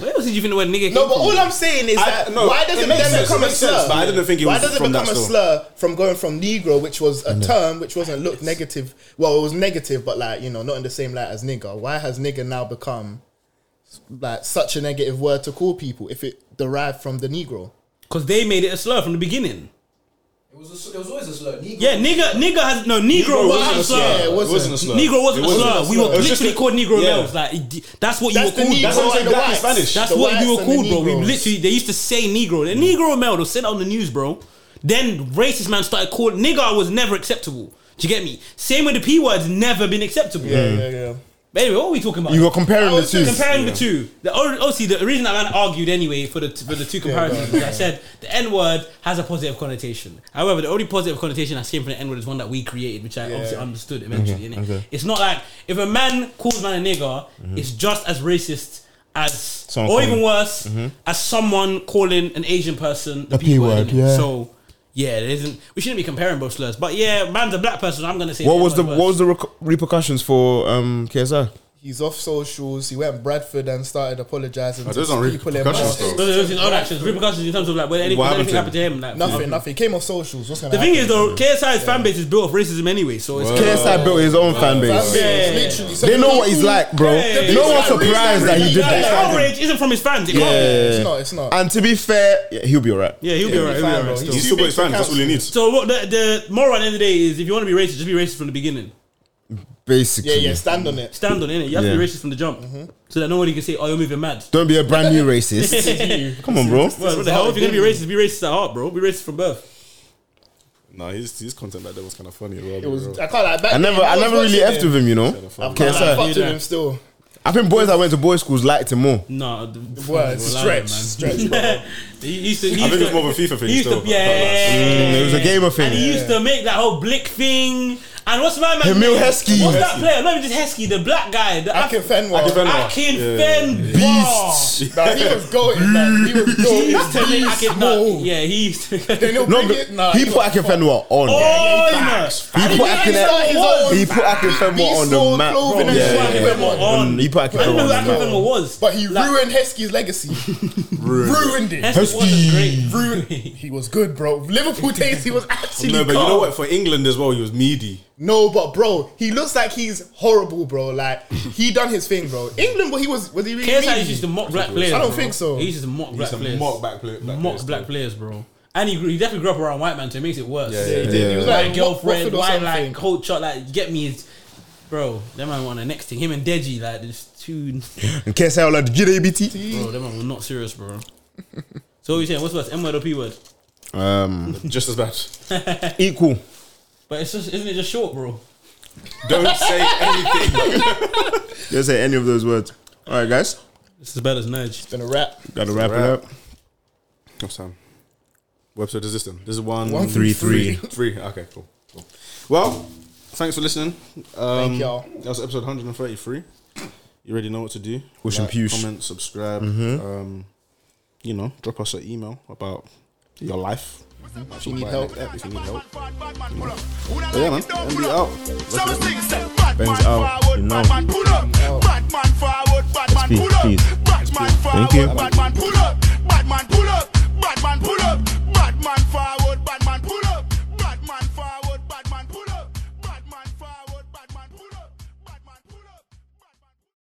[SPEAKER 4] Where else did you think the word nigger came
[SPEAKER 2] No, but
[SPEAKER 4] from?
[SPEAKER 2] all I'm saying is
[SPEAKER 9] I-
[SPEAKER 2] that
[SPEAKER 9] no,
[SPEAKER 2] why does
[SPEAKER 9] it
[SPEAKER 2] it,
[SPEAKER 9] makes
[SPEAKER 2] then
[SPEAKER 9] sense,
[SPEAKER 2] become
[SPEAKER 9] it
[SPEAKER 2] a
[SPEAKER 9] makes
[SPEAKER 2] slur?
[SPEAKER 9] sense, but I didn't think it
[SPEAKER 2] why
[SPEAKER 9] was
[SPEAKER 2] does it
[SPEAKER 9] from that Mm-hmm.
[SPEAKER 2] become a
[SPEAKER 9] still.
[SPEAKER 2] slur from going from Negro, which was a term which wasn't looked negative? Well, it was negative, but like you know, not in the same light as nigger. Why has nigger now become like such a negative word to call people if it derived from the Negro?
[SPEAKER 4] Because they made it a slur from the beginning.
[SPEAKER 7] It was, a, it was always a slur. Negro.
[SPEAKER 4] Yeah, nigger, nigger has no Negro wasn't a
[SPEAKER 2] Yeah,
[SPEAKER 4] slur.
[SPEAKER 2] it wasn't.
[SPEAKER 9] a slur.
[SPEAKER 4] Negro wasn't
[SPEAKER 9] It
[SPEAKER 4] a slur. We
[SPEAKER 2] slur.
[SPEAKER 4] were
[SPEAKER 2] It was
[SPEAKER 9] just
[SPEAKER 4] literally
[SPEAKER 9] a-
[SPEAKER 4] called Negro
[SPEAKER 9] yeah.
[SPEAKER 4] males. Like it- that's what you
[SPEAKER 2] That's
[SPEAKER 4] were
[SPEAKER 2] the
[SPEAKER 4] called.
[SPEAKER 2] Negro
[SPEAKER 4] That's what
[SPEAKER 9] I'm
[SPEAKER 2] and
[SPEAKER 9] saying,
[SPEAKER 2] the
[SPEAKER 9] black and
[SPEAKER 2] whites.
[SPEAKER 9] Spanish.
[SPEAKER 4] That's
[SPEAKER 2] The
[SPEAKER 4] what you
[SPEAKER 2] whites
[SPEAKER 4] were
[SPEAKER 2] and the
[SPEAKER 4] called, bro. We
[SPEAKER 2] Negroes.
[SPEAKER 4] literally they used to say Negro. The Negro male was sent out on the news, bro. Then racist man started calling nigger was never acceptable. Do you get me? Same with the p words, never been acceptable.
[SPEAKER 2] Yeah, yeah, yeah.
[SPEAKER 4] But anyway, what are we talking about?
[SPEAKER 5] You were comparing the two.
[SPEAKER 4] comparing the two. The, or- obviously, the reason I argued anyway for the for the two comparisons is I said the N word has a positive connotation. However, the only positive connotation that came from the N word is one that we created, which I obviously understood eventually.
[SPEAKER 5] Mm-hmm.
[SPEAKER 4] innit? It's not like if a man calls man a nigger, it's just as racist as,
[SPEAKER 5] Someone
[SPEAKER 4] or
[SPEAKER 5] calling- Mm-hmm.
[SPEAKER 4] even worse, as someone calling an Asian person the
[SPEAKER 5] A
[SPEAKER 4] P word.
[SPEAKER 5] P-word, yeah.
[SPEAKER 4] So. Yeah, there isn't. We shouldn't be comparing both slurs, but yeah, man's a black person. I'm gonna say.
[SPEAKER 5] What
[SPEAKER 4] N
[SPEAKER 5] was the what
[SPEAKER 4] word's worse.
[SPEAKER 5] was the rec- repercussions for um, KSI?
[SPEAKER 2] He's off socials. He went Bradford and started apologizing
[SPEAKER 9] Oh,
[SPEAKER 2] to
[SPEAKER 9] those aren't really
[SPEAKER 2] people in
[SPEAKER 9] repercussions,
[SPEAKER 2] Marseille.
[SPEAKER 9] though.
[SPEAKER 4] Those are his own actions, repercussions in terms of like whether anything,
[SPEAKER 9] What
[SPEAKER 4] anything
[SPEAKER 9] happened
[SPEAKER 4] happened
[SPEAKER 9] to
[SPEAKER 4] to him. Like,
[SPEAKER 2] Nothing, nothing. He came off socials. What's gonna
[SPEAKER 4] The thing
[SPEAKER 2] happen?
[SPEAKER 4] is, though, KSI's fan base is built off racism anyway, so it's
[SPEAKER 5] KSI built his own fan
[SPEAKER 2] Fan
[SPEAKER 5] base.
[SPEAKER 2] base,
[SPEAKER 4] Yeah.
[SPEAKER 2] literally. So
[SPEAKER 5] They know
[SPEAKER 2] people-
[SPEAKER 5] what he's like, bro.
[SPEAKER 4] Yeah.
[SPEAKER 5] No
[SPEAKER 2] Yeah.
[SPEAKER 5] one's surprised that he did
[SPEAKER 4] the
[SPEAKER 5] that.
[SPEAKER 4] outrage isn't from his fans. It yeah. Can't
[SPEAKER 5] Yeah.
[SPEAKER 2] It's not. It's not.
[SPEAKER 5] And to be fair, yeah, he'll be alright.
[SPEAKER 4] be. yeah, he'll be alright. He'll be
[SPEAKER 2] fine,
[SPEAKER 4] alright.
[SPEAKER 2] bro.
[SPEAKER 4] still.
[SPEAKER 9] He's
[SPEAKER 2] Two
[SPEAKER 9] still got
[SPEAKER 2] big
[SPEAKER 9] his fans. That's all he
[SPEAKER 2] accounts.
[SPEAKER 9] needs.
[SPEAKER 4] So what the, the moral at the end of the day is, if you want to be racist, just be racist from the beginning.
[SPEAKER 5] Basically,
[SPEAKER 2] Yeah, yeah. Stand on it.
[SPEAKER 4] Stand on it. innit? You have to be
[SPEAKER 5] Yeah.
[SPEAKER 4] racist from the jump, so that nobody can say, "Oh, you're moving mad."
[SPEAKER 5] don't be a brand new racist. Come on, bro.
[SPEAKER 4] Well, what the hell? If you're gonna be racist, be racist at heart, bro. Be racist from birth.
[SPEAKER 9] Nah, his, his content back then was kind of funny. It
[SPEAKER 2] It was. I can't like. Back
[SPEAKER 5] I never,
[SPEAKER 2] then,
[SPEAKER 5] I
[SPEAKER 2] was
[SPEAKER 5] never really
[SPEAKER 2] watching
[SPEAKER 5] effed with him, you know.
[SPEAKER 2] I've
[SPEAKER 5] Okay,
[SPEAKER 2] got- I
[SPEAKER 5] sir.
[SPEAKER 2] fucked with him still.
[SPEAKER 5] I think boys that went to boys schools liked him more.
[SPEAKER 4] Nah, the-
[SPEAKER 2] Well,
[SPEAKER 4] we're lying, man.
[SPEAKER 2] stretch, stretch.
[SPEAKER 4] He used to. He
[SPEAKER 9] I
[SPEAKER 4] used
[SPEAKER 9] think
[SPEAKER 4] to,
[SPEAKER 9] it's more of a FIFA thing
[SPEAKER 4] He used
[SPEAKER 9] still.
[SPEAKER 4] to, yeah,
[SPEAKER 5] Mm, It was a gamer thing.
[SPEAKER 4] And he used to make that whole Blick thing. And what's my man?
[SPEAKER 5] Emil
[SPEAKER 4] name?
[SPEAKER 5] Heskey.
[SPEAKER 4] What's that
[SPEAKER 5] Heskey.
[SPEAKER 4] player? Not even just Heskey, the black guy. The
[SPEAKER 2] I can fend one.
[SPEAKER 9] Akinfenwa.
[SPEAKER 4] Akin
[SPEAKER 9] Yeah.
[SPEAKER 4] Fen
[SPEAKER 5] Beasts.
[SPEAKER 2] Nah, he was going, man. He was
[SPEAKER 4] He used to
[SPEAKER 2] going.
[SPEAKER 4] make Akin. Nah, yeah, he used to.
[SPEAKER 2] Daniel
[SPEAKER 5] No,
[SPEAKER 2] Bridget, nah,
[SPEAKER 5] but he put
[SPEAKER 2] was
[SPEAKER 5] Akinfenwa on.
[SPEAKER 4] Oh,
[SPEAKER 5] He put
[SPEAKER 2] He started his
[SPEAKER 5] Akinfenwa.
[SPEAKER 2] own
[SPEAKER 5] He put Akinfenwa
[SPEAKER 2] He
[SPEAKER 5] on the
[SPEAKER 2] sold
[SPEAKER 5] map. Yeah,
[SPEAKER 2] clothing and
[SPEAKER 5] yeah,
[SPEAKER 2] shit.
[SPEAKER 5] yeah.
[SPEAKER 4] Akinfenwa on.
[SPEAKER 5] He put
[SPEAKER 4] I didn't
[SPEAKER 5] Akinfenwa
[SPEAKER 4] know
[SPEAKER 5] on
[SPEAKER 4] who
[SPEAKER 5] the
[SPEAKER 4] Akin
[SPEAKER 5] map.
[SPEAKER 4] was.
[SPEAKER 2] But he
[SPEAKER 4] Like,
[SPEAKER 2] ruined Heskey's legacy. ruined it.
[SPEAKER 4] Heskey wasn't great.
[SPEAKER 2] Ruined. He was good, bro. Liverpool days, he was actually.
[SPEAKER 9] No, but you
[SPEAKER 2] cold.
[SPEAKER 9] know what? For England as well, he was meaty.
[SPEAKER 2] No, but bro, he looks like he's horrible, bro. Like he done his thing, bro. England, but he was was he really?
[SPEAKER 4] KSI
[SPEAKER 2] mean?
[SPEAKER 4] used to mock black players.
[SPEAKER 2] I don't
[SPEAKER 4] bro.
[SPEAKER 2] think so.
[SPEAKER 4] He used to mock black
[SPEAKER 9] He's a
[SPEAKER 4] players.
[SPEAKER 9] mock back player. Black
[SPEAKER 4] Mock
[SPEAKER 9] player
[SPEAKER 4] black
[SPEAKER 9] still.
[SPEAKER 4] players, bro. And he, grew, he definitely grew up around white man, so it makes it worse.
[SPEAKER 9] Yeah, yeah, yeah.
[SPEAKER 2] He was
[SPEAKER 4] White
[SPEAKER 2] like
[SPEAKER 4] girlfriend,
[SPEAKER 2] Watford or
[SPEAKER 4] white
[SPEAKER 2] something.
[SPEAKER 4] like culture, like you get me. It's, bro, them man want the next thing. Him and Deji, like there's two.
[SPEAKER 5] And KSI all like, did you get ABT?
[SPEAKER 4] Bro, them man were not serious, bro. So what you saying? What's worse, M word or P word?
[SPEAKER 5] Um,
[SPEAKER 9] Just as bad.
[SPEAKER 5] equal.
[SPEAKER 4] But it's just isn't it just short, bro?
[SPEAKER 9] Don't say anything.
[SPEAKER 5] Don't say any of those words. All right, guys.
[SPEAKER 4] It's as bad as Nudge.
[SPEAKER 2] Been a rap.
[SPEAKER 5] Gotta wrap it
[SPEAKER 9] wrap.
[SPEAKER 5] up.
[SPEAKER 9] What's time? What episode is this then? This is one,
[SPEAKER 5] Oh, Three, three.
[SPEAKER 9] three. Okay, cool. cool. Well, Thanks for listening. Um,
[SPEAKER 13] Thank y'all.
[SPEAKER 9] That was episode 133. You already know what to do.
[SPEAKER 5] Wish and push.
[SPEAKER 9] comment, subscribe.
[SPEAKER 5] Mhm.
[SPEAKER 9] Um, you know, drop us an email about your life. If you need help, if you need help. But yeah, man. MD
[SPEAKER 2] Some
[SPEAKER 9] out.
[SPEAKER 2] things say bad man
[SPEAKER 5] Ben's out,
[SPEAKER 2] forward,
[SPEAKER 5] you know.
[SPEAKER 2] bad man pull up. Bad man forward, bad man
[SPEAKER 5] Peace,
[SPEAKER 2] pull up.
[SPEAKER 5] peace.
[SPEAKER 2] Bad man
[SPEAKER 5] Thank you.
[SPEAKER 2] forward, bad